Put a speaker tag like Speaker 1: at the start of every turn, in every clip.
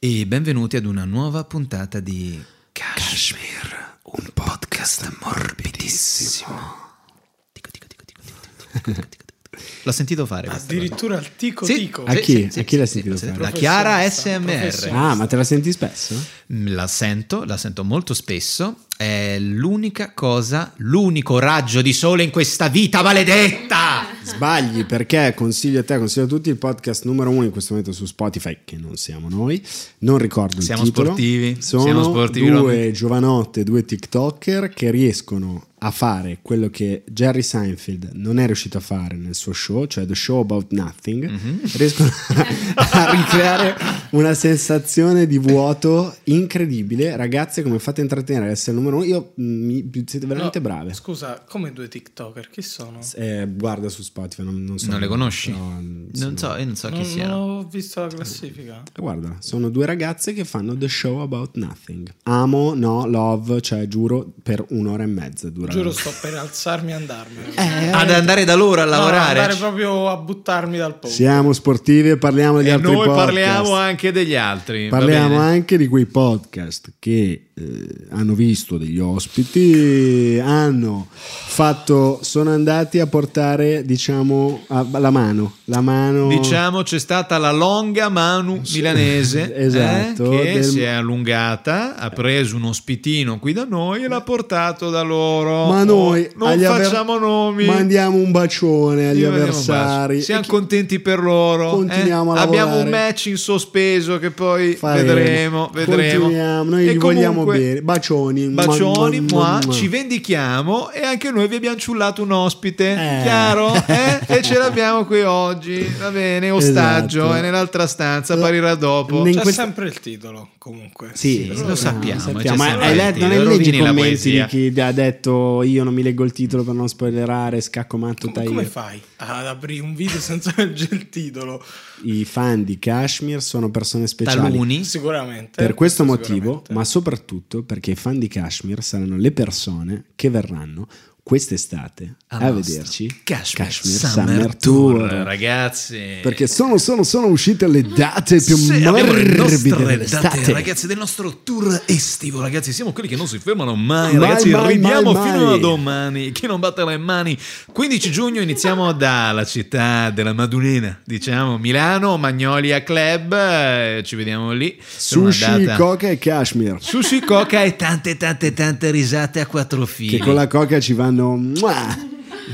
Speaker 1: E benvenuti ad una nuova puntata di
Speaker 2: Kashmir, un podcast morbidissimo.
Speaker 1: Tico, tico, tico, tico, tico, tico, tico, tico, tico. L'ho sentito fare questa
Speaker 3: Addirittura al tico
Speaker 1: cosa. Sì,
Speaker 3: tico.
Speaker 1: sì,
Speaker 2: Ah, A chi?
Speaker 1: sì,
Speaker 2: A chi l'ha
Speaker 1: sì,
Speaker 2: sentito
Speaker 1: sì,
Speaker 2: fare?
Speaker 1: La Chiara
Speaker 3: Professoressa,
Speaker 1: SMR.
Speaker 3: professoressa.
Speaker 2: Ah, ma te la senti spesso?
Speaker 1: Mm, La sento, la sento molto spesso. È l'unica cosa, l'unico raggio di sole in questa vita maledetta.
Speaker 2: Sbagli perché consiglio a te, consiglio a tutti il podcast numero uno in questo momento su Spotify, che non siamo noi, non ricordo
Speaker 1: Siamo
Speaker 2: il titolo.
Speaker 1: sportivi,
Speaker 2: Sono
Speaker 1: siamo sportivi,
Speaker 2: due
Speaker 1: veramente.
Speaker 2: giovanotte, due TikToker che riescono a fare quello che Jerry Seinfeld non è riuscito a fare nel suo show, cioè The Show About Nothing.
Speaker 1: Mhm.
Speaker 2: Riescono a ricreare una sensazione di vuoto incredibile. Ragazze, come fate a intrattenere? Essere il numero uno, io, mm, mi, siete veramente
Speaker 3: No,
Speaker 2: brave.
Speaker 3: Scusa, come due TikToker? Chi sono?
Speaker 2: Eh, guarda su Spotify, non, non so.
Speaker 1: Non le conosci?
Speaker 2: Però,
Speaker 1: Non so,
Speaker 2: sono-
Speaker 1: io non so chi
Speaker 3: non, non
Speaker 1: siano.
Speaker 3: ho visto la classifica.
Speaker 2: Guarda, sono due ragazze che fanno The Show About Nothing. Amo, no, love, cioè giuro, per un'ora e mezza dura.
Speaker 3: Giuro, sto per alzarmi e
Speaker 2: Eh,
Speaker 3: andarmene.
Speaker 1: Ad andare da loro a
Speaker 3: No,
Speaker 1: lavorare.
Speaker 3: andare proprio a buttarmi dal posto.
Speaker 2: Siamo sportivi e parliamo di
Speaker 1: e
Speaker 2: altri
Speaker 1: noi
Speaker 2: podcast.
Speaker 1: parliamo anche degli altri. va
Speaker 2: Parliamo
Speaker 1: bene?
Speaker 2: anche di quei podcast che eh, hanno visto degli ospiti, hanno fatto, sono andati a portare, diciamo, a- la mano, la mano.
Speaker 1: Diciamo c'è stata la longa manu milanese eh,
Speaker 2: Esatto,
Speaker 1: che
Speaker 2: del-
Speaker 1: si è allungata, ha preso un ospitino qui da noi e l'ha portato da loro.
Speaker 2: Ma
Speaker 1: Oh,
Speaker 2: noi
Speaker 1: non
Speaker 2: agli aver-
Speaker 1: facciamo nomi.
Speaker 2: Mandiamo un bacione agli
Speaker 1: Io vediamo
Speaker 2: avversari.
Speaker 1: basta. Siamo
Speaker 2: E chi-
Speaker 1: contenti per loro.
Speaker 2: Continuiamo
Speaker 1: eh?
Speaker 2: a
Speaker 1: Abbiamo un
Speaker 2: lavorare.
Speaker 1: match in sospeso che poi
Speaker 2: Faremo.
Speaker 1: vedremo. vedremo.
Speaker 2: Continuiamo, noi
Speaker 1: E
Speaker 2: vi vogliamo
Speaker 1: comunque-
Speaker 2: bene. Bacioni, mua,
Speaker 1: Bacioni,
Speaker 2: mua,
Speaker 1: mua,
Speaker 2: mua.
Speaker 1: ci vendichiamo e anche noi vi abbiamo ciullato un ospite,
Speaker 2: Eh.
Speaker 1: chiaro? Eh? E ce l'abbiamo qui oggi, va bene, ostaggio,
Speaker 2: Esatto.
Speaker 1: è nell'altra stanza,
Speaker 2: Eh,
Speaker 1: apparirà dopo.
Speaker 2: ne- in
Speaker 3: C'è
Speaker 2: questa-
Speaker 3: sempre il titolo, comunque.
Speaker 2: Sì,
Speaker 1: Sì,
Speaker 2: lo
Speaker 1: lo sappiamo,
Speaker 2: sappiamo,
Speaker 1: cioè,
Speaker 2: ma
Speaker 1: siamo
Speaker 2: hai
Speaker 1: letti,
Speaker 2: letto, non hai leggi
Speaker 1: rovini
Speaker 2: i
Speaker 1: la
Speaker 2: commenti
Speaker 1: poesia.
Speaker 2: di chi ha detto io non mi leggo il titolo per non spoilerare, scacco matto
Speaker 3: Come,
Speaker 2: taglio.
Speaker 3: come fai ad aprire un video senza leggere il titolo?
Speaker 2: I fan di Kashmir sono persone speciali
Speaker 1: Taluni,
Speaker 3: Sicuramente.
Speaker 2: per questo motivo,
Speaker 3: sicuramente.
Speaker 2: ma soprattutto perché i fan di Kashmir saranno le persone che verranno quest'estate a,
Speaker 1: nostra
Speaker 2: vederci
Speaker 1: Kashmir,
Speaker 2: Kashmir
Speaker 1: Summer,
Speaker 2: Summer
Speaker 1: Tour,
Speaker 2: Tour.
Speaker 1: ragazzi.
Speaker 2: Perché sono, sono, sono uscite le date più
Speaker 1: Se abbiamo le nostre
Speaker 2: morbide
Speaker 1: date,
Speaker 2: dell'estate.
Speaker 1: ragazzi, del nostro tour estivo, ragazzi, siamo quelli che non si fermano mai,
Speaker 2: Mai,
Speaker 1: ragazzi,
Speaker 2: mai,
Speaker 1: ridiamo
Speaker 2: mai,
Speaker 1: fino
Speaker 2: mai.
Speaker 1: a domani, chi non batte le mani. 15 giugno iniziamo dalla città della Madunina, diciamo Milano, Magnolia Club, eh, ci vediamo lì. per una
Speaker 2: Sushi,
Speaker 1: data-
Speaker 2: coca e Kashmir.
Speaker 1: Sushi, coca e tante tante tante risate a quattro fili.
Speaker 2: Che con la coca ci vanno. mua.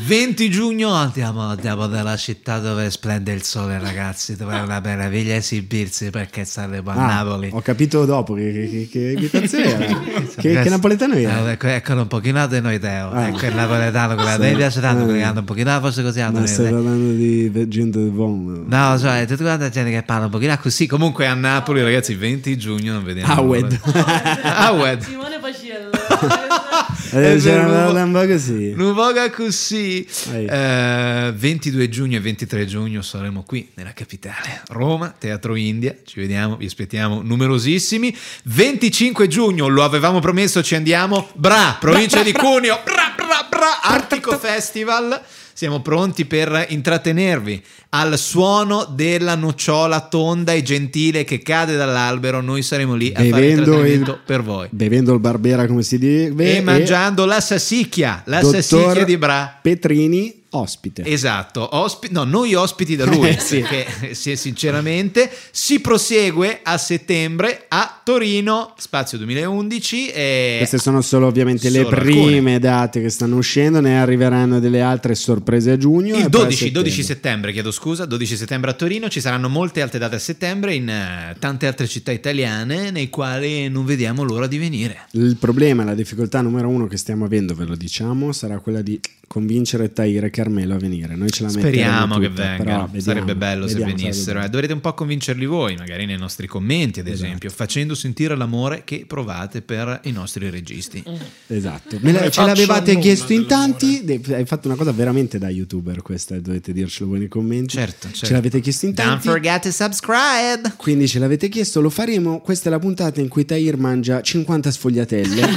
Speaker 1: 20 giugno andiamo, andiamo dalla città dove splende il sole, ragazzi, dove è una meraviglia esibirsi perché saremo a
Speaker 2: Ah,
Speaker 1: Napoli.
Speaker 2: Ho capito dopo che, che, che, che imitazione era. che, che
Speaker 1: Questo-
Speaker 2: napoletano
Speaker 1: Eh,
Speaker 2: era.
Speaker 1: ecco, eccolo un pochino di noi Teo,
Speaker 2: Ah.
Speaker 1: ecco il napoletano, quella
Speaker 2: Sì.
Speaker 1: dei piace tanto,
Speaker 2: Ah.
Speaker 1: perché hanno un pochino la voce così hanno
Speaker 2: Ma stai
Speaker 1: noi,
Speaker 2: parlando di ve- gente del Von.
Speaker 1: Teo. No, cioè, tutta quanta gente che parla un pochino così. Comunque a Napoli, ragazzi, 20 giugno non vediamo.
Speaker 2: Awed.
Speaker 1: Awed.
Speaker 4: Simone Paciello.
Speaker 1: È
Speaker 2: Eh,
Speaker 1: vero,
Speaker 2: C'era
Speaker 1: non-
Speaker 2: un po' così.
Speaker 1: Non voga così.
Speaker 2: Ehi.
Speaker 1: Eh, 22 giugno e 23 giugno saremo qui nella capitale, Roma, Teatro India. Ci vediamo, vi aspettiamo numerosissimi. 25 giugno, lo avevamo promesso, ci andiamo. Bra, provincia di Cuneo. Bra, bra, bra, Artico Festival. Siamo pronti per intrattenervi al suono della nocciola tonda e gentile che cade dall'albero. Noi saremo lì a fare
Speaker 2: Bevendo
Speaker 1: intrattenimento
Speaker 2: il,
Speaker 1: per voi.
Speaker 2: bevendo il Barbera, come si dice,
Speaker 1: E mangiando la sassicchia, la
Speaker 2: dottor
Speaker 1: sassicchia di Bra.
Speaker 2: Petrini, ospite.
Speaker 1: Esatto, ospi- no, noi ospiti da lui,
Speaker 2: Eh, sì.
Speaker 1: perché eh, sì, sinceramente si prosegue a settembre a Torino, Spazio 2011. E...
Speaker 2: Queste sono solo ovviamente le
Speaker 1: Eh, Solo
Speaker 2: prime
Speaker 1: alcune.
Speaker 2: date che stanno uscendo, ne arriveranno delle altre sorprese a giugno.
Speaker 1: Il
Speaker 2: e eh, poi a
Speaker 1: 12, 12
Speaker 2: settembre.
Speaker 1: settembre, chiedo scusa, 12 settembre a Torino, ci saranno molte altre date a settembre in eh, tante altre città italiane nei quali non vediamo l'ora di venire.
Speaker 2: Il problema, la difficoltà numero uno che stiamo avendo, ve lo diciamo, sarà quella di convincere Tahir e Carmelo a venire. Noi ce la
Speaker 1: Speriamo
Speaker 2: metteremo
Speaker 1: che
Speaker 2: tutta,
Speaker 1: vengano,
Speaker 2: però vediamo,
Speaker 1: sarebbe bello
Speaker 2: vediamo,
Speaker 1: se venissero. eh.
Speaker 2: sarebbe
Speaker 1: Dovrete un po' convincerli voi, magari nei nostri commenti ad
Speaker 2: Esatto.
Speaker 1: esempio, facendo sentire l'amore che provate per i nostri registi. Eh,
Speaker 2: bello. Esatto. Me la-
Speaker 3: Non ne
Speaker 2: ce l'avevate
Speaker 3: faccio
Speaker 2: chiesto in
Speaker 3: nulla
Speaker 2: tanti. de- hai fatto una cosa veramente da youtuber questa, eh, dovete dircelo voi nei commenti.
Speaker 1: Certo, certo.
Speaker 2: Ce l'avete chiesto in
Speaker 1: Don't
Speaker 2: tanti.
Speaker 1: forget to subscribe.
Speaker 2: Quindi ce l'avete chiesto, lo faremo. Questa è la puntata in cui Tahir mangia 50 sfogliatelle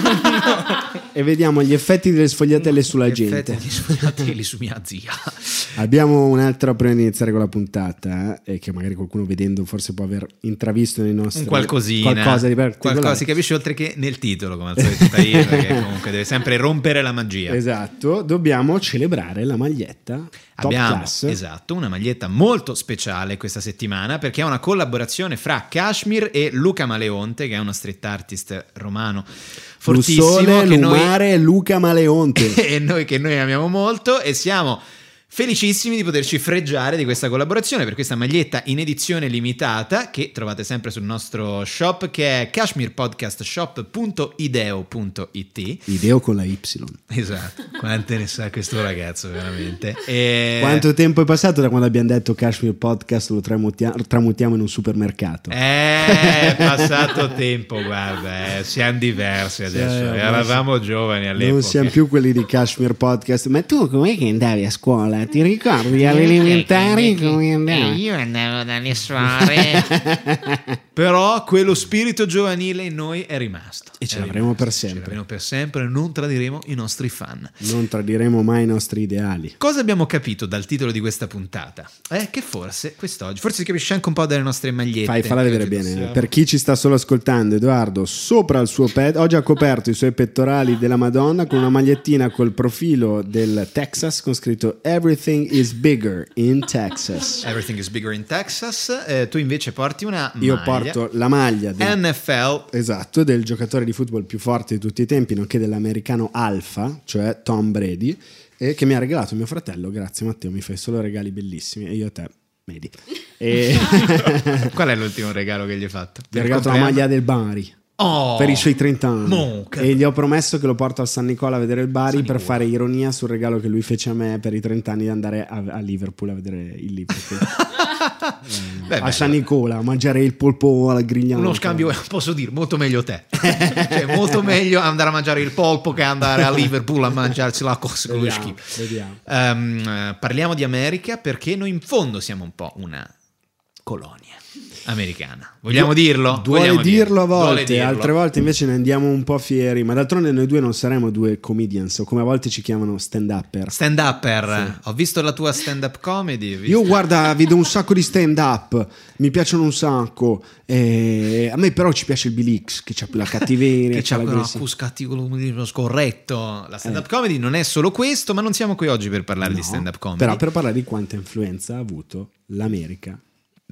Speaker 2: e vediamo gli effetti delle sfogliatelle sulla
Speaker 1: Gli
Speaker 2: gente.
Speaker 1: effetti degli sfogliatelli su mia zia.
Speaker 2: Abbiamo un'altra prima di iniziare con la puntata, eh, che magari qualcuno vedendo forse può aver intravisto nei nostri
Speaker 1: Un qualcosina.
Speaker 2: qualcosa di particolare.
Speaker 1: Qualcosa si capisce oltre che nel titolo, come al solito io, perché comunque deve sempre rompere la magia.
Speaker 2: Esatto, dobbiamo celebrare la maglietta top
Speaker 1: Abbiamo
Speaker 2: class.
Speaker 1: esatto una maglietta molto speciale questa settimana perché è una collaborazione fra Kashmir e Luca Maleonte, che è uno street artist romano fortissimo
Speaker 2: Lussole,
Speaker 1: che noi-
Speaker 2: Lumare, Luca Maleonte.
Speaker 1: e noi che noi amiamo molto e siamo felicissimi di poterci freggiare di questa collaborazione per questa maglietta in edizione limitata che trovate sempre sul nostro shop che è kashmirpodcastshop.ideo.it
Speaker 2: Ideo con la Y.
Speaker 1: Esatto, quante ne sa questo ragazzo veramente. E-
Speaker 2: Quanto tempo è passato da quando abbiamo detto Kashmir Podcast lo tramutia- tramutiamo in un supermercato?
Speaker 1: Eh, è passato tempo, guarda, eh, siamo diversi adesso.
Speaker 2: Sì, ormai
Speaker 1: Eravamo giovani Eh, all'epoca.
Speaker 2: Non siamo più quelli di Kashmir Podcast. Ma tu com'è che andavi a scuola? Ti
Speaker 1: Eh,
Speaker 2: ricordi alle elementari come andavi?
Speaker 4: Eh, Io andavo dalle suore.
Speaker 1: Però quello spirito giovanile in noi è rimasto.
Speaker 2: E ce
Speaker 1: È
Speaker 2: l'avremo
Speaker 1: rimasto,
Speaker 2: per
Speaker 1: ce
Speaker 2: sempre.
Speaker 1: l'avremo per sempre, non tradiremo i nostri fan.
Speaker 2: Non tradiremo mai i nostri ideali.
Speaker 1: Cosa abbiamo capito dal titolo di questa puntata? È che forse quest'oggi, forse si capisce anche un po' dalle nostre magliette.
Speaker 2: Fai, falla
Speaker 1: che
Speaker 2: vedere
Speaker 1: oggi
Speaker 2: bene. eh,
Speaker 1: indossiamo.
Speaker 2: Per chi ci sta solo ascoltando, Edoardo, sopra il suo petto, oggi ha coperto i suoi pettorali della Madonna con una magliettina col profilo del Texas con scritto Everything is bigger in Texas.
Speaker 1: Everything is bigger in Texas. Eh, tu invece porti una
Speaker 2: Io
Speaker 1: maglia.
Speaker 2: porto la maglia del,
Speaker 1: NFL
Speaker 2: esatto, del giocatore di football più forte di tutti i tempi, nonché dell'americano alfa, cioè Tom Brady, e che mi ha regalato mio fratello. Grazie Matteo, mi fai solo regali bellissimi e io a te, vedi. E...
Speaker 1: Qual è l'ultimo regalo che gli hai fatto?
Speaker 2: Mi ha regalato la maglia del Bari.
Speaker 1: Oh,
Speaker 2: per i suoi 30 anni
Speaker 1: Mo, che-
Speaker 2: e gli ho promesso che lo porto al San Nicola a vedere il Bari
Speaker 1: San
Speaker 2: per
Speaker 1: Nicola.
Speaker 2: fare ironia sul regalo che lui fece a me per i 30 anni di andare a, a Liverpool a vedere il Liverpool Eh,
Speaker 1: Beh,
Speaker 2: a
Speaker 1: bello.
Speaker 2: San Nicola a mangiare il polpo alla grigliata
Speaker 1: Uno scambio, posso dire, molto meglio te. cioè, molto meglio andare a mangiare il polpo che andare a Liverpool a mangiarsi la cosa con lo
Speaker 2: vediamo,
Speaker 1: schifo.
Speaker 2: vediamo.
Speaker 1: Ehm, eh, parliamo di America perché noi in fondo siamo un po' una colonia americana. Vogliamo dirlo?
Speaker 2: Vuole
Speaker 1: Vogliamo
Speaker 2: dirlo a volte,
Speaker 1: Vuole dirlo.
Speaker 2: altre volte invece ne andiamo un po' fieri, ma d'altronde noi due non saremo due comedians o come a volte ci chiamano stand-upper.
Speaker 1: Stand upper, ho visto la tua stand up comedy. ho visto-
Speaker 2: Io guarda, vedo un sacco di stand up, mi piacciono un sacco. eh, a me però ci piace il Bilix che c'ha più la cattiveria,
Speaker 1: che
Speaker 2: c'ha
Speaker 1: c'ha quella
Speaker 2: l'aggressività.
Speaker 1: cusca articolo scorretto. La stand up comedy non è solo questo, ma non siamo qui oggi per parlare di
Speaker 2: No,
Speaker 1: stand up comedy.
Speaker 2: Però per parlare di quanta influenza ha avuto l'America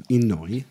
Speaker 2: in noi.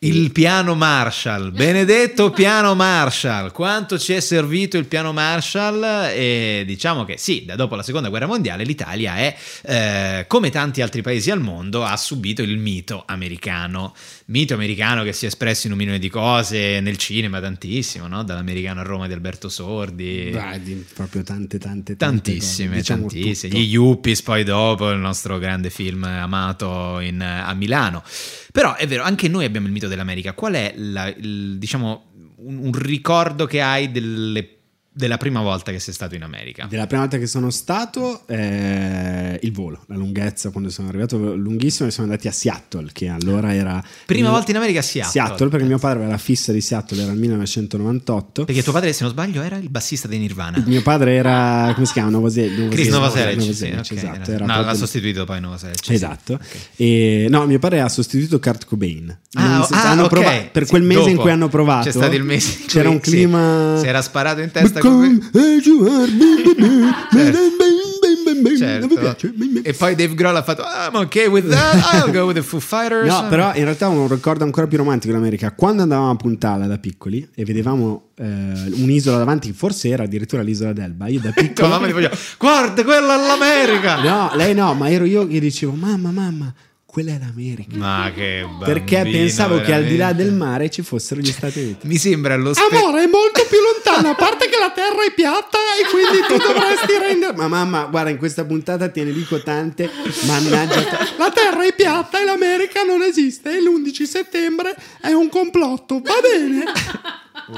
Speaker 1: Il piano Marshall, benedetto piano Marshall, quanto ci è servito il piano Marshall? E diciamo che sì, da dopo la seconda guerra mondiale l'Italia è, eh, come tanti altri paesi al mondo, ha subito il mito americano. Mito americano che si è espresso in un milione di cose, nel cinema tantissimo, no? dall'americano a Roma di Alberto Sordi.
Speaker 2: Beh, di- proprio tante, tante, tante
Speaker 1: Tantissime,
Speaker 2: cose. Diciamo
Speaker 1: tantissime.
Speaker 2: tutto.
Speaker 1: Gli Yuppies poi dopo, il nostro grande film amato in- a Milano. Però è vero, anche noi abbiamo il mito dell'America. Qual è, la- il- diciamo, un, un ricordo che hai delle- della prima volta che sei stato in America?
Speaker 2: Della prima volta che sono stato, eh, il volo, la lunghezza, quando sono arrivato lunghissimo, e siamo andati a Seattle, che allora era...
Speaker 1: Prima volta in America a Seattle.
Speaker 2: Seattle, perché mio padre aveva la fissa di Seattle, era il 1998.
Speaker 1: Perché tuo padre, se non sbaglio, era il bassista dei Nirvana.
Speaker 2: Mio padre era, come si chiama? Novoselic.
Speaker 1: Chris
Speaker 2: Novoselic,
Speaker 1: Novoselic. sì, ok,
Speaker 2: Novoselic, esatto.
Speaker 1: era-
Speaker 2: Era
Speaker 1: no, l'ha
Speaker 2: proprio-
Speaker 1: sostituito poi Novoselic. sì.
Speaker 2: Esatto. E- no, mio padre ha sostituito Kurt Cobain.
Speaker 1: Ah,
Speaker 2: Non so-
Speaker 1: ah,
Speaker 2: hanno
Speaker 1: ok.
Speaker 2: prova- per
Speaker 1: Sì,
Speaker 2: quel mese in
Speaker 1: dopo.
Speaker 2: cui hanno provato,
Speaker 1: C'è stato il mese in cui-
Speaker 2: c'era un
Speaker 1: sì.
Speaker 2: clima.
Speaker 1: Si era sparato in testa
Speaker 2: Come-
Speaker 1: Certo.
Speaker 2: Non mi piace.
Speaker 1: E poi Dave Grohl ha fatto "Ah, I'm okay with that, Uh, I'll go with the Foo Fighters.
Speaker 2: No, però in realtà ho un ricordo ancora più romantico dell'America. Quando andavamo a Puntala da piccoli e vedevamo eh, un'isola davanti, forse era addirittura l'isola d'Elba, io da
Speaker 1: Tua
Speaker 2: piccolo
Speaker 1: mamma gli faceva, guarda quella è l'America.
Speaker 2: No, lei no, ma ero io che dicevo "Mamma, mamma, quella è l'America".
Speaker 1: Ma che bambino,
Speaker 2: Perché pensavo che al di là
Speaker 1: veramente.
Speaker 2: del mare ci fossero gli Stati Uniti.
Speaker 1: Mi sembra lo specchio.
Speaker 2: Amore, è molto più lontano, a parte che la terra è piatta e quindi tu dovresti rendere... Ma mamma, guarda, in questa puntata te ne dico tante, mannaggia... te. La terra è piatta e l'America non esiste e l'11 settembre è un complotto, va bene?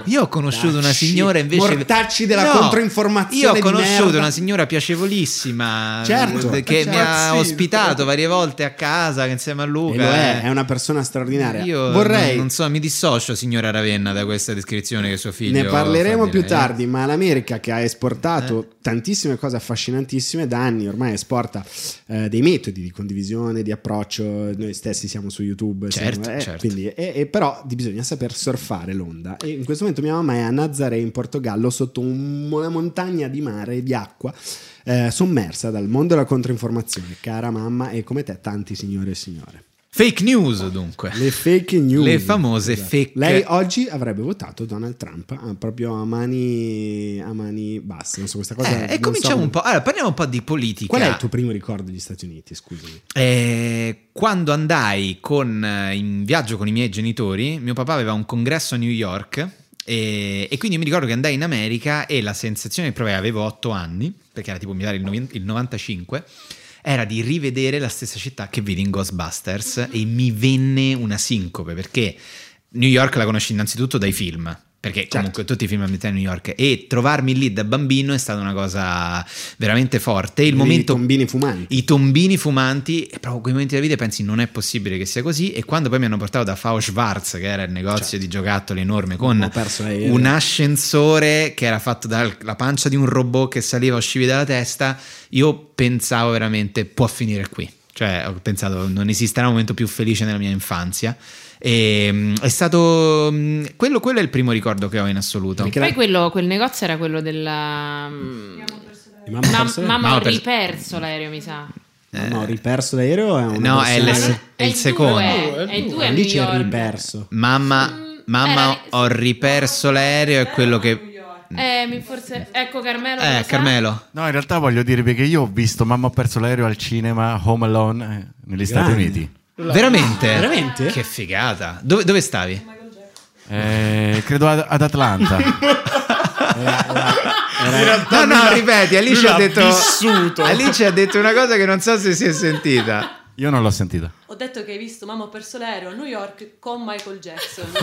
Speaker 1: Io ho conosciuto una
Speaker 2: Mortacci.
Speaker 1: signora invece.
Speaker 2: Mortacci della controinformazione
Speaker 1: Io ho
Speaker 2: di
Speaker 1: conosciuto
Speaker 2: merda.
Speaker 1: una signora piacevolissima.
Speaker 2: Certo.
Speaker 1: eh, Che mi ha
Speaker 3: Pazzesco.
Speaker 1: ospitato varie volte a casa insieme a
Speaker 2: E
Speaker 1: Luca.
Speaker 2: lo è,
Speaker 1: eh.
Speaker 2: è una persona straordinaria.
Speaker 1: Io
Speaker 2: Vorrei,
Speaker 1: non- non so, mi dissocio, signora Ravenna, da questa descrizione che suo figlio.
Speaker 2: ne parleremo
Speaker 1: fa di
Speaker 2: più
Speaker 1: lei.
Speaker 2: tardi, ma l'America che ha
Speaker 1: Eh.
Speaker 2: esportato tantissime cose affascinantissime da anni, ormai esporta eh, dei metodi di condivisione, di approccio, noi stessi siamo su YouTube,
Speaker 1: Certo,
Speaker 2: siamo- eh,
Speaker 1: certo.
Speaker 2: quindi- e- e però di- bisogna saper surfare l'onda. E in questo momento mia mamma è a Nazaré in Portogallo sotto un- una montagna di mare e di acqua. eh, sommersa dal mondo della controinformazione, cara mamma, e come te, tanti signore e signore.
Speaker 1: Fake news, dunque.
Speaker 2: Le fake news. Esatto.
Speaker 1: Le famose fake-
Speaker 2: Lei oggi avrebbe votato Donald Trump ah, proprio a mani, a mani basse. Non so, questa cosa.
Speaker 1: Eh,
Speaker 2: non
Speaker 1: e cominciamo
Speaker 2: so-
Speaker 1: un po'. Allora, parliamo un po' di politica.
Speaker 2: Qual è il tuo primo ricordo degli Stati Uniti? Scusami.
Speaker 1: Eh, quando andai con, eh, in viaggio con i miei genitori, mio papà aveva un congresso a New York e, e quindi mi ricordo che andai in America e la sensazione che provai, avevo 8 anni, perché era tipo mi pare il, noven- il 95, era di rivedere la stessa città che vidi in Ghostbusters
Speaker 2: Mhm.
Speaker 1: e mi venne una sincope perché New York la conosci innanzitutto dai film. Perché
Speaker 2: Certo.
Speaker 1: comunque tutti i film ambientati a New York e trovarmi lì da bambino è stata una cosa veramente forte. Il
Speaker 2: I
Speaker 1: momento
Speaker 2: tombini fumanti.
Speaker 1: i tombini fumanti e proprio quei momenti della vita pensi non è possibile che sia così e quando poi mi hanno portato da Fao Schwarz che era il negozio
Speaker 2: Certo.
Speaker 1: di giocattoli enorme
Speaker 2: Ho
Speaker 1: con
Speaker 2: perso l'aereo.
Speaker 1: un ascensore che era fatto dalla pancia di un robot che saliva e usciva dalla testa io pensavo veramente può finire qui cioè ho pensato non esisterà un momento più felice nella mia infanzia e mm, è stato mm, quello, quello è il primo ricordo che ho in assoluto
Speaker 2: Perché
Speaker 4: Poi
Speaker 2: la-
Speaker 4: quello, quel negozio era quello della. mm,
Speaker 2: mamma ha
Speaker 4: ma-
Speaker 2: perso l'aereo?
Speaker 4: mamma
Speaker 1: Mamma
Speaker 4: ho
Speaker 1: per-
Speaker 4: riperso l'aereo, mi sa.
Speaker 2: Mamma, ho riperso l'aereo. o È una
Speaker 1: Eh. No, è
Speaker 2: persona-
Speaker 1: il-
Speaker 4: Ma non-
Speaker 1: è il
Speaker 4: due,
Speaker 1: secondo.
Speaker 4: eh, È il
Speaker 3: Ah,
Speaker 4: due a
Speaker 2: lì
Speaker 4: New
Speaker 2: c'è il
Speaker 4: York.
Speaker 2: riperso.
Speaker 4: Mm,
Speaker 1: mamma, mamma
Speaker 4: era-
Speaker 1: ho riperso l'aereo e quello che
Speaker 4: Eh, mi forse. Ecco Carmelo. che lo
Speaker 1: eh
Speaker 4: sa.
Speaker 1: Carmelo
Speaker 5: No, in realtà voglio dirvi che io ho visto Mamma ho perso l'aereo al cinema Home Alone eh, negli Stati
Speaker 2: Grande.
Speaker 5: Uniti.
Speaker 1: Veramente?
Speaker 2: veramente?
Speaker 1: Che figata. Dove, dove stavi?
Speaker 5: Eh, credo ad, ad Atlanta.
Speaker 1: No, no, ripeti, Alice
Speaker 3: lui
Speaker 1: ha
Speaker 3: l'ha
Speaker 1: detto
Speaker 3: vissuto.
Speaker 1: Alice ha detto una cosa che non so se si è sentita.
Speaker 5: Io non l'ho sentita.
Speaker 6: Ho detto che hai visto Mamma ho perso l'aereo a New York con Michael Jackson.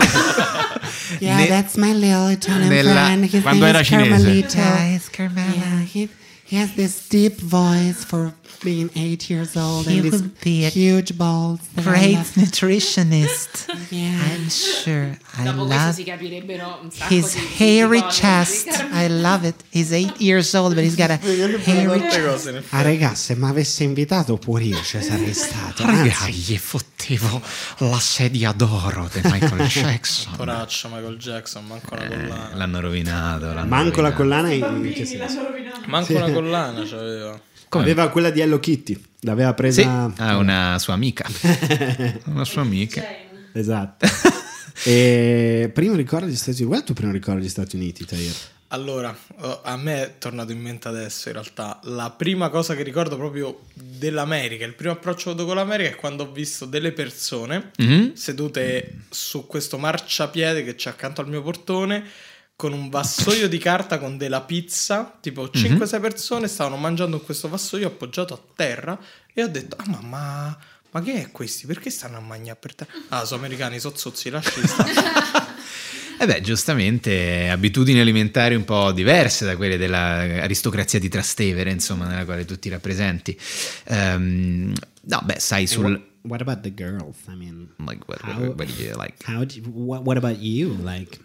Speaker 7: Yeah,
Speaker 1: Ne-
Speaker 7: that's my little Italian
Speaker 1: Nella-
Speaker 7: friend. His
Speaker 5: Quando
Speaker 7: name
Speaker 5: era
Speaker 7: is
Speaker 5: cinese.
Speaker 7: Carmelito. Yeah, he, he has this deep voice for being eight years old
Speaker 8: He
Speaker 7: and
Speaker 8: would be a
Speaker 7: these huge balls. that I
Speaker 8: great
Speaker 7: love.
Speaker 8: nutritionist.
Speaker 7: Yeah.
Speaker 8: I'm sure. I
Speaker 4: Dopo questo si
Speaker 8: love
Speaker 4: capirebbero un sacco
Speaker 8: his
Speaker 4: di- di
Speaker 8: hairy
Speaker 4: cose.
Speaker 8: chest. I love it. He's eight years old, but he's got a hairy chest.
Speaker 2: Ah, raga, se mi avesse invitato pure io ci sarei stato.
Speaker 8: Raga,
Speaker 2: Anzi,
Speaker 8: gli fottevo la sedia d'oro di Michael Jackson.
Speaker 3: Poraccio Michael Jackson, manco una collana.
Speaker 1: Eh, L'hanno rovinato. l'hanno
Speaker 2: manco la
Speaker 1: rovinato.
Speaker 2: collana. in- in che senso?
Speaker 3: Manco una collana c'aveva.
Speaker 2: Aveva quella di Hello Kitty. L'aveva
Speaker 1: Sì,
Speaker 2: presa.
Speaker 1: ha Ah, una sua amica. una sua amica.
Speaker 2: Esatto. e primo ricordo degli Stati Uniti. Qual è il tuo primo ricordo degli Stati Uniti, Tahir?
Speaker 3: Allora, eh, a me è tornato in mente adesso in realtà la prima cosa che ricordo proprio dell'America, il primo approccio che ho avuto con l'America è quando ho visto delle persone
Speaker 1: Mhm.
Speaker 3: sedute su questo marciapiede che c'è accanto al mio portone con un vassoio di carta con della pizza, tipo 5-6 persone stavano mangiando in questo vassoio appoggiato a terra e ho detto "Ah mamma, ma che è questi? Perché stanno a mangiare per terra?" Ah, sono americani, sono zozzi, lasci stare.
Speaker 1: E beh, giustamente abitudini alimentari un po' diverse da quelle dell'aristocrazia di Trastevere, insomma, nella quale tu ti rappresenti. Ehm, no, beh, sai sul...
Speaker 2: What about the girls? I mean,
Speaker 1: Like, what- what-
Speaker 2: how,
Speaker 1: what do you like?
Speaker 2: how do you- what, what about you? Like,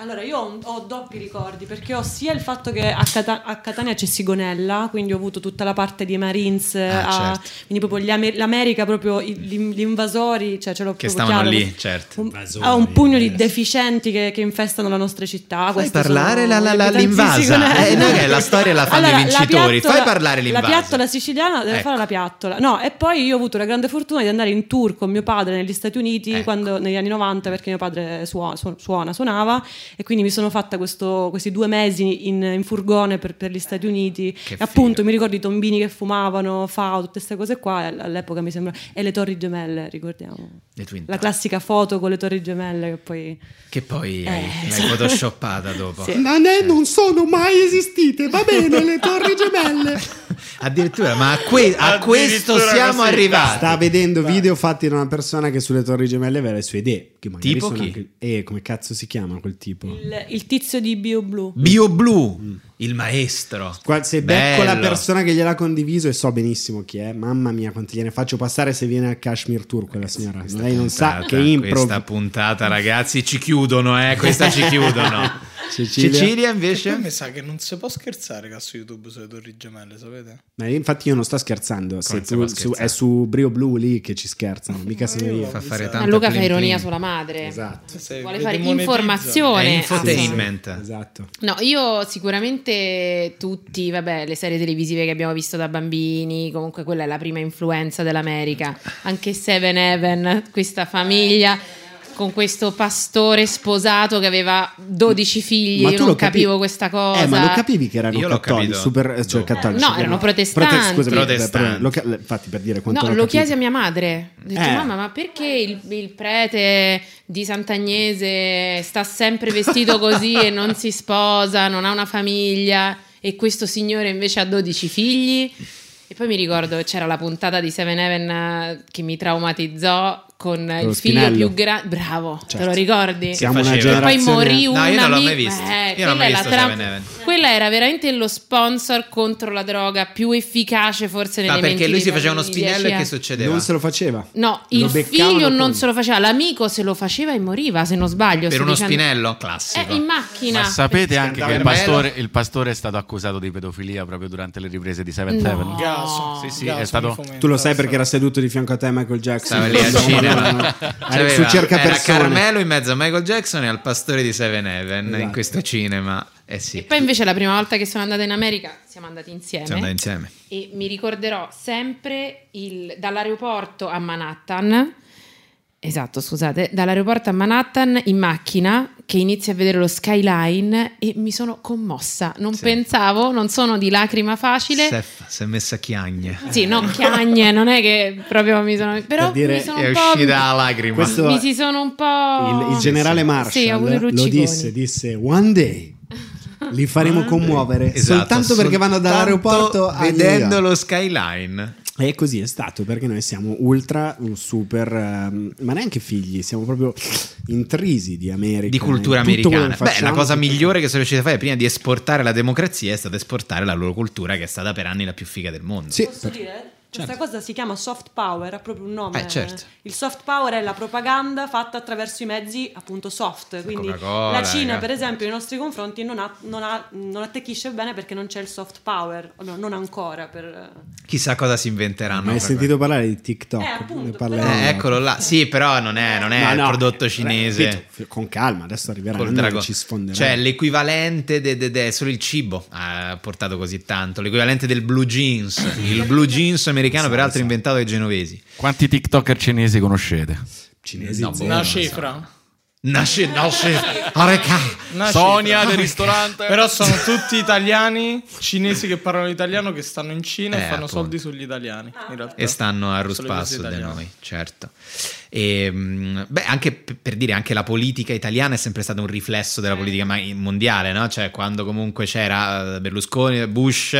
Speaker 6: Allora, io ho, un- ho doppi ricordi perché ho sia il fatto che a, Cata- a Catania c'è Sigonella, quindi ho avuto tutta la parte di Marines,
Speaker 1: Ah,
Speaker 6: a-
Speaker 1: certo.
Speaker 6: quindi proprio gli Amer- l'America, proprio i- gli, gli invasori, cioè ce l'ho
Speaker 1: Che
Speaker 6: proprio chiaro.
Speaker 1: stavano lì, certo.
Speaker 6: Un,
Speaker 2: Invasori,
Speaker 6: ha un pugno di
Speaker 2: eh.
Speaker 6: deficienti che, che infestano la nostra città.
Speaker 1: Fai
Speaker 6: Queste
Speaker 1: parlare
Speaker 6: sono
Speaker 1: la, la,
Speaker 6: le
Speaker 1: la-
Speaker 6: pietanze di
Speaker 1: l'invasa.
Speaker 6: Sigonella.
Speaker 1: Eh, no, che la storia la fanno
Speaker 6: Allora,
Speaker 1: i vincitori.
Speaker 6: piattola-
Speaker 1: Fai parlare l'invasa.
Speaker 6: La piattola siciliana deve
Speaker 1: Ecco.
Speaker 6: fare la piattola. No, e poi io ho avuto la grande fortuna di andare in tour con mio padre negli Stati Uniti
Speaker 1: Ecco.
Speaker 6: quando- negli anni 90 perché mio padre suo- su- suona, suonava e quindi mi sono fatta questo- questi due mesi in, in furgone per, per gli Stati Uniti.
Speaker 1: Eh, Che
Speaker 6: E appunto
Speaker 1: figo.
Speaker 6: mi ricordo i tombini che fumavano, FAO, tutte queste cose qua e all- all'epoca mi sembra... E le torri gemelle, ricordiamo.
Speaker 1: Le Twin
Speaker 6: La
Speaker 1: Towers.
Speaker 6: classica foto con le torri gemelle che poi...
Speaker 1: Che poi
Speaker 6: Eh,
Speaker 1: hai- l'hai
Speaker 6: esatto.
Speaker 1: photoshoppata dopo.
Speaker 6: Sì.
Speaker 7: Non, è- non sono mai esistite, va bene, le torri gemelle.
Speaker 1: Addirittura, ma a, que- a
Speaker 3: Addirittura
Speaker 1: questo siamo
Speaker 3: così.
Speaker 1: arrivati.
Speaker 2: Sta vedendo video fatti da una persona che sulle torri gemelle aveva le sue idee. Che magari
Speaker 1: Tipo
Speaker 2: sono
Speaker 1: chi?
Speaker 2: anche- Eh, come cazzo si chiama quel tipo?
Speaker 6: Il, il tizio di Bio Blu.
Speaker 1: Bio Blu, il maestro.
Speaker 2: Qua- Se becco ecco la
Speaker 1: Bello.
Speaker 2: persona che gliel'ha condiviso e so benissimo chi è, mamma mia quanti gliene faccio passare se viene al Kashmir Tour quella signora.
Speaker 1: Ecco, Questa
Speaker 2: Lei non sa
Speaker 1: puntata-
Speaker 2: che
Speaker 1: Questa
Speaker 2: impro.
Speaker 1: puntata, ragazzi, ci chiudono, eh. Questa ci chiudono.
Speaker 2: Cecilia.
Speaker 1: Cecilia,
Speaker 3: Invece... mi
Speaker 1: invece?
Speaker 3: sa che non si può scherzare qua su YouTube sulle torri gemelle, sapete?
Speaker 2: Ma infatti io non sto scherzando, se
Speaker 1: Come si
Speaker 2: tu-
Speaker 1: può
Speaker 2: su-
Speaker 1: scherzare?
Speaker 2: è su Brio Blu lì che ci scherzano, mica sono io.
Speaker 1: Fa fare
Speaker 3: Ma
Speaker 1: tanta
Speaker 4: Luca fa
Speaker 1: plin plin.
Speaker 4: ironia sulla madre.
Speaker 2: Esatto. Eh,
Speaker 3: Se
Speaker 4: Vuole
Speaker 3: vedi
Speaker 4: fare
Speaker 3: monetizza.
Speaker 1: È
Speaker 4: informazione.
Speaker 1: infotainment.
Speaker 2: Esatto.
Speaker 4: No, io sicuramente tutti, vabbè, le serie televisive che abbiamo visto da bambini, comunque quella è la prima influenza dell'America, anche Seven Heaven, questa famiglia con questo pastore sposato che aveva 12 figli, io non
Speaker 2: lo capi-
Speaker 4: capivo questa cosa.
Speaker 2: Eh, ma lo capivi che erano
Speaker 1: Io l'ho
Speaker 2: cattolici,
Speaker 1: capito.
Speaker 2: super, cioè
Speaker 1: Dopo.
Speaker 2: cattolici.
Speaker 4: No, erano protestanti.
Speaker 2: scusami,
Speaker 1: Protestanti.
Speaker 2: lo ca- infatti per dire quanto
Speaker 4: No,
Speaker 2: l'ho
Speaker 4: lo
Speaker 2: capito.
Speaker 4: chiesi a mia madre. Ho detto,
Speaker 2: Eh.
Speaker 4: mamma, ma perché il, il prete di Sant'Agnese sta sempre vestito così e non si sposa, non ha una famiglia e questo signore invece ha 12 figli? E poi mi ricordo c'era la puntata di Seven Heaven eh, che mi traumatizzò con il figlio
Speaker 2: Spinello.
Speaker 4: più grande. Bravo, te
Speaker 2: Certo.
Speaker 4: lo ricordi?
Speaker 2: Siamo una
Speaker 1: faceva?
Speaker 4: E
Speaker 2: generazione
Speaker 4: poi morì un
Speaker 1: No, io non l'ho mai
Speaker 4: ami-
Speaker 1: visto.
Speaker 4: Eh,
Speaker 1: Io non l'ho mai
Speaker 4: quella è la
Speaker 1: visto
Speaker 4: tra-
Speaker 1: Seven Heaven.
Speaker 4: Quella era veramente lo sponsor contro la droga più efficace forse nelle
Speaker 1: Ma Ah, perché
Speaker 4: menti
Speaker 1: lui
Speaker 4: dei
Speaker 1: si faceva uno
Speaker 4: bambini di
Speaker 1: spinello e
Speaker 4: 10
Speaker 1: che
Speaker 4: anni.
Speaker 1: succedeva?
Speaker 2: non se lo faceva.
Speaker 4: No,
Speaker 2: Lo
Speaker 4: il
Speaker 2: beccavano
Speaker 4: figlio
Speaker 2: con-
Speaker 4: non se lo faceva, l'amico se lo faceva e moriva, se non sbaglio.
Speaker 1: per
Speaker 4: sto
Speaker 1: uno
Speaker 4: dicendo.
Speaker 1: spinello classico.
Speaker 4: Eh, in macchina.
Speaker 5: Ma sapete anche che il
Speaker 1: Carmelo.
Speaker 5: pastore, il pastore è stato accusato di pedofilia proprio durante le riprese di Seventh
Speaker 4: No.
Speaker 5: Heaven.
Speaker 3: Gaso.
Speaker 5: Sì, sì,
Speaker 3: Gaso
Speaker 5: è stato-
Speaker 3: mi fomenta,
Speaker 2: Tu lo sai
Speaker 3: adesso.
Speaker 2: perché era seduto di fianco a te Michael Jackson.
Speaker 1: Stava lì al
Speaker 2: No, no,
Speaker 1: cinema.
Speaker 2: no, no.
Speaker 1: C'aveva-
Speaker 2: Su cerca
Speaker 1: era
Speaker 2: persone.
Speaker 1: Carmelo in mezzo a Michael Jackson e al pastore di Seven Heaven in
Speaker 2: Esatto.
Speaker 1: questo cinema. Eh sì,
Speaker 4: E poi invece la prima volta che sono andata in America siamo andati insieme.
Speaker 1: siamo andati insieme.
Speaker 4: e mi ricorderò sempre il- dall'aeroporto a Manhattan. Esatto, scusate, dall'aeroporto a Manhattan in macchina che inizio a vedere lo skyline e mi sono commossa. Non
Speaker 1: Sì.
Speaker 4: pensavo, non sono di lacrima facile.
Speaker 1: Sef si è messa a chiagne.
Speaker 4: Sì, no, chiagne, non è che proprio mi sono. Però
Speaker 2: Per dire
Speaker 4: mi sono
Speaker 1: È
Speaker 4: un po'.
Speaker 1: uscita la lacrima.
Speaker 2: Questo-
Speaker 4: mi si sono un po'.
Speaker 2: Il, il generale
Speaker 4: Oh, Sì, ho avuto i
Speaker 2: Marshall lo
Speaker 4: lucciconi.
Speaker 2: disse, disse one day li faremo commuovere
Speaker 1: Esatto,
Speaker 2: soltanto perché vanno dall'aeroporto
Speaker 1: soltanto
Speaker 2: a New
Speaker 1: vedendo
Speaker 2: York."
Speaker 1: lo skyline.
Speaker 2: E così è stato perché noi siamo ultra, uh, super, ehm, ma neanche figli, siamo proprio intrisi di America.
Speaker 1: di cultura
Speaker 2: in Mm, tutto quello
Speaker 1: americana.
Speaker 2: che
Speaker 1: Beh, la
Speaker 2: facciamo,
Speaker 1: cosa
Speaker 2: tutto-
Speaker 1: migliore che sono riusciti a fare prima di esportare la democrazia è stata esportare la loro cultura, che è stata per anni la più figa del mondo.
Speaker 2: Sì,
Speaker 6: Posso dire? Questa cosa si chiama soft power, ha proprio un nome.
Speaker 1: Eh, certo.
Speaker 6: Il soft power è la propaganda fatta attraverso i mezzi appunto soft. Quindi
Speaker 1: Coca-Cola,
Speaker 6: la Cina,
Speaker 1: ragazzi.
Speaker 6: per esempio, nei nostri confronti non, ha- non ha- non attecchisce bene perché non c'è il soft power, o no, non ancora. Per...
Speaker 1: Chissà cosa si inventeranno.
Speaker 2: Ma hai
Speaker 1: per
Speaker 2: sentito parlare di TikTok?
Speaker 6: Eh, appunto,
Speaker 2: Ne
Speaker 1: quello.
Speaker 2: parleremo.
Speaker 6: però-
Speaker 1: Eh, eccolo là. Sì, però non è, non è
Speaker 2: No,
Speaker 1: il
Speaker 2: no,
Speaker 1: prodotto
Speaker 2: eh,
Speaker 1: cinese.
Speaker 2: ripeto, con calma, adesso arriverà
Speaker 1: Col
Speaker 2: un anno
Speaker 1: drago-
Speaker 2: che ci sfonderà.
Speaker 1: Cioè, l'equivalente de- de- de- solo il cibo ha portato così tanto. L'equivalente del blue jeans, il blue jeans americano,
Speaker 2: Esatto,
Speaker 1: peraltro
Speaker 2: esatto.
Speaker 1: inventato dai genovesi.
Speaker 5: Quanti TikToker cinesi conoscete?
Speaker 2: Cinesi
Speaker 1: No, boh.
Speaker 2: zero.
Speaker 3: Una
Speaker 1: Non so.
Speaker 3: cifra.
Speaker 1: Nasce, nasce, areca.
Speaker 3: Una
Speaker 5: Sonia
Speaker 3: cifra.
Speaker 5: del ristorante.
Speaker 3: Però sono tutti italiani, cinesi che parlano italiano, che stanno in Cina
Speaker 1: Eh,
Speaker 3: e fanno
Speaker 1: appunto.
Speaker 3: soldi sugli italiani. in realtà.
Speaker 2: Certo.
Speaker 1: e stanno a
Speaker 3: Sulle cose
Speaker 1: ruspasso da
Speaker 3: italiane.
Speaker 1: noi, certo. E, mh, beh, anche p- per dire, anche la politica italiana è sempre stata un riflesso della politica ma- mondiale, no? Cioè, quando comunque c'era eh, Berlusconi, Bush,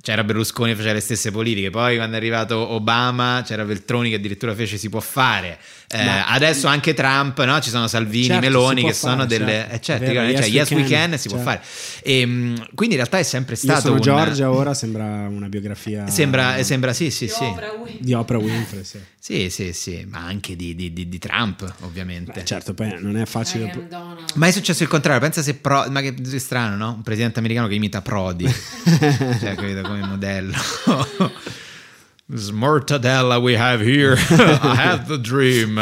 Speaker 1: c'era Berlusconi che faceva le stesse politiche, poi quando è arrivato Obama c'era Veltroni che addirittura fece si può fare, Eh,
Speaker 2: Ma-
Speaker 1: adesso anche Trump, no? Ci sono Salvini,
Speaker 2: Certo, si
Speaker 1: Meloni
Speaker 2: può
Speaker 1: che
Speaker 2: fare,
Speaker 1: sono delle...
Speaker 2: certo.
Speaker 1: eh, certo,
Speaker 2: Vero,
Speaker 1: cioè,
Speaker 2: yes,
Speaker 1: yes,
Speaker 2: we
Speaker 1: we
Speaker 2: can,
Speaker 1: can, si può
Speaker 2: certo.
Speaker 1: fare. E, mh, quindi in realtà è sempre stato...
Speaker 2: Io sono
Speaker 1: un-
Speaker 2: Giorgia, ora sembra una biografia
Speaker 1: Sembra, sembra sì, sì, sì.
Speaker 6: Oprah Winfrey.
Speaker 2: di Oprah Winfrey. sì.
Speaker 1: Sì, sì, sì, ma anche di, di- di- di Trump, ovviamente.
Speaker 2: Beh, certo, poi non è facile.
Speaker 4: Ryan Donald.
Speaker 1: Ma è successo il contrario, pensa se Pro... Ma che è strano, no? Un presidente americano che imita Prodi, cioè, capito, come modello. Smortadella we have here, I have the dream.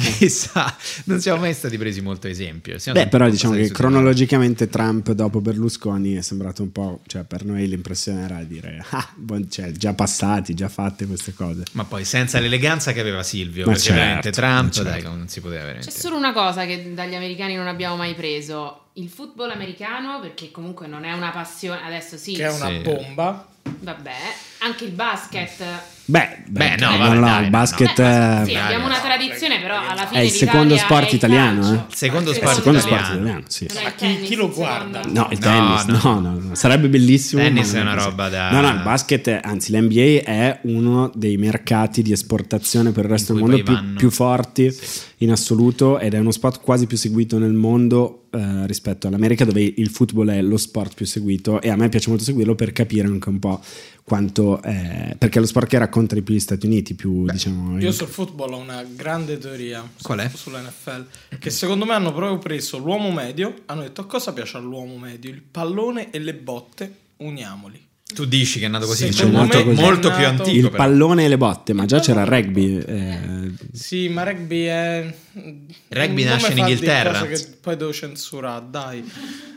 Speaker 1: Chissà, non siamo mai stati presi molto esempio. Siamo sempre
Speaker 2: Beh, però
Speaker 1: un po'
Speaker 2: diciamo
Speaker 1: stati
Speaker 2: che
Speaker 1: su-
Speaker 2: cronologicamente Trump dopo Berlusconi è sembrato un po', cioè per noi l'impressione era dire, ah, buon- cioè, già passati, già fatte queste cose.
Speaker 1: Ma poi senza l'eleganza che aveva Silvio,
Speaker 2: Ma
Speaker 1: perché
Speaker 2: certo,
Speaker 1: veramente Trump,
Speaker 2: ma
Speaker 1: dai,
Speaker 2: certo.
Speaker 1: non si poteva veramente.
Speaker 4: C'è solo una cosa che dagli americani non abbiamo mai preso. Il football americano, perché comunque non è una passione, adesso sì,
Speaker 3: Che è una
Speaker 1: Sì.
Speaker 3: bomba.
Speaker 4: vabbè, anche il basket
Speaker 2: Beh,
Speaker 1: Beh, no,
Speaker 2: eh,
Speaker 1: vabbè,
Speaker 2: no,
Speaker 1: dai, no,
Speaker 2: il basket
Speaker 4: Beh,
Speaker 2: eh,
Speaker 4: sì, abbiamo una tradizione, però alla fine
Speaker 2: è il
Speaker 4: l'Italia
Speaker 2: secondo sport
Speaker 4: è il
Speaker 2: italiano,
Speaker 4: calcio.
Speaker 2: eh?
Speaker 1: Il secondo
Speaker 4: Il
Speaker 2: è il
Speaker 1: sport
Speaker 2: secondo
Speaker 1: italiano.
Speaker 2: sport italiano, sì.
Speaker 4: Non è il
Speaker 3: Ma chi-
Speaker 4: tennis,
Speaker 3: chi lo
Speaker 4: il secondo.
Speaker 3: guarda?
Speaker 2: No, il
Speaker 1: No,
Speaker 2: tennis,
Speaker 1: no.
Speaker 2: no, no, no. sarebbe bellissimo.
Speaker 1: Tennis
Speaker 2: ma non
Speaker 1: è una
Speaker 2: così.
Speaker 1: roba da-
Speaker 2: No, no, il basket, è- anzi l'NBA è uno dei mercati di esportazione per il resto
Speaker 1: In
Speaker 2: del
Speaker 1: cui
Speaker 2: mondo
Speaker 1: poi
Speaker 2: più,
Speaker 1: vanno.
Speaker 2: più forti
Speaker 1: Sì.
Speaker 2: in assoluto ed è uno sport quasi più seguito nel mondo eh, rispetto all'America dove il football è lo sport più seguito e a me piace molto seguirlo per capire anche un po' quanto... eh, perché è lo sport che racconta di più gli Stati Uniti, più diciamo...
Speaker 3: Io
Speaker 2: in-
Speaker 3: sul football ho una grande teoria. su-
Speaker 1: Qual è?
Speaker 3: Sulla NFL. Che secondo me hanno proprio preso l'uomo medio, hanno detto cosa piace all'uomo medio? Il pallone e le botte, uniamoli.
Speaker 1: Tu dici che è nato così,
Speaker 3: Secondo
Speaker 1: molto,
Speaker 2: me è
Speaker 1: molto
Speaker 3: nato-
Speaker 1: più antico.
Speaker 2: il
Speaker 1: però.
Speaker 2: pallone e le botte, ma già c'era il rugby. eh,
Speaker 3: Sì, ma rugby è...
Speaker 1: Rugby
Speaker 3: Non
Speaker 1: nasce
Speaker 3: mi
Speaker 1: in
Speaker 3: fa di
Speaker 1: Inghilterra.
Speaker 3: cose Che poi devo censurare, dai.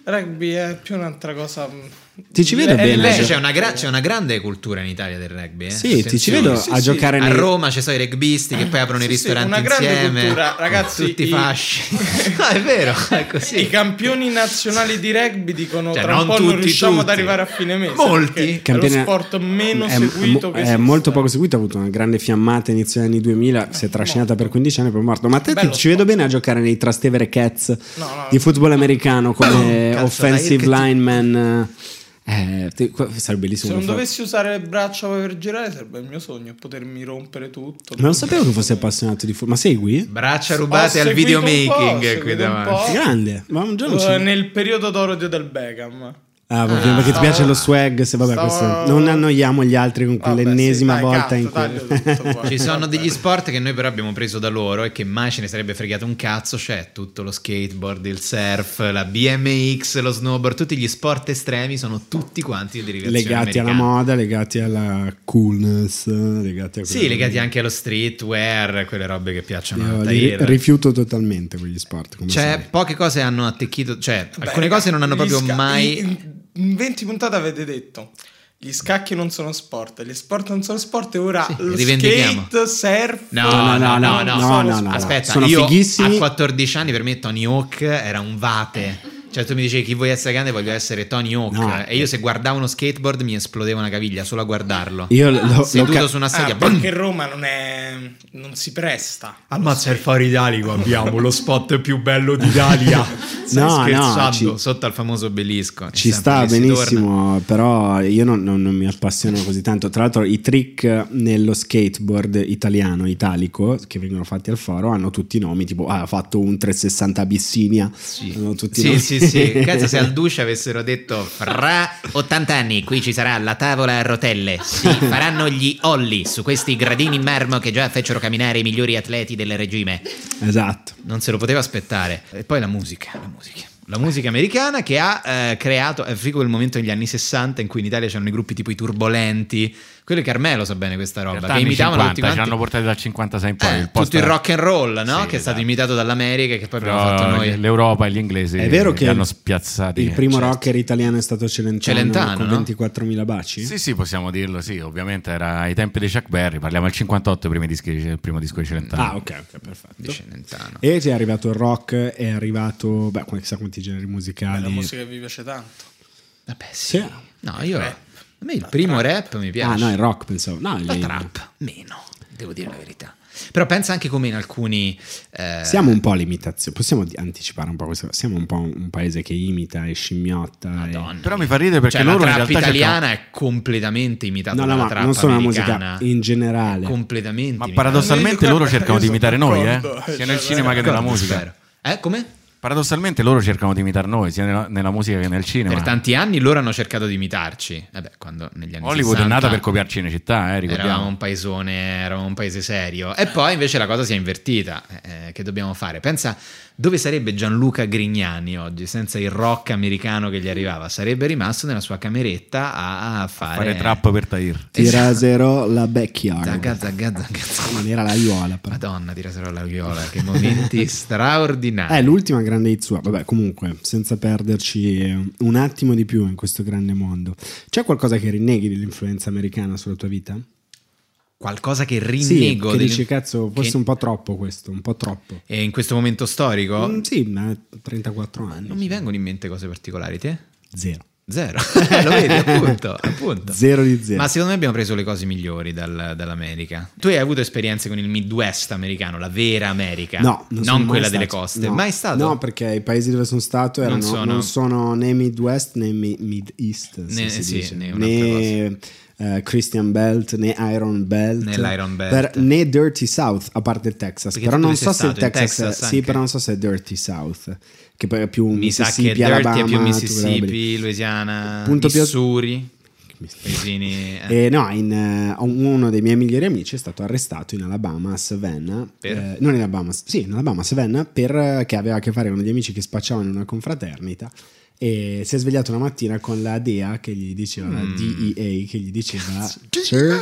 Speaker 3: Rugby è più un'altra cosa... mh,
Speaker 2: Ti ci vedo
Speaker 3: è
Speaker 2: bene,
Speaker 1: Eh, Invece
Speaker 3: diverso.
Speaker 1: c'è una, gra- c'è una grande cultura in Italia del rugby. eh.
Speaker 2: sì, ti ci
Speaker 1: Attenzione.
Speaker 2: vedo
Speaker 3: Sì,
Speaker 2: a
Speaker 3: sì.
Speaker 2: giocare
Speaker 1: A
Speaker 2: nei-
Speaker 1: Roma ci sono i rugbisti che poi aprono
Speaker 3: Sì,
Speaker 1: i
Speaker 3: sì,
Speaker 1: ristoranti
Speaker 3: una grande
Speaker 1: insieme.
Speaker 3: cultura, ragazzi,
Speaker 1: Tutti
Speaker 3: i-
Speaker 1: fasci. no, è vero, è così.
Speaker 3: I campioni nazionali di rugby dicono
Speaker 1: Cioè,
Speaker 3: tra un
Speaker 1: non
Speaker 3: po' non
Speaker 1: tutti,
Speaker 3: riusciamo
Speaker 1: tutti.
Speaker 3: ad arrivare a fine mese.
Speaker 1: Molti.
Speaker 3: perché È
Speaker 2: Campione-
Speaker 3: lo sport meno
Speaker 2: è-
Speaker 3: seguito
Speaker 2: è,
Speaker 3: che
Speaker 2: è
Speaker 3: esiste. Eh,
Speaker 2: molto poco seguito, ha avuto una grande fiammata inizio degli anni 2000, si è trascinata per 15 anni e poi è morto. Ma te ti,
Speaker 3: Bello
Speaker 2: ci
Speaker 3: sport.
Speaker 2: vedo bene a giocare nei Trastevere Cats
Speaker 3: No, no.
Speaker 2: di football americano come
Speaker 1: Cazzo,
Speaker 2: offensive
Speaker 1: dai, che ti-
Speaker 2: lineman. Eh, ti- qua- sarebbe
Speaker 3: Se
Speaker 2: bellissimo.
Speaker 3: non
Speaker 2: fa-
Speaker 3: dovessi usare il braccio per girare sarebbe il mio sogno, potermi rompere tutto.
Speaker 2: Non sapevo che fossi appassionato di football, ma segui?
Speaker 1: Braccia rubate
Speaker 3: Ho
Speaker 1: al
Speaker 3: seguito un po', ho
Speaker 1: videomaking
Speaker 3: seguito
Speaker 1: qui
Speaker 3: un
Speaker 1: davanti.
Speaker 3: po'.
Speaker 2: Grande, ma un giorno ci...
Speaker 3: Eh, Nel periodo d'oro di Odell Beckham.
Speaker 2: Ah, proprio perché ti piace lo swag? Se, vabbè,
Speaker 3: Stavo-
Speaker 2: questo- Non annoiamo gli altri con
Speaker 3: Vabbè,
Speaker 2: quell'ennesima
Speaker 3: sì, dai,
Speaker 2: volta
Speaker 3: cazzo,
Speaker 2: in cui...
Speaker 3: taglio tutto, guarda.
Speaker 1: Ci sono
Speaker 3: Vabbè.
Speaker 1: degli sport che noi però abbiamo preso da loro e che mai ce ne sarebbe fregato un cazzo, cioè tutto lo skateboard, il surf, la BMX, lo snowboard, tutti gli sport estremi sono tutti quanti di derivazione
Speaker 2: legati alla
Speaker 1: americana.
Speaker 2: moda, legati alla coolness, legati a
Speaker 1: Sì,
Speaker 2: quello-
Speaker 1: legati anche allo streetwear, quelle robe che piacciono a
Speaker 2: Io li
Speaker 1: Tahir.
Speaker 2: rifiuto totalmente quegli sport. Come
Speaker 1: Cioè,
Speaker 2: sai.
Speaker 1: poche cose hanno attecchito, cioè,
Speaker 3: Beh,
Speaker 1: alcune cose non hanno
Speaker 3: gli
Speaker 1: proprio
Speaker 3: sca-
Speaker 1: mai...
Speaker 3: In, in 20 puntate avete detto. Gli scacchi non sono sport, gli sport non sono sport e ora
Speaker 1: Sì,
Speaker 3: lo
Speaker 1: rivendichiamo.
Speaker 3: skate, surf.
Speaker 1: No,
Speaker 2: No, no, no,
Speaker 3: non
Speaker 2: no,
Speaker 3: sono
Speaker 2: no, no,
Speaker 3: sport.
Speaker 1: Aspetta,
Speaker 2: sono
Speaker 1: io
Speaker 2: fighissimi.
Speaker 1: a 14 anni per me Tony Hawk era un vate. Cioè, tu mi dicevi chi vuoi essere grande, voglio essere Tony Hawk.
Speaker 2: No.
Speaker 1: E io se guardavo uno skateboard mi esplodeva una caviglia solo a guardarlo.
Speaker 2: Io lo, lo
Speaker 1: Seduto
Speaker 2: ca-
Speaker 1: su una
Speaker 3: Ah,
Speaker 1: sedia. boom!
Speaker 3: perché Roma non è non si presta.
Speaker 1: Ammazza il faridalico, abbiamo lo spot più bello di Dalia. Stai
Speaker 2: No, no,
Speaker 1: scherzando,
Speaker 2: ci-
Speaker 1: sotto al famoso obelisco.
Speaker 2: ci
Speaker 1: E sempre
Speaker 2: sta
Speaker 1: lì si torna.
Speaker 2: benissimo, però io non, non- non mi appassiono così tanto. Tra l'altro, i trick nello skateboard italiano, italico, che vengono fatti al foro, hanno tutti i nomi, tipo ah, ha fatto un 360 Abissinia. Hanno
Speaker 1: Sì.
Speaker 2: tutti i
Speaker 1: Sì,
Speaker 2: nomi.
Speaker 1: sì, sì. Cazzo, se al Duce avessero detto fra 80 anni qui ci sarà la tavola a rotelle, si faranno gli olli su questi gradini in marmo che già fecero camminare i migliori atleti del regime.
Speaker 2: Esatto.
Speaker 1: Non se lo poteva aspettare. E poi la musica, la musica. La musica americana che ha eh, creato, è figo il momento negli anni 60 in cui in Italia c'erano i gruppi tipo i Turbolenti, quello che Carmelo sa bene questa
Speaker 5: In
Speaker 1: roba,
Speaker 5: realtà
Speaker 1: che
Speaker 5: anni
Speaker 1: imitavano tutti
Speaker 5: 50, ci
Speaker 1: quanti.
Speaker 5: hanno portati dal 56 in poi.
Speaker 1: Eh,
Speaker 5: il post-
Speaker 1: tutto il rock and roll, no?
Speaker 5: Sì,
Speaker 1: che è stato
Speaker 5: esatto.
Speaker 1: imitato dall'America e che poi abbiamo
Speaker 5: Però
Speaker 1: fatto noi.
Speaker 5: L'Europa e gli inglesi
Speaker 2: È vero
Speaker 5: li
Speaker 2: che
Speaker 5: hanno spiazzati.
Speaker 2: il primo
Speaker 5: Certo.
Speaker 2: rocker italiano è stato Celentano,
Speaker 1: Celentano,
Speaker 2: con
Speaker 1: no?
Speaker 2: 24.000 baci?
Speaker 5: Sì, sì, possiamo dirlo, sì, ovviamente era ai tempi di Chuck Berry, parliamo del 58, i primi dischi- il primo disco di Celentano.
Speaker 2: Ah, ok, ok, perfetto.
Speaker 1: Di Celentano.
Speaker 2: E ti è arrivato il rock, è arrivato, beh, chissà quanti generi musicali.
Speaker 3: la musica che vi piace tanto.
Speaker 1: Vabbè, sì.
Speaker 2: Sì.
Speaker 1: No, io. A me il primo rap mi piace.
Speaker 2: Ah, no, il rock, pensavo. No,
Speaker 1: La
Speaker 2: il-
Speaker 1: trap, meno, devo dire la verità. Però pensa anche come in alcuni. eh,
Speaker 2: Siamo un po' l'imitazione, possiamo di- anticipare un po' questo. Siamo un po' un, un paese che imita e scimmiotta. e-
Speaker 1: Madonna.
Speaker 5: Però mi fa ridere perché
Speaker 1: Cioè,
Speaker 5: loro in
Speaker 1: la trap
Speaker 5: realtà
Speaker 1: italiana è completamente imitata
Speaker 2: No, no,
Speaker 1: dalla
Speaker 2: ma
Speaker 1: trap
Speaker 2: non solo la
Speaker 1: americana.
Speaker 2: musica, in generale.
Speaker 1: Completamente.
Speaker 5: Ma
Speaker 1: imitata.
Speaker 5: paradossalmente
Speaker 3: Io
Speaker 5: loro
Speaker 3: sono
Speaker 5: cercano di imitare noi, eh?
Speaker 3: d'accordo,
Speaker 5: sia
Speaker 3: cioè,
Speaker 5: nel cinema che nella
Speaker 1: D'accordo,
Speaker 5: musica.
Speaker 1: spero. Eh, come?
Speaker 5: Paradossalmente loro cercano di imitare noi, sia nella, nella musica che nel
Speaker 1: Per
Speaker 5: cinema.
Speaker 1: tanti anni loro hanno cercato di imitarci. Vabbè, quando negli anni
Speaker 5: Hollywood
Speaker 1: 60
Speaker 5: è nata per copiare Cinecittà, eh,
Speaker 1: Eravamo
Speaker 5: ricordiamo.
Speaker 1: un paesone, eravamo un paese serio. E poi invece la cosa si è invertita. Eh, che dobbiamo fare? Pensa dove sarebbe Gianluca Grignani oggi senza il rock americano che gli arrivava? Sarebbe rimasto nella sua cameretta a, a fare, Esatto.
Speaker 5: Fare trap per Tahir.
Speaker 2: Tiraserò la backyard.
Speaker 1: Zagga, zagga, zagga, zagga.
Speaker 2: Non era la Iola, però.
Speaker 1: Madonna, tira solo la viola. Che momenti straordinari.
Speaker 2: È Eh, l'ultima grande hit sua. Vabbè, comunque, senza perderci eh, un attimo di più in questo grande mondo. C'è qualcosa che rinneghi dell'influenza americana sulla tua vita?
Speaker 1: Qualcosa che
Speaker 2: sì,
Speaker 1: rinnego.
Speaker 2: che
Speaker 1: del-
Speaker 2: dici, cazzo, forse
Speaker 1: che-
Speaker 2: un po' troppo questo, un po' troppo.
Speaker 1: E in questo momento storico
Speaker 2: Mm, sì, ma 34 anni.
Speaker 1: non mi vengono in mente cose particolari, te?
Speaker 2: Zero.
Speaker 1: Zero, lo vedi, appunto, appunto.
Speaker 2: Zero di zero.
Speaker 1: Ma secondo me abbiamo preso le cose migliori dal- dall'America. Tu hai avuto esperienze con il Midwest americano, la vera America,
Speaker 2: No, non, sono mai
Speaker 1: quella
Speaker 2: stato.
Speaker 1: delle coste.
Speaker 2: No.
Speaker 1: Mai stato?
Speaker 2: No, perché i paesi dove sono stato erano-
Speaker 1: Non sono-
Speaker 2: non, sono... né Midwest né Mi- Mid East, se
Speaker 1: Né-
Speaker 2: si
Speaker 1: sì,
Speaker 2: dice.
Speaker 1: né
Speaker 2: né,
Speaker 1: un'altra
Speaker 2: eh, Christian Belt né Iron Belt,
Speaker 1: Né l'Iron Belt.
Speaker 2: per- né Dirty South, a parte il Texas.
Speaker 1: Perché
Speaker 2: però
Speaker 1: tu
Speaker 2: non
Speaker 1: sei
Speaker 2: so se il
Speaker 1: stato in
Speaker 2: Texas,
Speaker 1: Texas
Speaker 2: sì,
Speaker 1: anche.
Speaker 2: però non so se è Dirty South, che poi è più
Speaker 1: Mi sa che
Speaker 2: Mississippi,
Speaker 1: Dirty
Speaker 2: Alabama,
Speaker 1: è più
Speaker 2: tutte quelle robe lì.
Speaker 1: Mississippi, Louisiana,
Speaker 2: Punto più-
Speaker 1: Missouri, paesini... eh.
Speaker 2: Eh, no, in, eh, uno dei miei migliori amici è stato arrestato in Alabama a Savannah.
Speaker 1: Per?
Speaker 2: eh, non in Alabama, sì, in Alabama a Savannah, per, eh, che aveva a che fare con degli amici che spacciavano in una confraternita. E si è svegliato una mattina con la DEA che gli diceva, la
Speaker 1: Mm.
Speaker 2: DEA che gli diceva, Sir,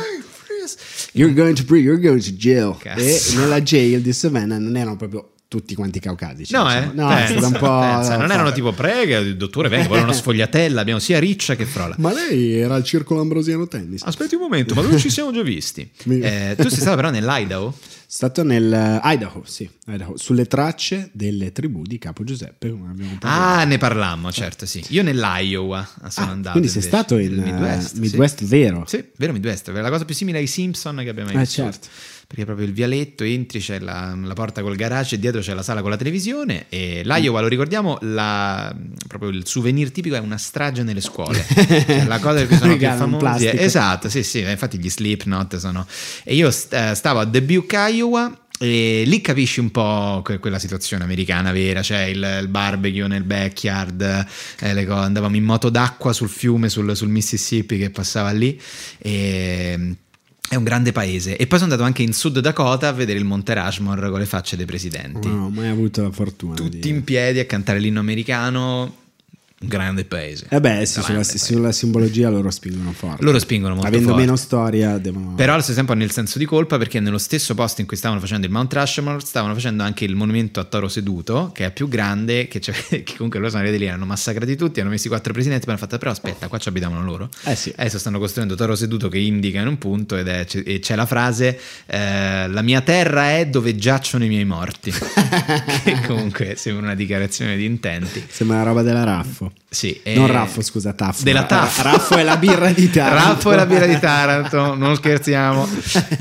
Speaker 2: you're going to, pre- you're going to jail.
Speaker 1: Cazzo.
Speaker 2: E nella jail di Savannah non erano proprio tutti quanti caucasici.
Speaker 1: No,
Speaker 2: diciamo.
Speaker 1: eh,
Speaker 2: no è
Speaker 1: pensa,
Speaker 2: stata un po'...
Speaker 1: pensa, non erano tipo prega, dottore, venga, vuole una sfogliatella, abbiamo sia riccia che frola.
Speaker 2: Ma lei era al circolo ambrosiano tennis.
Speaker 1: Aspetti un momento, ma noi ci siamo già visti.
Speaker 2: Mica.
Speaker 1: Eh, tu sei stato però nell'Idaho?
Speaker 2: stato nel eh, Idaho, sì, Idaho, sulle tracce delle tribù di Capo Giuseppe, come abbiamo parlato.
Speaker 1: Ah, ne parlammo, certo, sì. Io nell'Iowa sono
Speaker 2: Ah,
Speaker 1: andato.
Speaker 2: quindi sei
Speaker 1: invece,
Speaker 2: stato in
Speaker 1: nel
Speaker 2: eh, Midwest,
Speaker 1: sì.
Speaker 2: vero?
Speaker 1: Sì, vero Midwest, è la cosa più simile ai Simpson che abbiamo mai
Speaker 2: Ah,
Speaker 1: visto.
Speaker 2: certo.
Speaker 1: Perché proprio il vialetto, entri, c'è la, la porta col garage e dietro c'è la sala con la televisione e
Speaker 2: Mm.
Speaker 1: l'Iowa, lo ricordiamo, la- proprio il souvenir tipico è una strage nelle scuole. Cioè, la cosa per cui sono più
Speaker 2: Regalano un
Speaker 1: famosi è,
Speaker 2: plastico.
Speaker 1: Esatto, sì, sì, infatti gli Slipknot sono... E io st- eh, stavo a Dubuque, Iowa e lì capisci un po' que- quella situazione americana vera, cioè il, il barbecue nel backyard, eh, le co- andavamo in moto d'acqua sul fiume, sul, sul Mississippi che passava lì e... Ehm, È un grande paese. E poi sono andato anche in Sud Dakota a vedere il Monte Rushmore con le facce dei presidenti.
Speaker 2: Non ho mai avuto la fortuna.
Speaker 1: Tutti
Speaker 2: di...
Speaker 1: in piedi a cantare l'inno americano. Un grande paese.
Speaker 2: Eh beh, sì, sulla,
Speaker 1: Grande paese.
Speaker 2: sulla simbologia loro spingono forte.
Speaker 1: Loro spingono molto
Speaker 2: Avendo
Speaker 1: forte.
Speaker 2: meno storia devono...
Speaker 1: Però allo stesso tempo hanno il senso di colpa perché nello stesso posto in cui stavano facendo il Mount Rushmore stavano facendo anche il monumento a Toro Seduto, che è più grande, che, c'è- che comunque loro sono arrivati lì, hanno massacrati tutti, hanno messo i quattro presidenti, poi hanno fatto però aspetta, qua ci abitavano loro.
Speaker 2: Eh sì.
Speaker 1: Adesso stanno costruendo Toro Seduto che indica in un punto ed è- c- e c'è la frase eh, la mia terra è dove giacciono i miei morti, che comunque sembra una dichiarazione di intenti.
Speaker 2: Sembra la roba della Raffo.
Speaker 1: Sì,
Speaker 2: Non
Speaker 1: eh,
Speaker 2: Raffo, scusa, Taffo.
Speaker 1: Della
Speaker 2: Ra-
Speaker 1: Taffo.
Speaker 2: Raffo è la birra di Taranto.
Speaker 1: Raffo è la birra di Taranto, non scherziamo.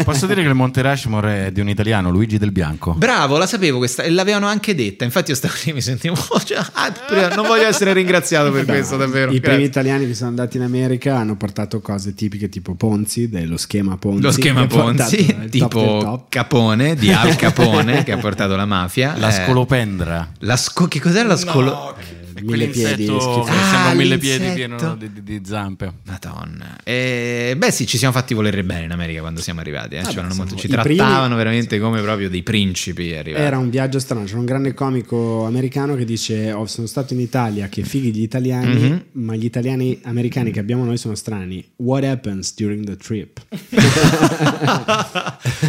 Speaker 5: Posso dire che il Monte Rushmore è di un italiano, Luigi Del Bianco.
Speaker 1: Bravo, la sapevo questa, e l'avevano anche detta. Infatti, io stavo lì e mi sentivo. cioè, ah, prima- non voglio essere ringraziato per questo, davvero.
Speaker 2: I primi
Speaker 1: Grazie.
Speaker 2: italiani che sono andati in America hanno portato cose tipiche tipo Ponzi, dello schema Ponzi.
Speaker 1: Lo schema
Speaker 2: che ha portato
Speaker 1: Ponzi,
Speaker 2: il top del
Speaker 1: tipo
Speaker 2: top.
Speaker 1: Capone di Al Capone che ha portato la mafia.
Speaker 5: La
Speaker 1: Eh,
Speaker 5: scolopendra.
Speaker 1: la sco- che cos'era la scolo?
Speaker 3: No, che-
Speaker 5: È
Speaker 2: Eh, Mille piedi,
Speaker 5: quell'insetto che
Speaker 2: schifoso.
Speaker 5: sembra
Speaker 1: Ah,
Speaker 5: un mille piedi
Speaker 1: l'insetto.
Speaker 5: pieno di, di- di zampe.
Speaker 1: Madonna. Eh, beh, sì, ci siamo fatti volere bene in America quando siamo arrivati. eh. Ci,
Speaker 2: beh,
Speaker 1: erano molto-
Speaker 2: insomma,
Speaker 1: ci
Speaker 2: i primi-
Speaker 1: trattavano veramente come proprio dei principi. arrivati.
Speaker 2: Era un viaggio strano. C'era un grande comico americano che dice: "Oh, Sono stato in Italia, che fighi gli italiani,
Speaker 1: Mhm.
Speaker 2: ma gli italiani americani che abbiamo noi sono strani. What happens during the trip?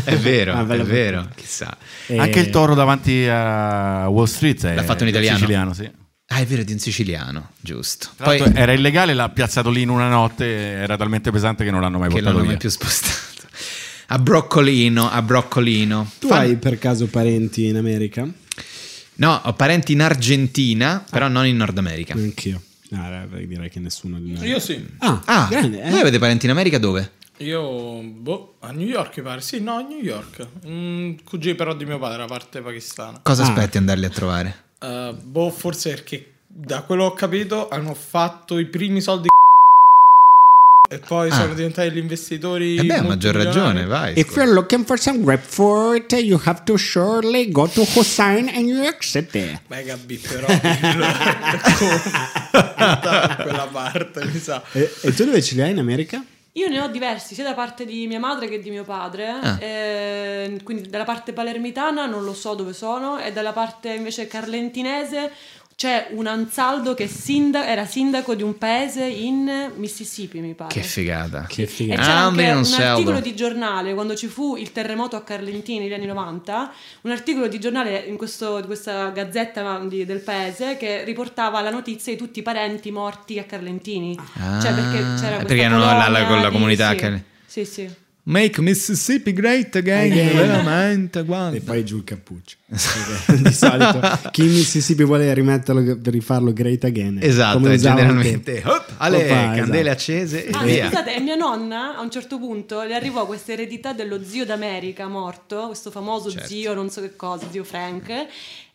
Speaker 1: è vero,
Speaker 2: Ah,
Speaker 1: è
Speaker 2: bella
Speaker 1: vero.
Speaker 2: battuta.
Speaker 1: Chissà.
Speaker 2: E-
Speaker 5: Anche il toro davanti a Wall Street è
Speaker 1: L'ha fatto un italiano?
Speaker 5: siciliano, sì.
Speaker 1: Ah, è vero, di un siciliano, giusto.
Speaker 5: Tra l'altro era illegale, l'ha piazzato lì in una notte, era talmente pesante che non l'hanno mai
Speaker 1: che
Speaker 5: portato
Speaker 1: l'hanno
Speaker 5: via.
Speaker 1: mai più spostato. A broccolino, a broccolino.
Speaker 2: Tu
Speaker 1: Fan-
Speaker 2: hai per caso parenti in America?
Speaker 1: No, ho parenti in Argentina, però non in Nord America.
Speaker 2: Anch'io. No, eh, beh, direi che nessuno di noi.
Speaker 3: Io sì.
Speaker 2: Ah,
Speaker 1: Ah,
Speaker 2: grande. eh.
Speaker 1: voi avete parenti in America dove?
Speaker 3: Io boh, a New York mi pare. Sì, no, a New York. Mm, cugino però di mio padre, la parte pakistana.
Speaker 1: Cosa
Speaker 2: Ah.
Speaker 1: aspetti andarli a trovare?
Speaker 3: Eh, boh, forse perché da quello che ho capito hanno fatto i primi soldi e poi
Speaker 1: Ah.
Speaker 3: sono diventati gli investitori.
Speaker 1: Eh beh, a maggior ragione,
Speaker 3: multimilionari.
Speaker 1: vai.
Speaker 7: If you're looking for some grapefruit, you have to surely go to Hussein and New York City.
Speaker 3: Beh, Gabby, però da quella parte, mi sa.
Speaker 2: E, e tu dove ce li hai in America?
Speaker 6: Io ne ho diversi, sia da parte di mia madre che di mio padre.
Speaker 1: Ah.
Speaker 6: eh, quindi dalla parte palermitana non lo so dove sono, e dalla parte invece carlentinese c'è un ansaldo che è sinda- era sindaco di un paese in Mississippi, mi pare.
Speaker 1: Che figata.
Speaker 2: Che
Speaker 6: e
Speaker 2: figa.
Speaker 6: c'era
Speaker 1: Ah,
Speaker 6: anche
Speaker 1: me non
Speaker 6: un
Speaker 1: sei
Speaker 6: articolo
Speaker 1: auto.
Speaker 6: di giornale quando ci fu il terremoto a Carlentini negli anni 90. Un articolo di giornale in, questo- di questa gazzetta di- del paese che riportava la notizia di tutti i parenti morti a Carlentini.
Speaker 1: Ah,
Speaker 6: cioè, perché c'era questa
Speaker 1: perché erano la- la-
Speaker 6: colonia
Speaker 1: con la
Speaker 6: di-
Speaker 1: comunità
Speaker 6: sì.
Speaker 1: che-
Speaker 6: Sì, sì.
Speaker 1: Make Mississippi Great Again, eh,
Speaker 2: Again.
Speaker 1: veramente, guarda.
Speaker 2: Eh,
Speaker 1: Esatto.
Speaker 2: E poi giù il cappuccio. Perché di solito chi in Mississippi vuole rimetterlo, rifarlo great again.
Speaker 1: Esatto,
Speaker 2: come
Speaker 1: è
Speaker 2: usavano
Speaker 1: generalmente
Speaker 2: te.
Speaker 1: hop, alle
Speaker 2: Opa, esatto.
Speaker 1: candele accese e
Speaker 6: Ah,
Speaker 1: Eh, via.
Speaker 6: scusate, e mia nonna a un certo punto le arrivò questa eredità dello zio d'America morto, questo famoso
Speaker 1: Certo.
Speaker 6: zio, non so che cosa, zio Frank.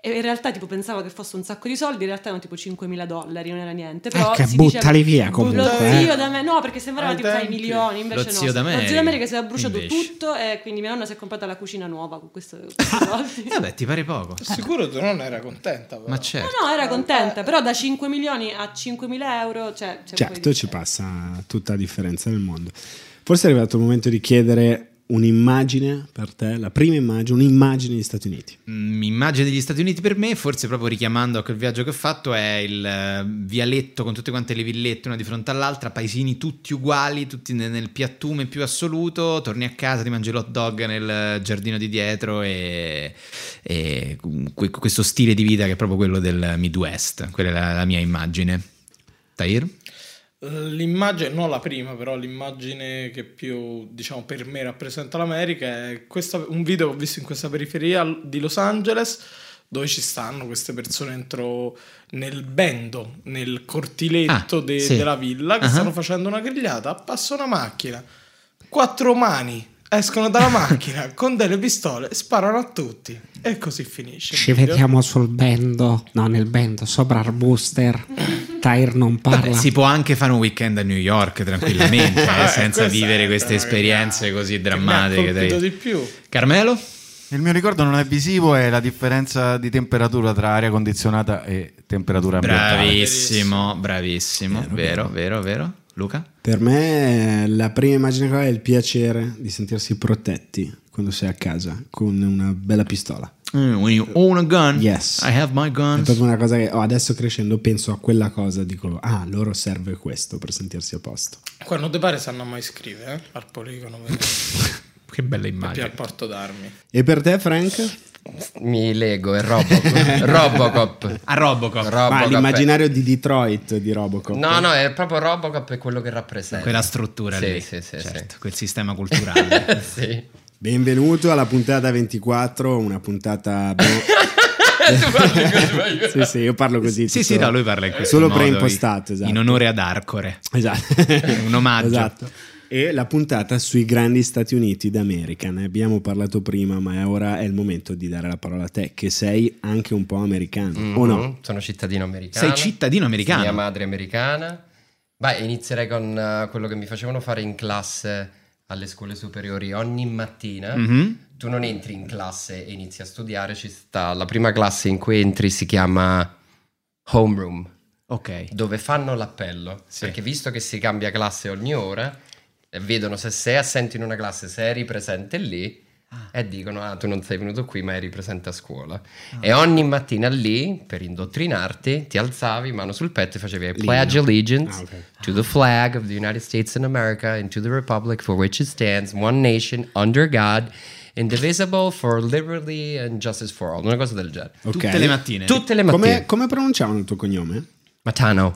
Speaker 6: E in realtà tipo pensava che fosse un sacco di soldi, in realtà erano tipo 5.000 dollari, non era niente. Però
Speaker 2: Ecco,
Speaker 6: si diceva-
Speaker 2: buttali via comunque,
Speaker 6: Lo
Speaker 2: eh.
Speaker 6: zio da me, no, perché sembrava
Speaker 1: Ai
Speaker 6: tipo sai,
Speaker 1: tempi.
Speaker 6: milioni, invece
Speaker 1: Lo
Speaker 6: no.
Speaker 1: zio
Speaker 6: Lo
Speaker 1: d'America,
Speaker 6: zio d'America si era bruciato
Speaker 1: invece.
Speaker 6: tutto e quindi mia nonna si è comprata la cucina nuova con questo, questi soldi.
Speaker 1: E Eh, vabbè, ti pare poco.
Speaker 3: Sicuro tu non era contenta. Però.
Speaker 1: Ma certo.
Speaker 6: No, no, era contenta, però da 5 milioni a 5.000 euro, cioè... cioè,
Speaker 2: Certo,
Speaker 6: poi-
Speaker 2: ci passa tutta la differenza nel mondo. Forse è arrivato il momento di chiedere un'immagine per te, la prima immagine, un'immagine degli Stati Uniti.
Speaker 1: Mm, Immagine degli Stati Uniti per me, forse proprio richiamando a quel viaggio che ho fatto, è il eh, vialetto con tutte quante le villette una di fronte all'altra, paesini tutti uguali, tutti ne- nel piattume più assoluto, torni a casa, ti mangi l'hot dog nel giardino di dietro e, e mm, que- questo stile di vita che è proprio quello del Midwest, quella è la, la mia immagine. Tahir?
Speaker 3: Eh, L'immagine, non la prima, però l'immagine che più diciamo per me rappresenta l'America è questa- un video che ho visto in questa periferia di Los Angeles dove ci stanno queste persone dentro nel bendo, nel cortiletto
Speaker 1: Ah,
Speaker 3: de-
Speaker 1: sì.
Speaker 3: della villa che
Speaker 1: Ah.
Speaker 3: stanno facendo una grigliata, passa una macchina, quattro mani escono dalla macchina con delle pistole, sparano a tutti e così finisce. il
Speaker 7: Ci
Speaker 3: video.
Speaker 7: vediamo sul bendo, no nel bendo, sopra il booster. Tyr non parla.
Speaker 1: Vabbè, si può anche fare un weekend a New York tranquillamente, eh,
Speaker 3: Vabbè,
Speaker 1: senza
Speaker 3: questa è
Speaker 1: vivere queste
Speaker 3: una-
Speaker 1: esperienze così
Speaker 3: che mi ha
Speaker 1: drammatiche.
Speaker 3: colpito di
Speaker 1: dai.
Speaker 3: più.
Speaker 1: Carmelo?
Speaker 5: Il mio ricordo non è visivo, è la differenza di temperatura tra aria condizionata e temperatura ambientale.
Speaker 1: Bravissimo, bravissimo, vero, vero, vero. Luca?
Speaker 2: Per me eh, la prima immagine che ho è il piacere di sentirsi protetti quando sei a casa con una bella pistola.
Speaker 1: Mm, When you own a gun,
Speaker 2: Yes.
Speaker 1: I have my
Speaker 2: È
Speaker 1: guns.
Speaker 2: proprio una cosa che oh, adesso crescendo penso a quella cosa, dico, ah, loro serve questo per sentirsi a posto.
Speaker 3: Quando te pare sanno mai scrivere eh? al poligono per-
Speaker 1: Che bella
Speaker 3: più al
Speaker 1: immagine.
Speaker 3: porto d'armi.
Speaker 2: E per te, Frank?
Speaker 9: Mi lego e Robocop. Robocop.
Speaker 1: A Robocop,
Speaker 2: Ma
Speaker 9: Robocop è-
Speaker 2: l'immaginario di Detroit di Robocop.
Speaker 9: No, no, è proprio Robocop è quello che rappresenta.
Speaker 1: quella struttura
Speaker 9: Sì,
Speaker 1: lì,
Speaker 9: sì, sì,
Speaker 1: certo, quel sistema culturale.
Speaker 9: sì. sì.
Speaker 2: Benvenuto alla puntata 24, una puntata... boh. sì, sì, io parlo così.
Speaker 1: sì, sì,
Speaker 2: tutto-
Speaker 1: no, lui parla in questo
Speaker 2: Solo
Speaker 1: modo,
Speaker 2: preimpostato,
Speaker 1: in-
Speaker 2: esatto.
Speaker 1: In onore ad Arcore.
Speaker 2: Esatto.
Speaker 1: Un omaggio.
Speaker 2: Esatto. E la puntata sui grandi Stati Uniti d'America. Ne abbiamo parlato prima, ma ora è il momento di dare la parola a te, che sei anche un po' americano, o no?
Speaker 9: Mhm, Sono cittadino americano.
Speaker 1: Sei cittadino americano?
Speaker 9: Mia madre è americana. Beh, inizierei con eh, quello che mi facevano fare in classe alle scuole superiori ogni mattina.
Speaker 1: Mhm.
Speaker 9: Tu non entri in classe e inizi a studiare, ci sta la prima classe in cui entri si chiama homeroom,
Speaker 1: Ok.
Speaker 9: dove fanno l'appello,
Speaker 1: Sì.
Speaker 9: perché visto che si cambia classe ogni ora, eh, vedono se sei assente in una classe, se eri presente lì e dicono "Ah, tu non sei venuto qui, ma eri presente a scuola". Ah. E ogni mattina lì, per indottrinarti, ti alzavi mano sul petto e facevi "I pledge allegiance
Speaker 2: Ah, ok.
Speaker 9: to the flag of the United States in America and to the republic for which it stands, one nation under God, indivisible for liberty and justice for all", una cosa del genere.
Speaker 2: Ok.
Speaker 1: Tutte le mattine.
Speaker 9: Tutte le mattine.
Speaker 2: Come, come pronunciavano il tuo cognome?
Speaker 9: Matano.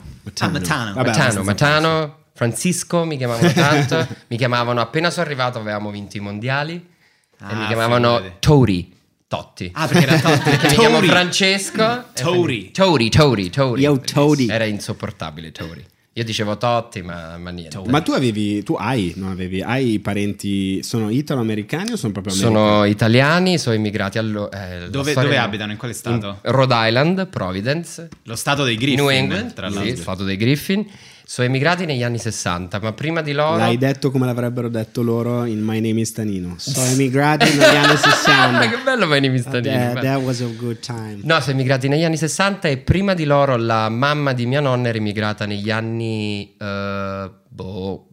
Speaker 1: Ah, Matano.
Speaker 2: Vabbè,
Speaker 9: Matano,
Speaker 2: abbastanza
Speaker 9: Matano, Francisco mi chiamavano tanto, mi chiamavano appena sono arrivato avevamo vinto i mondiali e
Speaker 1: Ah,
Speaker 9: mi chiamavano
Speaker 1: figurati.
Speaker 9: Tori, Totti.
Speaker 1: Ah, perché era Totti.
Speaker 9: Perché mi chiamo
Speaker 1: Tori.
Speaker 9: Francesco. e
Speaker 1: Tori.
Speaker 9: quindi- Tori, Tori, Tori.
Speaker 2: Yo, Tori.
Speaker 9: Era insopportabile Tori. Io dicevo Totti, ma, ma niente.
Speaker 2: Ma tu avevi, tu hai, non avevi, hai parenti, sono italo-americani o sono proprio americani?
Speaker 9: Sono italiani, sono immigrati allo- eh, la
Speaker 1: Dove-
Speaker 9: storia-
Speaker 1: dove abitano? In quale stato?
Speaker 9: In Rhode Island, Providence,
Speaker 1: Lo stato dei Griffin.
Speaker 9: New England,
Speaker 1: tra
Speaker 9: sì,
Speaker 1: l'altro.
Speaker 9: stato dei Griffin. Sono immigrati negli anni 60, ma prima di loro...
Speaker 2: L'hai detto come l'avrebbero detto loro in My Name is Tanino. Sono emigrati negli anni 60.
Speaker 9: che bello My Name is Tanino,
Speaker 2: That,
Speaker 9: beh.
Speaker 2: that was a good time.
Speaker 9: No, sono emigrati negli anni 60 e prima di loro la mamma di mia nonna era emigrata negli anni... eh, boh,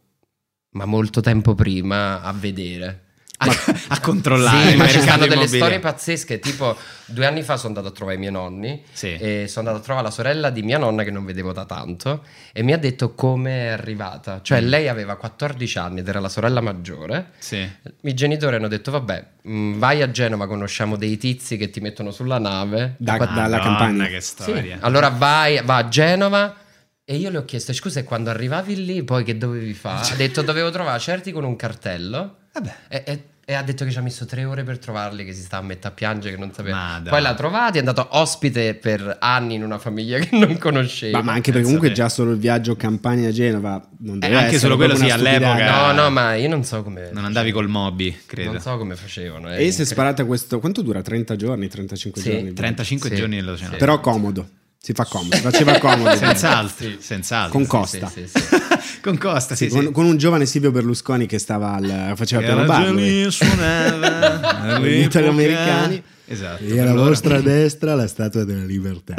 Speaker 9: ma molto tempo prima a vedere.
Speaker 1: A, a controllare.
Speaker 9: Sì,
Speaker 1: il
Speaker 9: ma ci
Speaker 1: mercato
Speaker 9: stanno delle
Speaker 1: immobiliare.
Speaker 9: storie pazzesche, tipo due anni fa sono andato a trovare i miei nonni
Speaker 1: Sì.
Speaker 9: e sono andato a trovare la sorella di mia nonna che non vedevo da tanto e mi ha detto come è arrivata.
Speaker 1: Mm.
Speaker 9: Cioè lei aveva 14 anni ed era la sorella maggiore.
Speaker 1: Sì.
Speaker 9: I genitori hanno detto: Vabbè, mh, vai a Genova, conosciamo dei tizi che ti mettono sulla nave.
Speaker 2: Da-
Speaker 9: Qua-
Speaker 2: dalla
Speaker 1: Madonna,
Speaker 2: campagna.
Speaker 1: che
Speaker 9: Sì.
Speaker 1: storia.
Speaker 9: Allora vai, va a Genova. E io le ho chiesto: Scusa, e quando arrivavi lì, poi che dovevi fare? Ha detto: Dovevo trovare certi con un cartello.
Speaker 1: Vabbè.
Speaker 9: E, e- e ha detto che ci ha messo tre ore per trovarli, che si stava a metà a piangere, che non
Speaker 1: Ma
Speaker 9: sapeva.
Speaker 1: dai.
Speaker 9: Poi l'ha trovati, è andato ospite per anni in una famiglia che non conosceva.
Speaker 2: Ma, ma anche
Speaker 1: Pensa
Speaker 2: perché comunque
Speaker 1: te.
Speaker 2: già solo il viaggio Campania-Genova non deve
Speaker 1: Eh, anche
Speaker 2: essere
Speaker 1: solo
Speaker 2: proprio
Speaker 1: quello,
Speaker 2: una
Speaker 1: sì, all'epoca-
Speaker 2: stupidata.
Speaker 9: No, no, ma io non so come...
Speaker 1: Non andavi col Moby, credo.
Speaker 9: Non so come facevano. eh.
Speaker 2: E si è sparata questo... Quanto dura? 30 giorni? 35
Speaker 9: Sì,
Speaker 2: giorni? il viaggio?
Speaker 1: 35
Speaker 9: Sì.
Speaker 1: giorni nell'oceano.
Speaker 9: Sì.
Speaker 2: Però comodo. Si fa comodo. Faceva comodo.
Speaker 1: Senz'altro,
Speaker 9: Sì.
Speaker 1: senz'altro.
Speaker 2: Con
Speaker 9: Sì,
Speaker 2: Costa.
Speaker 9: sì, sì, sì.
Speaker 1: Con Costa, sì,
Speaker 2: con,
Speaker 1: sì.
Speaker 2: con un giovane Silvio Berlusconi che stava al, faceva piano
Speaker 1: Era
Speaker 2: bar.
Speaker 1: già
Speaker 2: lui.
Speaker 1: lì, suonava
Speaker 2: Con eh. gli
Speaker 1: all'epoca.
Speaker 2: italoamericani.
Speaker 1: Esatto.
Speaker 2: E alla
Speaker 1: Allora-
Speaker 2: vostra destra la statua della libertà.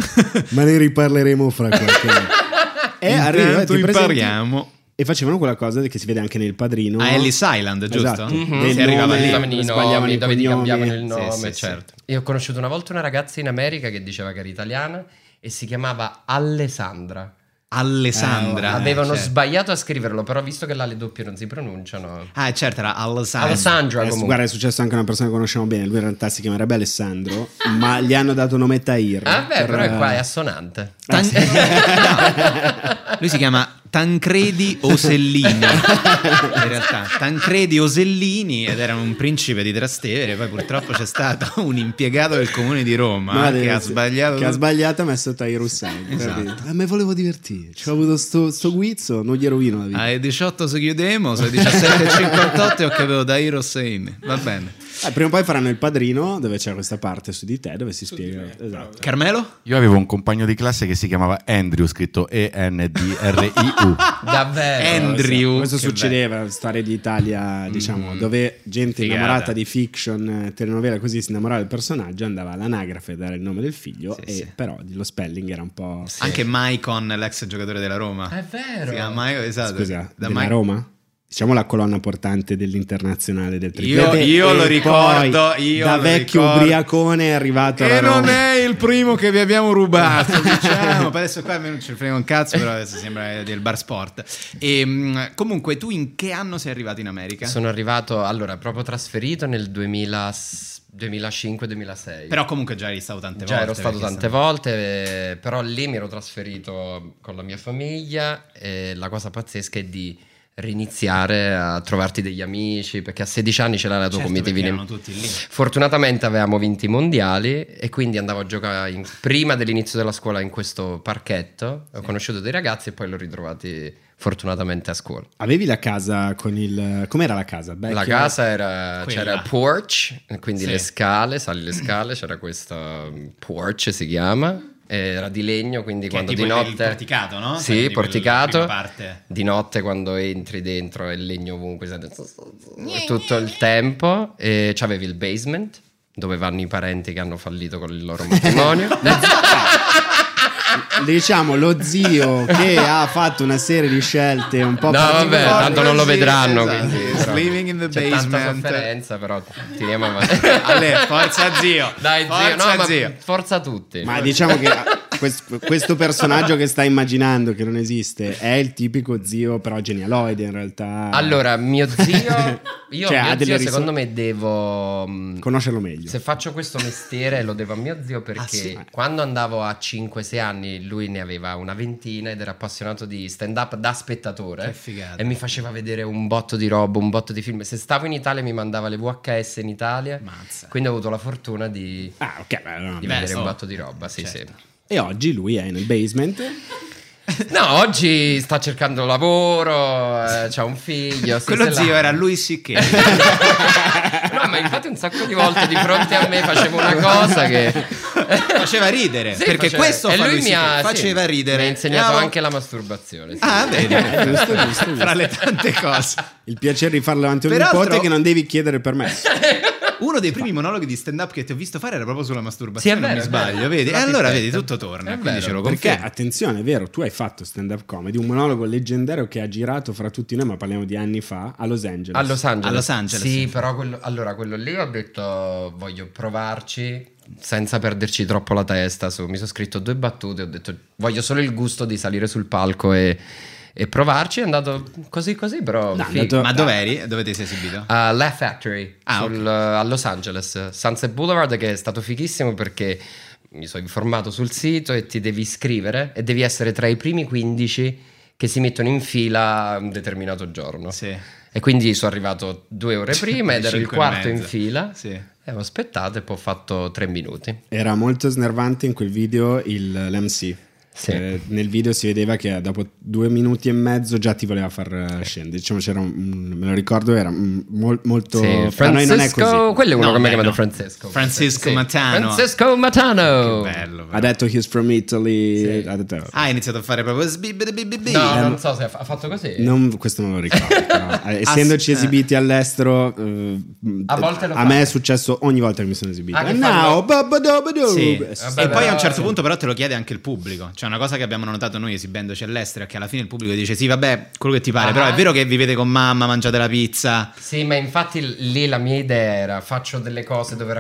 Speaker 2: Ma ne riparleremo fra qualche E
Speaker 1: Intanto
Speaker 2: Eh, arriva, ti presenti-
Speaker 1: impariamo.
Speaker 2: E facevano quella cosa che si vede anche nel padrino.
Speaker 9: Mm-hmm.
Speaker 1: A Ellis Island, giusto?
Speaker 2: Esatto.
Speaker 1: Mhm.
Speaker 2: Del
Speaker 1: Si arrivava
Speaker 2: nome-
Speaker 1: lì.
Speaker 9: Cambiavano i
Speaker 2: sbagliavano
Speaker 9: nomi,
Speaker 2: i
Speaker 9: dove ti
Speaker 2: cognomi.
Speaker 9: cambiavano il
Speaker 1: Sì,
Speaker 9: nome,
Speaker 1: sì, sì.
Speaker 9: certo. Io ho conosciuto una volta una ragazza in America che diceva che era italiana e si chiamava Alessandra.
Speaker 1: Alessandra.
Speaker 9: Avevano
Speaker 1: eh, certo.
Speaker 9: sbagliato a scriverlo, però visto che la le doppie non si pronunciano.
Speaker 1: Ah, certo, era Alessandra.
Speaker 9: Alessandra
Speaker 2: Eh,
Speaker 9: comunque.
Speaker 2: guarda, è successo anche a una persona che conosciamo bene. Lui in realtà si chiamerebbe Alessandro, ma gli hanno dato nome Tahir.
Speaker 9: Ah, beh,
Speaker 2: per- eh,
Speaker 9: però è qua è assonante.
Speaker 1: Tan- No, Lui si chiama Tancredi Osellini. In realtà, Tancredi Osellini ed era un principe di Trastevere. Poi purtroppo c'è stato un impiegato del comune di Roma eh,
Speaker 2: Ma
Speaker 1: che
Speaker 2: deve-
Speaker 1: ha sbagliato.
Speaker 2: che ha sbagliato e ha messo Tahir Hussein. per
Speaker 1: Esatto.
Speaker 2: dire. Ah, ma volevo divertirci. Ho avuto sto, sto guizzo, non gli rovino la vita.
Speaker 1: alle 18 se chiudemo, sono le 17.58 e ho capito da Hussein. Va bene.
Speaker 2: Eh, prima o poi faranno il padrino dove c'è questa parte su di te dove si spiega. esatto.
Speaker 1: Carmelo?
Speaker 5: Io avevo un compagno di classe che si chiamava Andrew, scritto E-N-D-R-I-U.
Speaker 9: Davvero.
Speaker 1: Andrew.
Speaker 2: Questo
Speaker 1: che Mm.
Speaker 2: succedeva nella storia d'Italia, diciamo, dove gente
Speaker 1: Figata.
Speaker 2: innamorata di fiction, eh, telenovela, così si innamorava del personaggio, andava all'anagrafe a dare il nome del figlio,
Speaker 1: Sì,
Speaker 2: e
Speaker 1: sì.
Speaker 2: però lo spelling era un po'...
Speaker 1: bello. Anche Maicon, l'ex giocatore della Roma.
Speaker 9: È
Speaker 1: Si chiama
Speaker 9: vero.
Speaker 1: Maicon, esatto.
Speaker 2: Scusa,
Speaker 1: Da
Speaker 2: della
Speaker 1: Mai-
Speaker 2: Roma? Diciamo la colonna portante dell'internazionale del
Speaker 1: Io,
Speaker 2: triplete.
Speaker 1: io
Speaker 2: e
Speaker 1: lo
Speaker 2: poi,
Speaker 1: ricordo, io
Speaker 2: da
Speaker 1: lo
Speaker 2: vecchio
Speaker 1: ricordo.
Speaker 2: ubriacone è arrivato alla
Speaker 1: E non
Speaker 2: Roma.
Speaker 1: è il primo che vi abbiamo rubato, diciamo. Poi Adesso qua a me non ci frega un cazzo, però adesso sembra eh, del bar sport. E, mh, comunque, tu in che anno sei arrivato in America?
Speaker 9: Sono arrivato, allora, proprio trasferito nel 2000 2005-2006.
Speaker 1: Però comunque già eri stato tante
Speaker 9: Già
Speaker 1: volte.
Speaker 9: ero stato
Speaker 1: perché
Speaker 9: tante volte, eh, però lì mi ero trasferito con la mia famiglia e la cosa pazzesca è di riniziare a trovarti degli amici perché a 16 anni ce l'hai la tua
Speaker 1: Certo,
Speaker 9: commitiva
Speaker 1: perché
Speaker 9: in-
Speaker 1: erano tutti lì.
Speaker 9: Fortunatamente avevamo vinto i mondiali e quindi andavo a giocare in- prima dell'inizio della scuola in questo parchetto, ho conosciuto dei ragazzi e poi li ho ritrovati fortunatamente a scuola.
Speaker 2: Avevi la casa con il... com'era la casa? Vecchia?
Speaker 9: La casa era,
Speaker 1: Quella.
Speaker 9: c'era il porch, quindi
Speaker 1: Sì.
Speaker 9: le scale, sali le scale, c'era questa um, porch si chiama, era di legno, quindi
Speaker 1: Che è
Speaker 9: quando
Speaker 1: tipo
Speaker 9: di
Speaker 1: il- il
Speaker 9: notte...
Speaker 1: porticato, no? Sai,
Speaker 9: Sì,
Speaker 1: quindi quella
Speaker 9: porticato.
Speaker 1: prima parte.
Speaker 9: Di notte quando entri dentro è il legno ovunque, senti tutto il tempo. E c'avevi il basement, dove vanno i parenti che hanno fallito con il loro matrimonio.
Speaker 2: diciamo lo zio che ha fatto una serie di scelte un po'
Speaker 9: No, vabbè,
Speaker 2: particolari.
Speaker 9: tanto non lo vedranno.
Speaker 1: Esatto.
Speaker 9: Quindi,
Speaker 1: It's
Speaker 9: però,
Speaker 1: living in the
Speaker 9: c'è tanta
Speaker 1: basement.
Speaker 9: sofferenza, però tiriamo avanti.
Speaker 1: Ale, forza zio.
Speaker 9: Dai, zio,
Speaker 1: Forza,
Speaker 9: no, ma
Speaker 1: zio.
Speaker 9: forza a tutti.
Speaker 2: ma diciamo che ah, quest- questo personaggio che stai immaginando che non esiste è il tipico zio però genialoide in realtà
Speaker 9: Allora, mio zio, io
Speaker 2: Cioè,
Speaker 9: a
Speaker 2: ha
Speaker 9: mio
Speaker 2: delle
Speaker 9: zio
Speaker 2: risor-
Speaker 9: secondo me devo mh,
Speaker 2: conoscerlo meglio Ah,
Speaker 9: se faccio questo mestiere lo devo a mio zio perché
Speaker 2: sì?
Speaker 9: quando andavo a 5-6 anni lui ne aveva una ventina ed era appassionato di stand up da spettatore
Speaker 1: Che figata.
Speaker 9: e mi faceva vedere un botto di roba, un botto di film. Se stavo in Italia mi mandava le VHS in Italia.
Speaker 1: Mazza.
Speaker 9: Quindi ho avuto la fortuna di,
Speaker 2: ah ok beh, no,
Speaker 9: di
Speaker 1: Beh,
Speaker 9: vedere
Speaker 1: so.
Speaker 9: un botto di roba, sì,
Speaker 1: Certo.
Speaker 9: sì.
Speaker 2: e oggi lui è nel basement
Speaker 9: No, oggi sta cercando lavoro, eh, c'ha un figlio. sì,
Speaker 1: Quello
Speaker 9: se la-
Speaker 1: zio era lui Sicché.
Speaker 9: No, ma infatti un sacco di volte di fronte a me facevo una cosa che...
Speaker 1: faceva ridere,
Speaker 9: Sì,
Speaker 1: perché
Speaker 9: faceva-
Speaker 1: questo
Speaker 9: e
Speaker 1: fa
Speaker 9: lui mi
Speaker 1: Sicché,
Speaker 9: ha, sì,
Speaker 1: faceva ridere.
Speaker 9: Mi ha insegnato
Speaker 1: Bravo.
Speaker 9: anche la masturbazione. sì.
Speaker 1: Ah, vedi,
Speaker 2: giusto, giusto, giusto.
Speaker 1: Fra le tante cose.
Speaker 2: il piacere di farlo davanti a un
Speaker 1: Peraltro-
Speaker 2: nipote che non devi chiedere permesso
Speaker 1: Uno dei primi monologhi di stand up che ti ho visto fare era proprio sulla
Speaker 9: Sì, è
Speaker 1: masturbazione,
Speaker 9: vero,
Speaker 1: non mi
Speaker 9: è vero.
Speaker 1: sbaglio, vedi? E
Speaker 9: Sulla
Speaker 1: allora
Speaker 9: pipetta.
Speaker 1: vedi, tutto torna,
Speaker 9: È
Speaker 1: quindi
Speaker 9: vero.
Speaker 1: ce lo
Speaker 2: Perché,
Speaker 1: confermo.
Speaker 2: attenzione, è vero, tu hai fatto stand-up comedy, un monologo leggendario che ha girato fra tutti noi, ma parliamo di anni fa, a Los Angeles.
Speaker 9: A Los Angeles.
Speaker 1: A Los Angeles,
Speaker 9: Sì,
Speaker 1: sì.
Speaker 9: però quello, allora quello lì ho detto voglio provarci senza perderci troppo la testa. su- mi sono scritto due battute, ho detto voglio solo il gusto di salire sul palco e, e provarci. È andato così così, però...
Speaker 2: No, è
Speaker 9: figo.
Speaker 2: andato-
Speaker 1: Ma dov'eri? Dove ti sei esibito?
Speaker 9: A Laugh Factory
Speaker 1: Ah,
Speaker 9: sul- eh,
Speaker 1: ok.
Speaker 9: a Los Angeles, Sunset Boulevard, che è stato fighissimo perché mi sono informato sul sito e ti devi iscrivere e devi essere tra i primi 15 che si mettono in fila un determinato giorno.
Speaker 1: Sì. Cioè,
Speaker 9: E quindi sono arrivato due ore prima ed ero il
Speaker 1: Cinque e
Speaker 9: quarto in
Speaker 1: mezza.
Speaker 9: fila.
Speaker 1: Sì.
Speaker 9: E ho aspettato e poi ho fatto tre minuti.
Speaker 2: Era molto snervante in quel video il, l'MC.
Speaker 9: Sì.
Speaker 2: Eh, nel video si vedeva che dopo due minuti e mezzo già ti voleva far eh, scendere. Diciamo c'era un- un- me lo ricordo, era un- mol- molto.
Speaker 9: Sì,
Speaker 2: fra noi non è così.
Speaker 9: Francesco, quello è uno
Speaker 1: No,
Speaker 9: che mi ha
Speaker 1: beh,
Speaker 9: chiamato
Speaker 1: no.
Speaker 9: Francesco.
Speaker 1: Francesco Matano.
Speaker 9: Francesco Oh, Matano.
Speaker 1: Che bello.
Speaker 2: Ha detto he's from Italy. ha detto-
Speaker 1: Ah, ha iniziato a fare proprio sbibbidi.
Speaker 9: No, non so se ha ha fatto così.
Speaker 2: Non- questo non lo ricordo. però, eh,
Speaker 9: Ah,
Speaker 2: essendoci esibiti all'estero, eh,
Speaker 9: A volte lo
Speaker 2: a me
Speaker 9: fai.
Speaker 2: è successo ogni volta che mi sono esibito.
Speaker 9: Ah, che
Speaker 2: Eh,
Speaker 9: fanno-
Speaker 2: no, babadobado.
Speaker 1: Sì.
Speaker 2: Eh, sì.
Speaker 9: Vabbè,
Speaker 1: e poi a un
Speaker 9: però-
Speaker 1: certo punto però te lo chiede anche il pubblico. C'è una cosa che abbiamo notato noi esibendoci all'estero è che alla fine il pubblico dice sì vabbè quello che ti pare,
Speaker 9: Ah.
Speaker 1: però è vero che vivete con mamma, mangiate la pizza.
Speaker 9: Sì, ma infatti lì la mia idea era faccio delle cose dove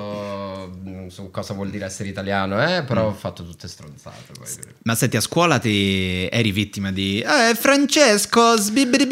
Speaker 9: racconto mm, su cosa vuol dire essere italiano, eh, però
Speaker 1: Mm.
Speaker 9: ho fatto tutte stronzate. Poi.
Speaker 1: Ma senti, a scuola ti eri vittima di eh, Francesco
Speaker 9: Ah,
Speaker 1: sbibbidi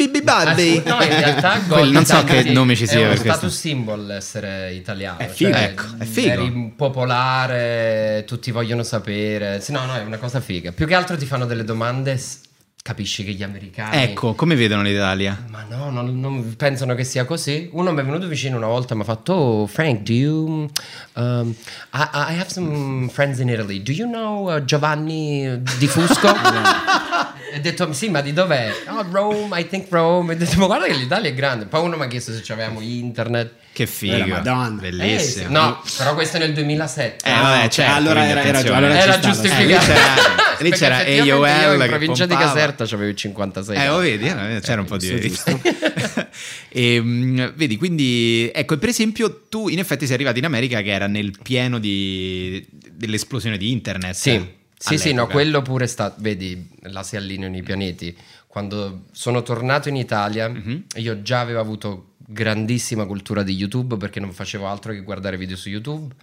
Speaker 9: sì, no, in realtà
Speaker 1: Quel- non so
Speaker 9: Golden Times
Speaker 1: che nome ci sia
Speaker 9: È uno
Speaker 1: per
Speaker 9: status
Speaker 1: questo.
Speaker 9: symbol essere italiano.
Speaker 1: È figo,
Speaker 9: cioè,
Speaker 1: ecco, è figo.
Speaker 9: Eri popolare, tutti vogliono sapere. Sì, no, no, è una cosa figa. Più che altro ti fanno delle domande, s- capisci che gli americani...
Speaker 1: Ecco, come vedono l'Italia?
Speaker 9: Ma no, non, non pensano che sia così. Uno mi è venuto vicino una volta e mi ha fatto: Oh, Frank, do you. um, I, I have some friends in Italy. Do you know uh, Giovanni Di Fusco? E ho detto: Sì, ma di dov'è? Oh, Rome, I think Rome. E ho detto: Ma guarda che l'Italia è grande. Poi uno mi ha chiesto se avevamo internet.
Speaker 1: Che figo.
Speaker 2: Eh, la Madonna.
Speaker 9: Eh,
Speaker 1: Bellissimo.
Speaker 9: sì. no, però questo è nel 2007.
Speaker 1: Eh, vabbè, certo,
Speaker 2: Ah, Allora
Speaker 1: quindi
Speaker 2: era- era-
Speaker 1: attenzione.
Speaker 2: allora ci
Speaker 9: Era
Speaker 1: Eh,
Speaker 2: stava,
Speaker 1: lì
Speaker 9: giustificato.
Speaker 1: c'era, lì
Speaker 9: Perché
Speaker 1: c'era
Speaker 9: effettivamente
Speaker 1: AOL
Speaker 9: Io
Speaker 1: che
Speaker 9: in provincia di
Speaker 1: pompava.
Speaker 9: Caserta c'avevo il 56.
Speaker 1: Eh, lo
Speaker 9: anni.
Speaker 1: vedi, eh, c'era un po' di
Speaker 2: giusto,
Speaker 1: e, mm, vedi, quindi ecco, e per esempio, tu in effetti sei arrivato in America che era nel pieno di- dell'esplosione di internet.
Speaker 9: Sì, sì, sì, no,
Speaker 1: all'epoca.
Speaker 9: quello pure sta. Vedi, là si allineano i pianeti. Quando sono tornato in Italia,
Speaker 1: Mhm.
Speaker 9: io già avevo avuto grandissima cultura di YouTube perché non facevo altro che guardare video su YouTube.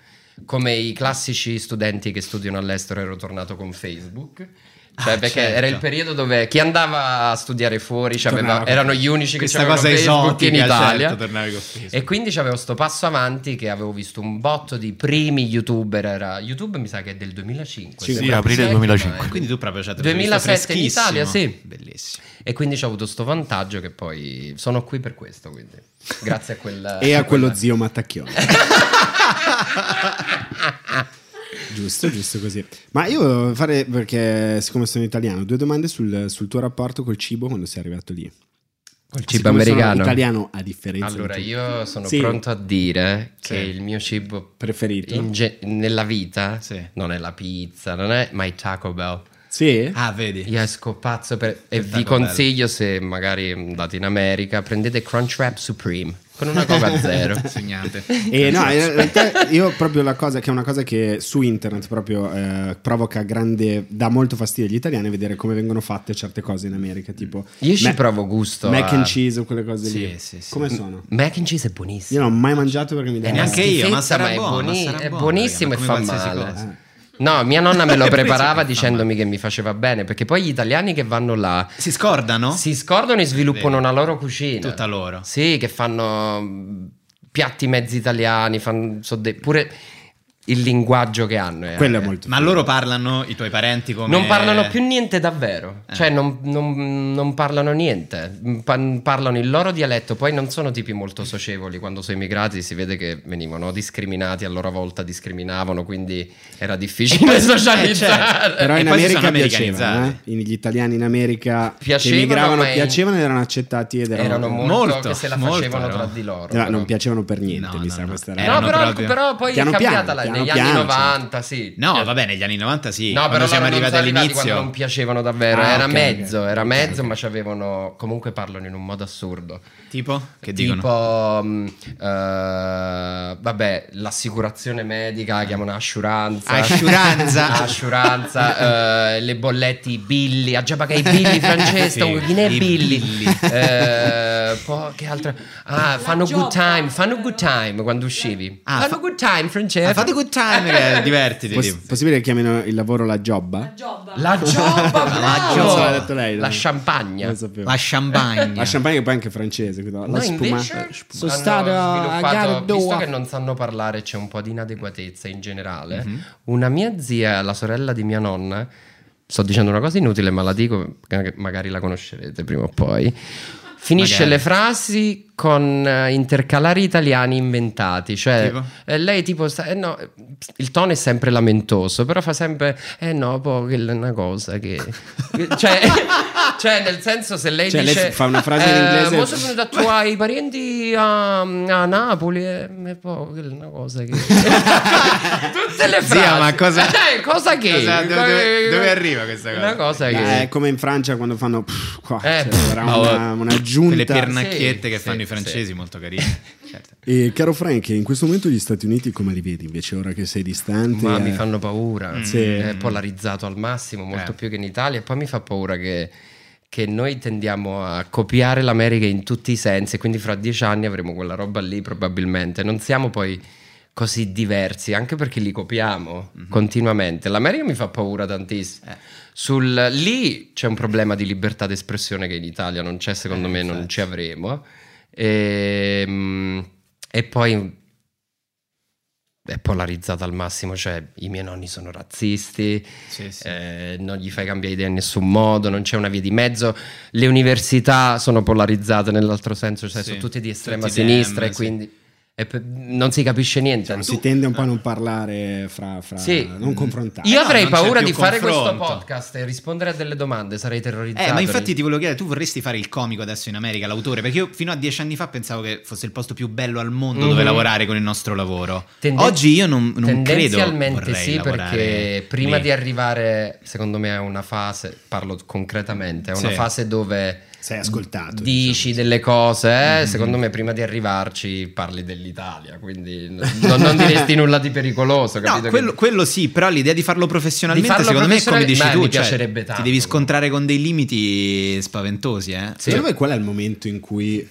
Speaker 9: Come i classici studenti che studiano all'estero, ero tornato con Facebook. Cioè,
Speaker 1: Ah,
Speaker 9: perché
Speaker 1: certo.
Speaker 9: era il periodo dove chi andava a studiare fuori cioè, aveva- erano gli unici che
Speaker 1: Questa
Speaker 9: c'avevano
Speaker 1: cosa
Speaker 9: Facebook
Speaker 1: esotica
Speaker 9: in Italia.
Speaker 1: certo, tornavi con Facebook.
Speaker 9: E quindi c'avevo sto passo avanti che avevo visto un botto di primi youtuber. Era, YouTube mi sa che è del 2005.
Speaker 2: Sì,
Speaker 9: se
Speaker 2: sì,
Speaker 9: non
Speaker 5: aprile
Speaker 9: sbaglio,
Speaker 5: 2005.
Speaker 9: eh.
Speaker 1: Quindi tu proprio cioè, te
Speaker 9: 2007
Speaker 1: l'hai
Speaker 9: in
Speaker 1: visto freschissimo.
Speaker 9: Italia, sì.
Speaker 1: Bellissimo.
Speaker 9: E quindi ho avuto sto vantaggio che poi sono qui per questo. Quindi. Grazie a quella.
Speaker 2: e a quello
Speaker 9: quella-
Speaker 2: zio Mattacchione. giusto, giusto così. Ma io volevo fare, perché siccome sono italiano, due domande sul, sul tuo rapporto col cibo quando sei arrivato lì.
Speaker 9: col cibo
Speaker 2: Siccome sono
Speaker 9: americano.
Speaker 2: italiano a differenza di
Speaker 9: Allora,
Speaker 2: tu.
Speaker 9: io sono
Speaker 2: Sì.
Speaker 9: pronto a dire
Speaker 2: Sì.
Speaker 9: che il mio cibo
Speaker 2: Preferito?
Speaker 9: in ge- nella vita
Speaker 1: Sì.
Speaker 9: non è la pizza, non è my Taco Bell.
Speaker 2: Sì?
Speaker 1: Ah, vedi.
Speaker 9: Io esco pazzo per- e vi
Speaker 1: Taco Bell.
Speaker 9: consiglio se magari andate in America prendete Crunchwrap Supreme con una coca zero.
Speaker 1: Insegnante.
Speaker 2: E Eh, no, in realtà io proprio la cosa che è una cosa che su internet proprio eh, provoca grande, dà molto fastidio agli italiani vedere come vengono fatte certe cose in America, tipo
Speaker 9: Mm. Io ci
Speaker 2: ma-
Speaker 9: provo gusto.
Speaker 2: mac
Speaker 9: a-
Speaker 2: and cheese o quelle cose lì.
Speaker 1: sì, sì.
Speaker 2: Come sono?
Speaker 9: Mac and cheese è buonissimo.
Speaker 2: Io non ho mai mangiato perché mi dà
Speaker 9: È una
Speaker 1: Eh, neanche io, ma
Speaker 9: schifezza,
Speaker 1: sarà
Speaker 9: è,
Speaker 1: buono, ma
Speaker 9: buoni-
Speaker 1: sarà
Speaker 9: è
Speaker 1: buono,
Speaker 9: buonissimo
Speaker 1: raga, ma
Speaker 9: e fa
Speaker 1: come qualsiasi
Speaker 9: male.
Speaker 2: Eh.
Speaker 1: cosa.
Speaker 9: No, mia nonna me
Speaker 1: Penso
Speaker 9: lo
Speaker 1: che fa
Speaker 9: preparava
Speaker 1: male.
Speaker 9: dicendomi che mi faceva bene, perché poi gli italiani che vanno là
Speaker 1: Si scordano?
Speaker 9: si scordano e sviluppano
Speaker 1: Vero.
Speaker 9: una loro cucina.
Speaker 1: Tutta loro.
Speaker 9: Sì, che fanno mh, piatti mezzi italiani, fanno, so de- pure il linguaggio che hanno. eh.
Speaker 2: Quello è molto
Speaker 1: Ma loro parlano, i tuoi parenti come... Eh.
Speaker 9: Non parlano più niente davvero, cioè non, non- non parlano niente, Pa- parlano il loro dialetto, poi non sono tipi molto socievoli, quando sono immigrati si vede che venivano discriminati, a loro volta discriminavano, quindi era difficile
Speaker 1: Eh, certo.
Speaker 9: socializzare.
Speaker 2: Però
Speaker 1: E
Speaker 2: in
Speaker 1: poi si
Speaker 2: America
Speaker 1: sono
Speaker 2: piacevano, eh?
Speaker 1: americanizzati.
Speaker 2: I- gli italiani in America che
Speaker 9: Piacevano,
Speaker 2: emigravano
Speaker 9: ma in-
Speaker 2: piacevano ed erano accettati ed erano,
Speaker 9: Erano molto,
Speaker 1: Molto,
Speaker 9: che se la
Speaker 1: molto,
Speaker 9: facevano
Speaker 1: no.
Speaker 9: tra di loro.
Speaker 2: No,
Speaker 9: però.
Speaker 2: non piacevano per niente,
Speaker 1: No,
Speaker 2: mi
Speaker 1: no,
Speaker 2: sa
Speaker 1: no.
Speaker 2: questa
Speaker 1: Eh,
Speaker 2: roba.
Speaker 1: erano
Speaker 9: No, però,
Speaker 1: proprio-
Speaker 9: però poi
Speaker 2: Piano
Speaker 9: è cambiata
Speaker 2: piano,
Speaker 9: là,
Speaker 2: piano
Speaker 9: negli anni
Speaker 2: piano,
Speaker 9: 90, sì.
Speaker 1: No, va bene, negli anni 90 sì.
Speaker 9: Cioè No,
Speaker 1: quando
Speaker 9: però
Speaker 1: siamo
Speaker 9: loro non
Speaker 1: arrivati
Speaker 9: sono arrivati
Speaker 1: all'inizio.
Speaker 9: quando non piacevano davvero,
Speaker 2: Ah,
Speaker 9: era
Speaker 2: ok,
Speaker 9: mezzo, era mezzo, ma ci avevano comunque parlano in un modo assurdo.
Speaker 1: Tipo? Che
Speaker 9: tipo,
Speaker 1: dicono?
Speaker 9: mh, eh, vabbè, l'assicurazione medica la chiamano assuranza.
Speaker 1: Assuranza.
Speaker 9: Assuranza, eh, le bollette, i billi. Ha già pagato i billi, Francesca.
Speaker 1: Sì,
Speaker 9: Chi ne è
Speaker 1: i
Speaker 9: billi?
Speaker 1: billi.
Speaker 9: Eh, poi, che altro? Ah, fanno
Speaker 6: giobba,
Speaker 9: good time, fanno
Speaker 6: eh,
Speaker 9: good time quando uscivi.
Speaker 1: Ah,
Speaker 9: fanno
Speaker 1: fa-
Speaker 9: good time, Francesca.
Speaker 1: Ah, fate good time, che divertiti.
Speaker 2: Poss-
Speaker 1: tipo.
Speaker 2: possibile che chiamino il lavoro la
Speaker 6: La
Speaker 2: giobba?
Speaker 6: giobba.
Speaker 9: La giobba,
Speaker 2: giobba.
Speaker 9: bravo!
Speaker 2: Non so, l'ha detto lei,
Speaker 9: La
Speaker 2: no?
Speaker 9: champagne.
Speaker 2: Non sapevo.
Speaker 1: La champagne.
Speaker 2: La champagne che poi è anche francese, quindi la
Speaker 9: No,
Speaker 2: spuma-
Speaker 9: invece
Speaker 2: Sono
Speaker 9: hanno
Speaker 2: stato a
Speaker 9: sviluppato, visto
Speaker 2: Gardoa.
Speaker 9: che non sanno parlare, c'è un po' di inadeguatezza in generale.
Speaker 2: Mhm.
Speaker 9: Una mia zia, la sorella di mia nonna, sto dicendo una cosa inutile, ma la dico, perché magari la conoscerete prima o poi. finisce
Speaker 10: Magari.
Speaker 9: le frasi con eh, intercalari italiani inventati. Cioè,
Speaker 10: Tipo?
Speaker 9: eh, lei tipo, sta- eh no, eh, il tono è sempre lamentoso, però fa sempre, eh no, poi quella è una cosa che... cioè, cioè, nel senso, se lei
Speaker 2: Cioè, lei
Speaker 9: dice...
Speaker 2: fa una frase in
Speaker 9: "Eh,
Speaker 2: inglese-
Speaker 9: mo sono venuto a tuoi parenti a, a Napoli, eh, e poi quella è una cosa che... Tutte le frasi.
Speaker 10: Zia, ma cosa-
Speaker 9: Eh, cosa che...
Speaker 10: cosa- dove- dove- dove arriva questa cosa?
Speaker 9: Una cosa che...
Speaker 2: Eh, è come in Francia quando fanno pff, qua,
Speaker 9: Eh,
Speaker 2: cioè,
Speaker 9: pff,
Speaker 2: era
Speaker 10: ma-
Speaker 2: una, una
Speaker 10: Quelle
Speaker 2: giunta.
Speaker 10: pernacchiette
Speaker 9: Sì,
Speaker 10: che
Speaker 9: sì,
Speaker 10: fanno i francesi,
Speaker 9: sì.
Speaker 10: molto carine.
Speaker 1: Eh,
Speaker 10: Certo.
Speaker 2: E caro Frank, in questo momento gli Stati Uniti come li vedi invece ora che sei distante?
Speaker 9: Ma
Speaker 2: eh?
Speaker 9: mi fanno
Speaker 10: Mm.
Speaker 9: paura,
Speaker 2: Sì.
Speaker 9: è polarizzato al massimo, molto
Speaker 10: Eh.
Speaker 9: più che in Italia. E poi mi fa paura che, che noi tendiamo a copiare l'America in tutti i sensi, e quindi fra dieci anni avremo quella roba lì probabilmente. Non siamo poi così diversi, anche perché li copiamo
Speaker 10: Mhm.
Speaker 9: continuamente. L'America mi fa paura
Speaker 10: Eh.
Speaker 9: tantissimo. Sul- lì c'è un problema di libertà d'espressione che in Italia non c'è, secondo
Speaker 10: Eh,
Speaker 9: me non ci avremo. Ehm, E, poi è polarizzata al massimo, cioè i miei nonni sono razzisti,
Speaker 10: Sì, sì.
Speaker 9: eh, non gli fai cambiare idea in nessun modo, non c'è una via di mezzo, le università sono polarizzate nell'altro senso, cioè
Speaker 10: Sì,
Speaker 9: sono tutte di estrema
Speaker 10: tutti
Speaker 9: sinistra
Speaker 10: dem,
Speaker 9: e
Speaker 10: sì.
Speaker 9: quindi e pe- non si capisce niente.
Speaker 2: Cioè,
Speaker 9: anzi-
Speaker 2: si tende un po' a non parlare fra, fra
Speaker 9: Sì.
Speaker 2: non confrontare.
Speaker 1: Eh
Speaker 9: Io
Speaker 10: no,
Speaker 9: avrei
Speaker 10: non c'è
Speaker 9: paura
Speaker 10: più
Speaker 9: di fare questo
Speaker 10: confronto.
Speaker 9: podcast e rispondere a delle domande, sarei terrorizzato.
Speaker 1: Eh, ma infatti ti volevo chiedere, tu vorresti fare il comico adesso in America, l'autore? Perché io fino a dieci anni fa pensavo che fosse il posto più bello al mondo dove
Speaker 9: Mhm.
Speaker 1: lavorare con il nostro lavoro.
Speaker 9: Tenden-
Speaker 1: Oggi io non, non credo
Speaker 9: Tendenzialmente
Speaker 1: vorrei
Speaker 9: sì,
Speaker 1: lavorare
Speaker 9: perché prima
Speaker 1: lì.
Speaker 9: di arrivare, secondo me, a una fase, parlo concretamente, a una
Speaker 1: Sì.
Speaker 9: fase dove
Speaker 2: Sei ascoltato.
Speaker 9: dici delle cose, eh,
Speaker 1: Mm-hmm.
Speaker 9: secondo me prima di arrivarci parli dell'Italia, quindi n- non, non diresti nulla di pericoloso,
Speaker 1: No,
Speaker 9: capito? Che-
Speaker 1: quello, quello sì, però l'idea di farlo professionalmente,
Speaker 9: Di farlo
Speaker 1: secondo me,
Speaker 9: professional-
Speaker 1: è come dici
Speaker 9: beh,
Speaker 1: tu,
Speaker 9: mi
Speaker 1: cioè,
Speaker 9: piacerebbe tanto.
Speaker 1: ti devi scontrare con dei limiti spaventosi, eh?
Speaker 9: Sì.
Speaker 2: Secondo me qual è il momento in cui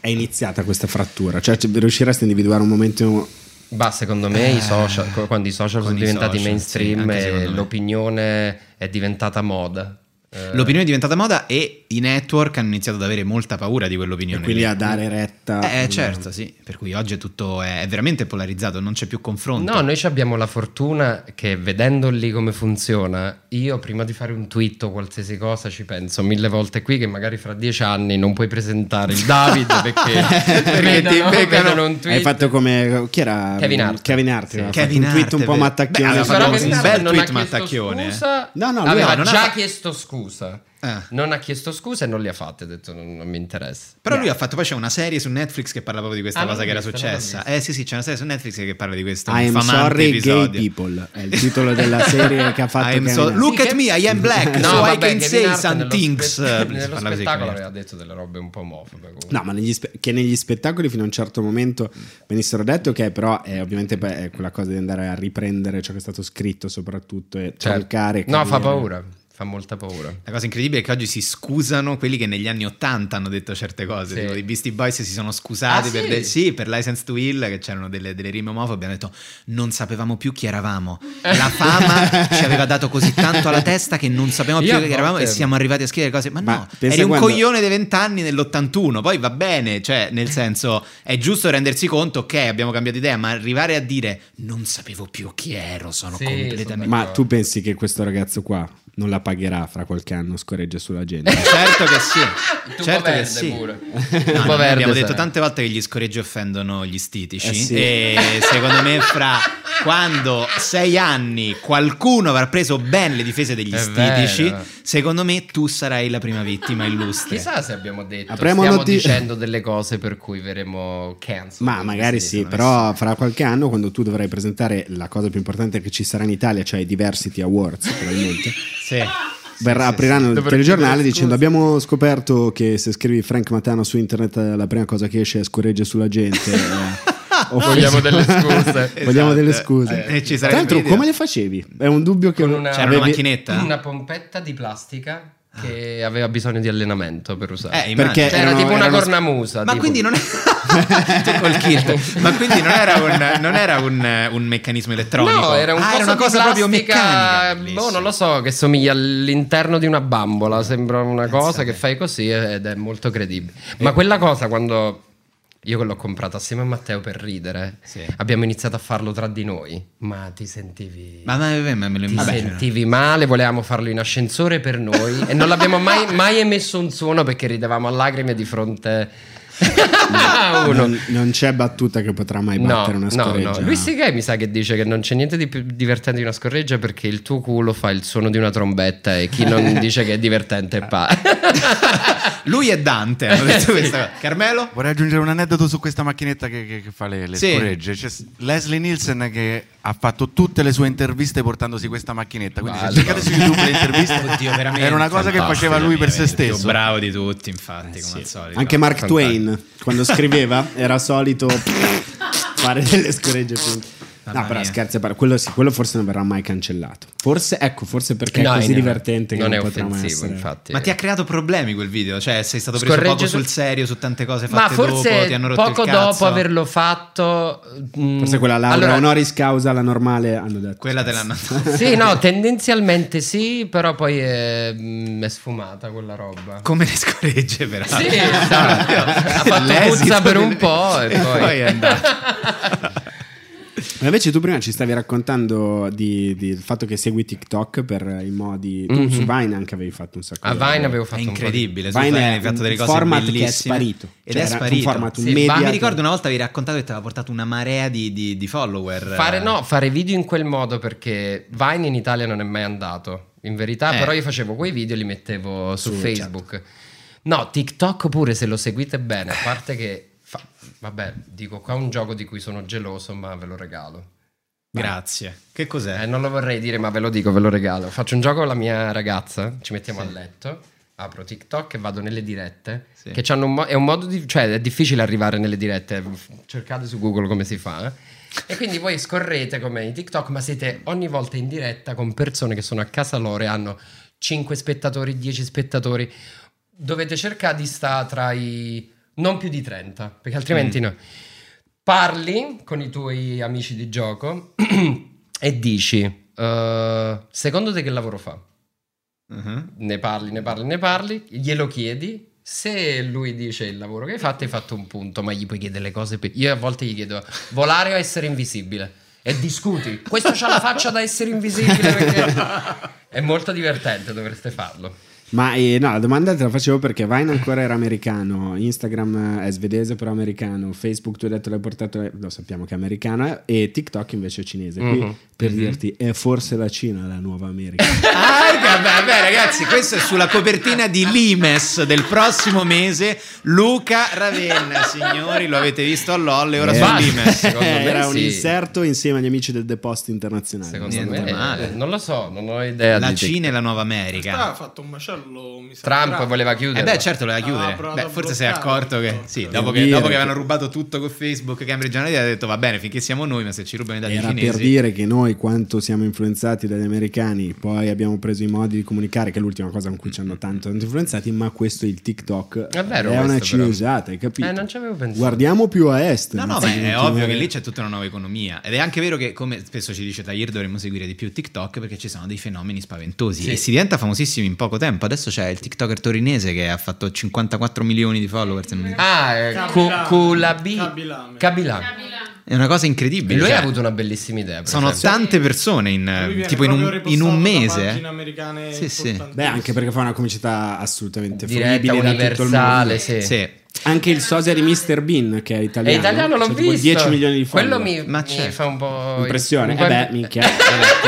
Speaker 2: è iniziata questa frattura? Cioè, c- riusciresti a individuare un momento...
Speaker 9: Bah, secondo me i social, co- quando i social
Speaker 1: Eh. con
Speaker 9: sono
Speaker 1: i
Speaker 9: diventati
Speaker 1: social, sì,
Speaker 9: mainstream
Speaker 1: anche
Speaker 9: e
Speaker 1: secondo me.
Speaker 9: l'opinione è diventata moda. eh,
Speaker 1: L'opinione è diventata moda e i network hanno iniziato ad avere molta paura di
Speaker 2: E
Speaker 1: quell'opinione.
Speaker 2: quindi
Speaker 1: lì.
Speaker 2: a dare retta...
Speaker 1: Eh, certo, sì. Per cui oggi è tutto è, è veramente polarizzato, non c'è più confronto.
Speaker 9: No, noi ci abbiamo la fortuna che vedendo lì come funziona, io prima di fare un tweet o qualsiasi cosa ci penso mille volte qui che magari fra dieci anni non puoi presentare il David perché,
Speaker 10: Perché ti
Speaker 9: vedono,
Speaker 10: beccano.
Speaker 9: vedono un tweet.
Speaker 2: Hai fatto come... Chi era?
Speaker 9: Kevin Hart.
Speaker 2: Kevin Hart.
Speaker 9: Sì.
Speaker 2: aveva fatto
Speaker 1: Kevin
Speaker 2: un tweet
Speaker 1: Hart,
Speaker 2: un po'
Speaker 1: vero. Beh,
Speaker 2: mattacchione.
Speaker 1: aveva
Speaker 9: Però
Speaker 1: fatto
Speaker 9: Kevin
Speaker 1: un
Speaker 9: Hart
Speaker 1: bel
Speaker 9: non
Speaker 1: tweet
Speaker 9: ha chiesto
Speaker 1: mattacchione.
Speaker 9: Scusa,
Speaker 2: No, no, lui
Speaker 9: aveva
Speaker 1: non ha
Speaker 9: già
Speaker 1: fa-
Speaker 9: chiesto scusa.
Speaker 1: Ah.
Speaker 9: Non ha chiesto scusa e non li ha fatte, ha detto non, non mi interessa.
Speaker 1: Però lui ha fatto poi c'è una serie su Netflix che parla proprio di questa
Speaker 9: Ah, non
Speaker 1: cosa
Speaker 9: l'ho
Speaker 1: che era
Speaker 9: vista, non
Speaker 1: successa.
Speaker 9: l'ho
Speaker 1: Eh sì, sì, c'è una serie su Netflix che parla di questo
Speaker 2: I am
Speaker 1: infamante
Speaker 2: sorry
Speaker 1: episodio.
Speaker 2: gay people. È il titolo della serie che ha fatto
Speaker 1: I am
Speaker 2: Kevin
Speaker 1: so-
Speaker 2: Hart.
Speaker 1: Look
Speaker 9: Sì,
Speaker 1: at
Speaker 9: che-
Speaker 1: me, I am black,
Speaker 9: No,
Speaker 1: so
Speaker 9: vabbè,
Speaker 1: I can
Speaker 9: Kevin
Speaker 1: say
Speaker 9: Hart
Speaker 1: some
Speaker 9: nello
Speaker 1: things.
Speaker 9: spe- nello
Speaker 1: Parlava così,
Speaker 9: spettacolo
Speaker 1: Kevin
Speaker 9: aveva
Speaker 1: Hart.
Speaker 9: detto delle robe un po' omofobe. comunque.
Speaker 2: No, ma negli spe- che negli spettacoli fino a un certo momento venissero dette, ok, però eh, ovviamente beh, è quella cosa di andare a riprendere ciò che è stato scritto soprattutto e
Speaker 9: Cioè,
Speaker 2: cercare.
Speaker 9: no, fa paura, fa molta paura.
Speaker 1: La cosa incredibile è che oggi si scusano quelli che negli anni 80 hanno detto certe cose.
Speaker 9: Sì.
Speaker 1: Tipo, I Beastie Boys si sono scusati
Speaker 9: Ah,
Speaker 1: per,
Speaker 9: sì?
Speaker 1: del- sì, per License to Ill, che c'erano delle, delle rime omofobe. Hanno detto: Non sapevamo più chi eravamo. La fama ci aveva dato così tanto alla testa che non sapevamo
Speaker 9: Io
Speaker 1: più
Speaker 9: a
Speaker 1: chi eravamo e
Speaker 9: volte-
Speaker 1: siamo arrivati a scrivere cose. Ma,
Speaker 2: Ma
Speaker 1: no,
Speaker 2: pensa
Speaker 1: eri un
Speaker 2: quando-
Speaker 1: coglione dei vent'anni nell'81. Poi va bene, cioè, nel senso, è giusto rendersi conto, ok, abbiamo cambiato idea, ma arrivare a dire: Non sapevo più chi ero, sono
Speaker 9: Sì,
Speaker 1: completamente.
Speaker 2: Ma tu pensi che questo ragazzo qua non la pagherà fra qualche anno, scorreggia sulla gente?
Speaker 1: Certo che sì,
Speaker 9: Tu
Speaker 1: certo che
Speaker 9: verde
Speaker 1: sì.
Speaker 9: pure.
Speaker 1: No,
Speaker 9: Tu
Speaker 1: no, noi
Speaker 9: verde
Speaker 1: abbiamo
Speaker 9: sei.
Speaker 1: detto tante volte che gli scoreggi offendono gli stitici
Speaker 2: Eh sì.
Speaker 1: e secondo me fra quando a sei anni qualcuno avrà preso ben le difese degli
Speaker 9: È
Speaker 1: stitici,
Speaker 9: vero.
Speaker 1: secondo me tu sarai la prima vittima illustre.
Speaker 9: Chissà se abbiamo detto,
Speaker 2: Apriamo
Speaker 9: stiamo
Speaker 2: noti-
Speaker 9: dicendo delle cose per cui verremo cancelled.
Speaker 2: Ma magari sì,
Speaker 9: secondo me
Speaker 2: però fra qualche anno quando tu dovrai presentare la cosa più importante che ci sarà in Italia, cioè i Diversity Awards probabilmente,
Speaker 1: Sì.
Speaker 2: verrà, apriranno il telegiornale dicendo abbiamo scoperto che se scrivi Frank Matano su internet eh, la prima cosa che esce è scorreggia sulla gente. eh, offesa.
Speaker 9: Vogliamo delle scuse.
Speaker 2: Vogliamo
Speaker 1: Esatto.
Speaker 2: delle scuse.
Speaker 1: Eh, ci
Speaker 2: Tra
Speaker 1: sarebbe
Speaker 2: l'altro,
Speaker 1: video.
Speaker 2: come le facevi? È un dubbio che
Speaker 9: Con una-
Speaker 1: C'era
Speaker 9: Avevi-
Speaker 1: una macchinetta?
Speaker 9: Una pompetta di plastica che aveva bisogno di allenamento per usare.
Speaker 1: Eh, immagino.
Speaker 2: Perché
Speaker 9: Cioè, era
Speaker 2: erano-
Speaker 9: tipo una
Speaker 2: erano-
Speaker 9: cornamusa.
Speaker 1: Ma
Speaker 9: tipo.
Speaker 1: quindi non è... Tu col kilt. Ma quindi non era un, non era un- un meccanismo elettronico?
Speaker 9: No, era, un
Speaker 1: Ah,
Speaker 9: coso
Speaker 1: una
Speaker 9: di
Speaker 1: cosa proprio
Speaker 9: plastica,
Speaker 1: meccanica.
Speaker 9: Boh,
Speaker 1: bellissimo.
Speaker 9: non lo so, che somiglia all'interno di una bambola. Sembra una cosa che fai così ed è molto credibile. Ma quella cosa quando Io che l'ho comprato assieme a Matteo per ridere. Abbiamo iniziato a farlo tra di noi. Ma ti sentivi.
Speaker 1: Ma, ma, ma me lo
Speaker 9: Ti
Speaker 1: immagino.
Speaker 9: sentivi male, volevamo farlo in ascensore per noi e non l'abbiamo mai, mai emesso un suono perché ridevamo a lacrime di fronte a Ah, uno.
Speaker 2: Ah, Non, non c'è battuta che potrà mai
Speaker 9: No,
Speaker 2: battere una
Speaker 9: no,
Speaker 2: scorreggia.
Speaker 9: no. Lui Sigai mi sa che dice che non c'è niente di più divertente di una scorreggia perché il tuo culo fa il suono di una trombetta e chi non dice che è divertente è pa.
Speaker 1: Lui è Dante, hanno detto questa cosa. Carmelo?
Speaker 5: Vorrei aggiungere un aneddoto su questa macchinetta che, che- che fa le, le
Speaker 1: Sì.
Speaker 5: scorregge. C'è s- Leslie Nielsen che ha fatto tutte le sue interviste portandosi questa macchinetta. Quindi se
Speaker 9: Bello.
Speaker 5: cercate su YouTube le interviste.
Speaker 1: Oddio, veramente.
Speaker 5: Era una cosa che
Speaker 1: fantastico,
Speaker 5: faceva lui per se
Speaker 1: veramente, il più
Speaker 5: stesso.
Speaker 1: Bravo di tutti, infatti, come al solito.
Speaker 2: Eh, Anche Mark
Speaker 9: Fantastico.
Speaker 2: Twain, quando scriveva, era solito fare delle scorregge. più-
Speaker 1: Mamma
Speaker 2: No, però
Speaker 1: mia.
Speaker 2: scherzi, a parte, quello, sì, quello forse non verrà mai cancellato. Forse, ecco, forse perché
Speaker 9: No,
Speaker 2: è così
Speaker 9: no,
Speaker 2: divertente
Speaker 9: non
Speaker 2: che
Speaker 9: è
Speaker 2: non potrà mai
Speaker 9: offensivo,
Speaker 2: essere-
Speaker 9: infatti.
Speaker 1: Ma ti ha creato problemi quel video? Cioè, sei stato preso
Speaker 9: Scorregge
Speaker 1: poco
Speaker 9: su-
Speaker 1: sul serio su tante cose fatte
Speaker 9: Ma forse
Speaker 1: dopo, ti hanno rotto
Speaker 9: poco
Speaker 1: il cazzo.
Speaker 9: dopo averlo fatto. mm,
Speaker 2: Forse quella laurea
Speaker 9: allora,
Speaker 2: honoris causa, la normale, hanno detto.
Speaker 1: Quella te l'hanno
Speaker 9: Sì, no, tendenzialmente sì, però poi è, mm, è sfumata quella roba.
Speaker 1: Come le scorregge, peraltro.
Speaker 9: Sì, esatto. ha fatto
Speaker 1: L'esito
Speaker 9: puzza per un
Speaker 1: del-
Speaker 9: po' e poi,
Speaker 1: è andato.
Speaker 2: Ma invece tu prima ci stavi raccontando di- di- del fatto che segui TikTok per eh, i modi... Tu
Speaker 9: Mhm.
Speaker 2: su Vine anche avevi fatto un sacco
Speaker 9: a
Speaker 2: di
Speaker 9: Ah, Vine avevo
Speaker 1: È
Speaker 9: fatto un po' di-
Speaker 1: incredibile, su
Speaker 2: Vine
Speaker 1: Vine
Speaker 2: è
Speaker 1: hai fatto
Speaker 2: un
Speaker 1: delle cose
Speaker 2: format che è
Speaker 1: bellissime.
Speaker 2: sparito.
Speaker 1: Ed
Speaker 2: Cioè,
Speaker 1: è
Speaker 2: era un
Speaker 1: sparito.
Speaker 2: format, un
Speaker 1: Sì,
Speaker 2: media
Speaker 1: ma mi
Speaker 2: che-
Speaker 1: ricordo una volta avevi raccontato che ti aveva portato una marea di, di- di follower.
Speaker 9: Fare, no, fare video in quel modo perché Vine in Italia non è mai andato. In verità,
Speaker 1: Eh. certo.
Speaker 9: però io facevo quei video e li mettevo su
Speaker 2: Su,
Speaker 9: Facebook. No, TikTok pure se lo seguite bene, a parte che fa- vabbè, dico qua un gioco di cui sono geloso, ma ve lo regalo.
Speaker 1: Grazie. Che
Speaker 9: Eh,
Speaker 1: cos'è?
Speaker 9: non lo vorrei dire, ma ve lo dico, ve lo regalo. Faccio un gioco con la mia
Speaker 1: eh?
Speaker 9: ragazza, ci mettiamo a letto, apro TikTok e vado nelle dirette.
Speaker 1: Sì.
Speaker 9: Che c'hanno un mo- è un modo di- cioè è difficile arrivare nelle dirette. Cercate su Google come si fa. eh. E quindi voi scorrete come in TikTok, ma siete ogni volta in diretta con persone che sono a casa loro e hanno 5 spettatori, 10 spettatori. Dovete cercare di stare tra i non più di 30, perché altrimenti
Speaker 1: Mm.
Speaker 2: Mm.
Speaker 9: no. Parli con i tuoi amici di gioco e dici: eh, Secondo te che lavoro fa?
Speaker 1: Mhm.
Speaker 9: Ne parli, ne parli, ne parli, glielo chiedi. Se lui dice il lavoro che hai fatto, hai fatto un punto, ma gli puoi chiedere le cose. pe- Io a volte gli chiedo volare o essere invisibile. E discuti. Questo c'ha la faccia da essere invisibile. Perché... È molto divertente, dovreste farlo.
Speaker 2: Ma eh, no, la domanda te la facevo perché Vine ancora era americano, Instagram eh, è svedese però americano, Facebook tu hai detto l'hai portato, eh, lo sappiamo che è americano, eh, e TikTok invece è cinese. Qui
Speaker 9: Mhm. Eh,
Speaker 2: per dirti è forse la Cina la nuova America.
Speaker 1: Ah, vabbè, vabbè, ragazzi, questo è sulla copertina di Limes del prossimo mese. Luca Ravenna, signori, lo avete visto all'olle, ora
Speaker 2: Eh,
Speaker 1: su
Speaker 9: basta.
Speaker 1: Limes.
Speaker 9: Secondo me
Speaker 2: Era
Speaker 9: sì.
Speaker 2: un inserto insieme agli amici del The Post internazionale.
Speaker 9: Secondo
Speaker 1: Niente
Speaker 9: me,
Speaker 1: male.
Speaker 9: eh, non lo so, non ho idea.
Speaker 1: La
Speaker 9: di-
Speaker 1: Cina e la Nuova
Speaker 3: Ah,
Speaker 1: America.
Speaker 3: ha fatto un macello, mi sa.
Speaker 9: Trump
Speaker 3: Tra-
Speaker 9: voleva
Speaker 1: Eh
Speaker 9: chiudere.
Speaker 1: beh, certo, lo doveva
Speaker 3: Ah,
Speaker 1: chiudere.
Speaker 3: provato
Speaker 1: Beh,
Speaker 3: a
Speaker 1: forse si è
Speaker 3: bloccarlo,
Speaker 1: accorto che
Speaker 3: tutto.
Speaker 1: sì,
Speaker 2: Per
Speaker 1: dopo che,
Speaker 2: dire
Speaker 1: dopo che
Speaker 2: che-
Speaker 1: avevano rubato tutto con Facebook Cambridge Analytica ha detto va bene, finché siamo noi, ma se ci rubano i dati
Speaker 2: Era
Speaker 1: cinesi.
Speaker 2: per dire che noi quanto siamo influenzati dagli americani, poi abbiamo preso i modi di comunicare, che è l'ultima cosa con cui ci
Speaker 9: Mm,
Speaker 2: hanno tanto, tanto influenzati, ma questo il TikTok
Speaker 9: È vero
Speaker 2: una
Speaker 9: questo, però.
Speaker 2: cinesata, hai capito?
Speaker 9: Eh, non ci avevo pensato.
Speaker 2: Guardiamo più a est.
Speaker 1: No, no,
Speaker 2: anziché
Speaker 1: beh, è
Speaker 2: continuare-
Speaker 1: ovvio che lì c'è tutta una nuova economia. Ed è anche vero che, come spesso ci dice Tahir, dovremmo seguire di più TikTok perché ci sono dei fenomeni spaventosi
Speaker 9: Sì.
Speaker 1: e si diventa famosissimi in poco tempo. Adesso c'è il TikToker torinese che ha fatto 54 milioni di follower. se non mi sbaglio.
Speaker 9: Ah, eh, Cu-
Speaker 3: Kabilame.
Speaker 9: Kulabi.
Speaker 3: Kabilame.
Speaker 9: Kabilame.
Speaker 1: È una cosa incredibile.
Speaker 9: E lui
Speaker 1: cioè,
Speaker 9: ha avuto una bellissima idea. per
Speaker 1: sono
Speaker 9: esempio.
Speaker 1: tante persone
Speaker 3: Lui
Speaker 1: in,
Speaker 3: viene
Speaker 1: tipo in
Speaker 3: proprio
Speaker 1: un, in un
Speaker 3: ripostato da
Speaker 1: mese. eh.
Speaker 3: pagine americane
Speaker 1: Sì, sì.
Speaker 2: Beh,
Speaker 3: importantissime.
Speaker 2: anche perché fa una comicità assolutamente
Speaker 9: Diretta,
Speaker 2: fruibile da tutto il
Speaker 9: universale,
Speaker 2: mondo.
Speaker 9: sì.
Speaker 1: Sì.
Speaker 2: Anche il sosia di Mr. Bean, che è
Speaker 9: È
Speaker 2: italiano.
Speaker 9: Eh, italiano, l'ho
Speaker 2: c'ha tipo
Speaker 9: visto.
Speaker 2: 10 milioni di follower.
Speaker 9: Quello mi,
Speaker 1: Ma
Speaker 9: mi
Speaker 1: certo.
Speaker 9: fa un po'...
Speaker 2: Impressione.
Speaker 9: un po'
Speaker 2: Eh beh,
Speaker 9: im-
Speaker 2: minchia.
Speaker 9: Eh, più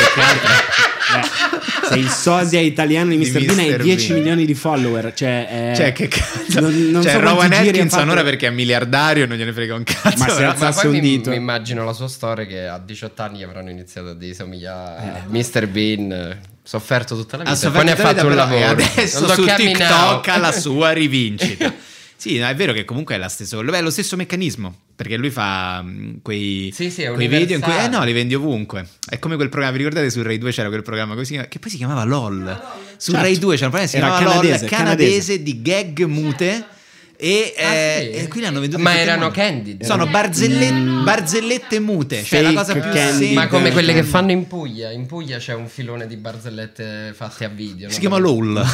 Speaker 9: che altro.
Speaker 2: Beh, se il sosia italiano di
Speaker 1: Di
Speaker 2: Mr. Bean hai
Speaker 1: Mr.
Speaker 2: 10
Speaker 1: Bean.
Speaker 2: milioni di follower, cioè... eh,
Speaker 1: Cioè, che cazzo.
Speaker 2: non- non
Speaker 1: cioè,
Speaker 2: so quanti
Speaker 1: Rowan
Speaker 2: giri ha
Speaker 1: Atkinson
Speaker 2: fatto.
Speaker 1: ora perché è miliardario e non gliene frega un cazzo.
Speaker 2: Ma se
Speaker 1: però-
Speaker 9: Ma
Speaker 2: alzasse
Speaker 9: poi
Speaker 2: un
Speaker 9: mi,
Speaker 2: dito...
Speaker 9: mi immagino la sua storia che a 18 anni gli avranno iniziato a dissomigliare a Mr. Bean. eh, Sofferto tutta la
Speaker 1: Eh. Ha
Speaker 9: vita. e Poi ne ha
Speaker 1: sofferto
Speaker 9: fatto un
Speaker 1: tutta la vita,
Speaker 9: lavoro.
Speaker 1: però- e Adesso
Speaker 9: Non so
Speaker 1: su
Speaker 9: chi ha
Speaker 1: TikTok
Speaker 9: minato.
Speaker 1: ha la sua rivincita. Sì, no, è vero che comunque è, la stesso, beh, è lo stesso meccanismo, perché lui fa mh, quei,
Speaker 9: Sì, sì, è
Speaker 1: quei video in cui... Eh
Speaker 9: universale.
Speaker 1: no, li vendi ovunque. È come quel programma, vi ricordate su Rai 2 c'era quel programma come si chiama? che poi si chiamava LOL. Su
Speaker 2: Certo.
Speaker 1: Rai 2 c'era un programma che si
Speaker 2: Era
Speaker 1: chiamava
Speaker 2: canadese,
Speaker 1: LOL, canadese di gag mute. E,
Speaker 9: Ah,
Speaker 1: eh,
Speaker 9: sì?
Speaker 1: e qui le hanno vendute.
Speaker 9: Ma
Speaker 1: tutte in
Speaker 9: erano
Speaker 1: mano.
Speaker 9: candide.
Speaker 1: Sono barzelle- barzellette mute. Cioè la
Speaker 2: Fake
Speaker 1: cosa più
Speaker 2: candide.
Speaker 1: semplice.
Speaker 9: Ma come quelle che
Speaker 2: candide.
Speaker 9: fanno in Puglia. In Puglia c'è un filone di barzellette fatte a video.
Speaker 1: Si
Speaker 9: no?
Speaker 1: chiama LOL.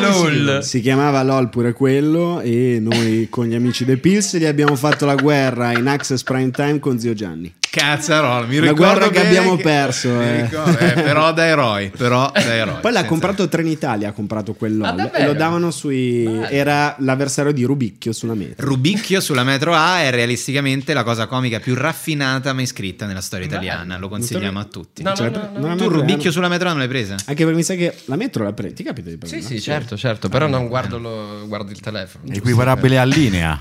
Speaker 9: LOL.
Speaker 2: Si chiamava LOL pure quello e noi con gli amici dei Pills gli abbiamo fatto la guerra in Access Prime Time con zio Gianni.
Speaker 1: Cazzarola, mi
Speaker 2: Una
Speaker 1: ricordo
Speaker 2: guerra che
Speaker 1: bene
Speaker 2: abbiamo perso,
Speaker 1: mi
Speaker 2: eh.
Speaker 1: ricordo, eh, però da eroi, però da eroi.
Speaker 2: Poi l'ha
Speaker 1: senza-
Speaker 2: comprato Trenitalia, ha comprato quel
Speaker 9: Ah,
Speaker 2: LOL e
Speaker 9: davvero?
Speaker 2: lo davano sui...
Speaker 9: Bello.
Speaker 2: era l'avversario di Rubicchio sulla meta.
Speaker 1: Rubicchio sulla metro A è realisticamente la cosa comica più raffinata mai scritta nella storia italiana, lo consigliamo a tutti. Cioè,
Speaker 9: No,
Speaker 2: Ce
Speaker 9: no,
Speaker 2: l'hai
Speaker 9: no,
Speaker 2: pre-
Speaker 9: no.
Speaker 2: non l'hai
Speaker 1: tu
Speaker 2: mai presa?
Speaker 1: Rubicchio sulla metro A non l'hai presa?
Speaker 2: Anche perché mi sa che la metro la prendi, ti capita di prendere?
Speaker 9: Sì, sì, certo, certo.
Speaker 1: Ah,
Speaker 9: Però non guardo, lo- guardo il telefono.
Speaker 5: Equiparabile a linea.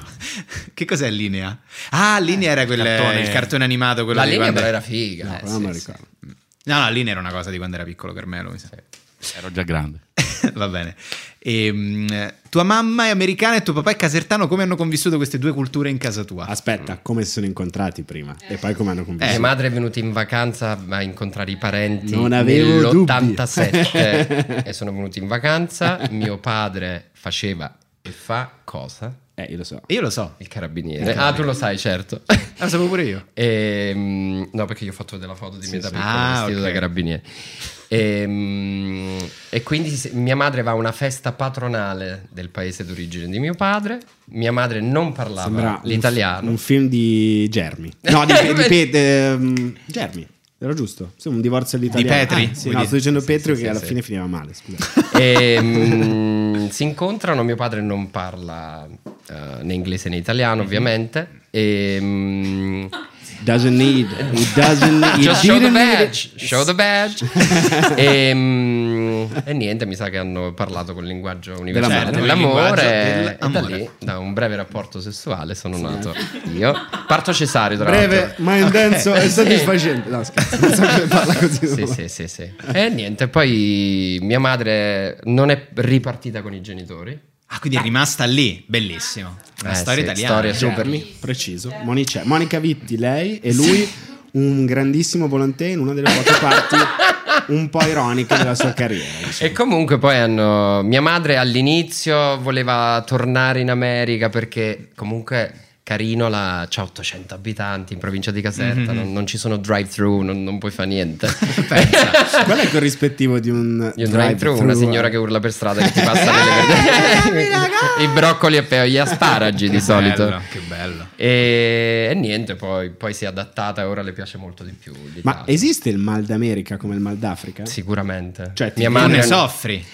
Speaker 1: Che cos'è linea? Ah, linea era quel,
Speaker 5: Eh, cartone-
Speaker 1: il cartone animato, quello
Speaker 9: La
Speaker 1: di
Speaker 9: linea
Speaker 1: quando...
Speaker 9: però era figa.
Speaker 2: No,
Speaker 9: eh,
Speaker 2: però
Speaker 9: sì,
Speaker 2: non me lo
Speaker 9: sì.
Speaker 2: ricordo.
Speaker 1: No, no, linea era una cosa di quando era piccolo Carmelo, mi sa.
Speaker 5: Ero già grande.
Speaker 1: Va bene. Ehm, tua mamma è americana e tuo papà è casertano, come hanno convissuto queste due culture in casa tua?
Speaker 2: Aspetta, come si sono incontrati prima e poi come hanno
Speaker 1: Eh,
Speaker 9: Mia
Speaker 2: convinto.
Speaker 9: Eh, madre è venuta in vacanza a incontrare i parenti
Speaker 2: Non avevo
Speaker 9: nell'87 e sono venuti in vacanza. Mio padre faceva e fa cosa?
Speaker 2: Eh, io lo so.
Speaker 1: Io lo so,
Speaker 9: Il carabiniere. Ah, tu lo sai, certo.
Speaker 1: lo sapevo pure io.
Speaker 9: E, mm, no, perché io ho fatto della foto di me da
Speaker 1: sì.
Speaker 9: piccolo
Speaker 1: Ah,
Speaker 9: vestito
Speaker 1: ok.
Speaker 9: da carabiniere. E, mm, e quindi se- mia madre va a una festa patronale del paese d'origine di mio padre. Mia madre non parlava
Speaker 2: Sembra un-
Speaker 9: l'italiano.
Speaker 2: Un, film di Germi. No, di, di Pet- ehm, Germi. Era giusto? Sì, un divorzio all'italiano.
Speaker 1: Di Petri,
Speaker 2: Ah, sì,
Speaker 1: vuoi
Speaker 2: no,
Speaker 1: dire?
Speaker 2: sto dicendo Petri che alla
Speaker 9: sì.
Speaker 2: fine finiva male. Scusa.
Speaker 9: e, mm, si incontrano. Mio padre non parla eh, né inglese né
Speaker 2: Mhm.
Speaker 9: italiano, ovviamente. E, mm,
Speaker 2: Doesn't need. It doesn't need. it
Speaker 9: Just show the
Speaker 2: didn't need it.
Speaker 9: badge, show the badge. e, mm, e niente, mi sa che hanno parlato col linguaggio universale
Speaker 1: Certo, il
Speaker 9: dell'amore.
Speaker 1: linguaggio
Speaker 9: E da
Speaker 1: dell'amore.
Speaker 9: lì, da un breve rapporto sessuale, sono nato io. Parto cesareo, tra
Speaker 2: Breve,
Speaker 9: l'altro.
Speaker 2: ma intenso e
Speaker 9: Sì.
Speaker 2: soddisfacente. No, scherzo. Non so come parla così.
Speaker 9: Sì, sì, sì, sì. E niente, poi mia madre non è ripartita con i genitori.
Speaker 1: Ah, quindi è rimasta lì, bellissimo. Una
Speaker 9: Eh,
Speaker 1: storia
Speaker 9: sì,
Speaker 1: italiana.
Speaker 9: storia
Speaker 1: Cioè,
Speaker 9: super.
Speaker 2: Germi, preciso. Monice- Monica Vitti, lei e lui, un grandissimo volantè in una delle poche parti un po' ironiche della sua carriera.
Speaker 1: Eh,
Speaker 2: diciamo.
Speaker 9: E comunque poi hanno... Mia madre all'inizio voleva tornare in America perché comunque Carinola c'ha 800 abitanti in provincia di Caserta,
Speaker 1: Mm-hmm.
Speaker 9: non, non ci sono drive-thru, non, non puoi fare niente.
Speaker 2: Quello è il corrispettivo di un,
Speaker 9: Io drive-thru, una
Speaker 2: drive-thru,
Speaker 1: eh.
Speaker 2: eh,
Speaker 9: signora che urla per strada che ti passa le i broccoli e poi gli asparagi di solito.
Speaker 1: bello, eh, che bello.
Speaker 9: E, e niente, poi, poi si è adattata e ora le piace molto di più. l'Italia.
Speaker 2: Ma esiste il mal d'America come il mal d'Africa?
Speaker 9: Sicuramente.
Speaker 2: Cioè, ti-
Speaker 9: Mia
Speaker 2: tu
Speaker 1: Tu
Speaker 9: madre
Speaker 1: ne soffri.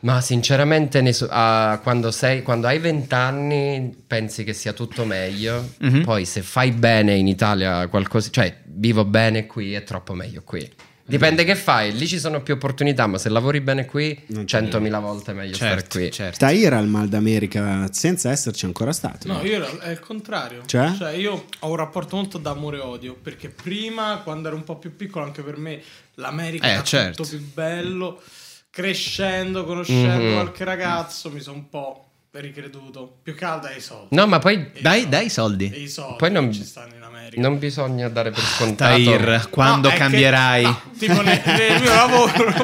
Speaker 9: Ma sinceramente ne so- ah, quando, sei- quando hai vent'anni pensi che sia tutto meglio,
Speaker 1: Mhm.
Speaker 9: poi se fai bene in Italia qualcosa, cioè vivo bene qui è troppo meglio qui. Dipende
Speaker 1: Mhm.
Speaker 9: che fai, lì ci sono più opportunità, ma se lavori bene qui,
Speaker 2: Non c'è
Speaker 9: 100.000 volte è meglio
Speaker 1: Certo,
Speaker 9: stare qui.
Speaker 1: certo.
Speaker 2: Tahir ha il mal d'America senza esserci ancora stato.
Speaker 3: No, io ero- è il contrario.
Speaker 2: Cioè?
Speaker 3: io ho un rapporto molto da amore e odio. Perché prima, quando ero un po' più piccolo, anche per me l'America
Speaker 1: Eh,
Speaker 3: era
Speaker 1: certo.
Speaker 3: tutto più bello. Crescendo, conoscendo qualche ragazzo, mi sono un po' ricreduto. Più calda ai soldi.
Speaker 9: No, ma poi
Speaker 1: Dai, dai i
Speaker 3: E
Speaker 1: soldi.
Speaker 3: i soldi
Speaker 9: Poi non-
Speaker 3: che ci stanno in America.
Speaker 9: non bisogna dare per scontato.
Speaker 1: Tair, quando
Speaker 3: No, è che-
Speaker 1: cambierai?
Speaker 3: no, tipo nel, nel mio lavoro,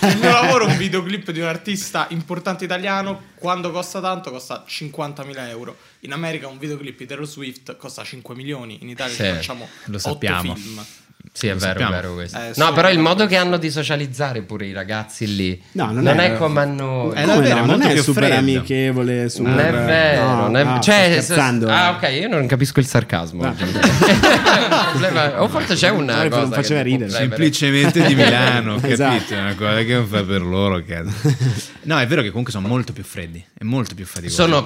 Speaker 3: nel mio lavoro un videoclip di un artista importante italiano, quando costa tanto costa 50.000 euro. In America un videoclip di Taylor Swift costa 5 milioni, in Italia
Speaker 9: Sì,
Speaker 3: ne facciamo
Speaker 1: lo
Speaker 3: otto
Speaker 1: sappiamo.
Speaker 3: film.
Speaker 9: Sì, è
Speaker 1: Lo
Speaker 9: vero, è
Speaker 1: sappiamo.
Speaker 9: vero questo.
Speaker 3: Eh,
Speaker 9: no,
Speaker 3: solo-
Speaker 9: però il modo che hanno di socializzare pure i ragazzi lì
Speaker 2: No, non
Speaker 9: non,
Speaker 2: è-
Speaker 9: è, come a noi.
Speaker 1: È
Speaker 2: Come
Speaker 1: davvero,
Speaker 2: no?
Speaker 1: molto
Speaker 2: non è
Speaker 1: più
Speaker 2: super
Speaker 1: freddo.
Speaker 2: amichevole. Super...
Speaker 9: Non è vero,
Speaker 2: No,
Speaker 9: non è-
Speaker 2: no,
Speaker 9: cioè,
Speaker 2: sto scherzando.
Speaker 9: s- ah, ok, io non capisco il sarcasmo.
Speaker 2: No.
Speaker 9: oggi. Il problema- o forse c'è una
Speaker 2: Magari
Speaker 9: cosa.
Speaker 2: non faceva
Speaker 9: che ti può
Speaker 2: ridere.
Speaker 9: premere.
Speaker 1: Semplicemente di Milano, capito?
Speaker 2: Esatto.
Speaker 1: È una cosa che non fa per loro. cazzo. No, è vero che comunque sono molto più freddi. È molto più faticoso.
Speaker 9: Sono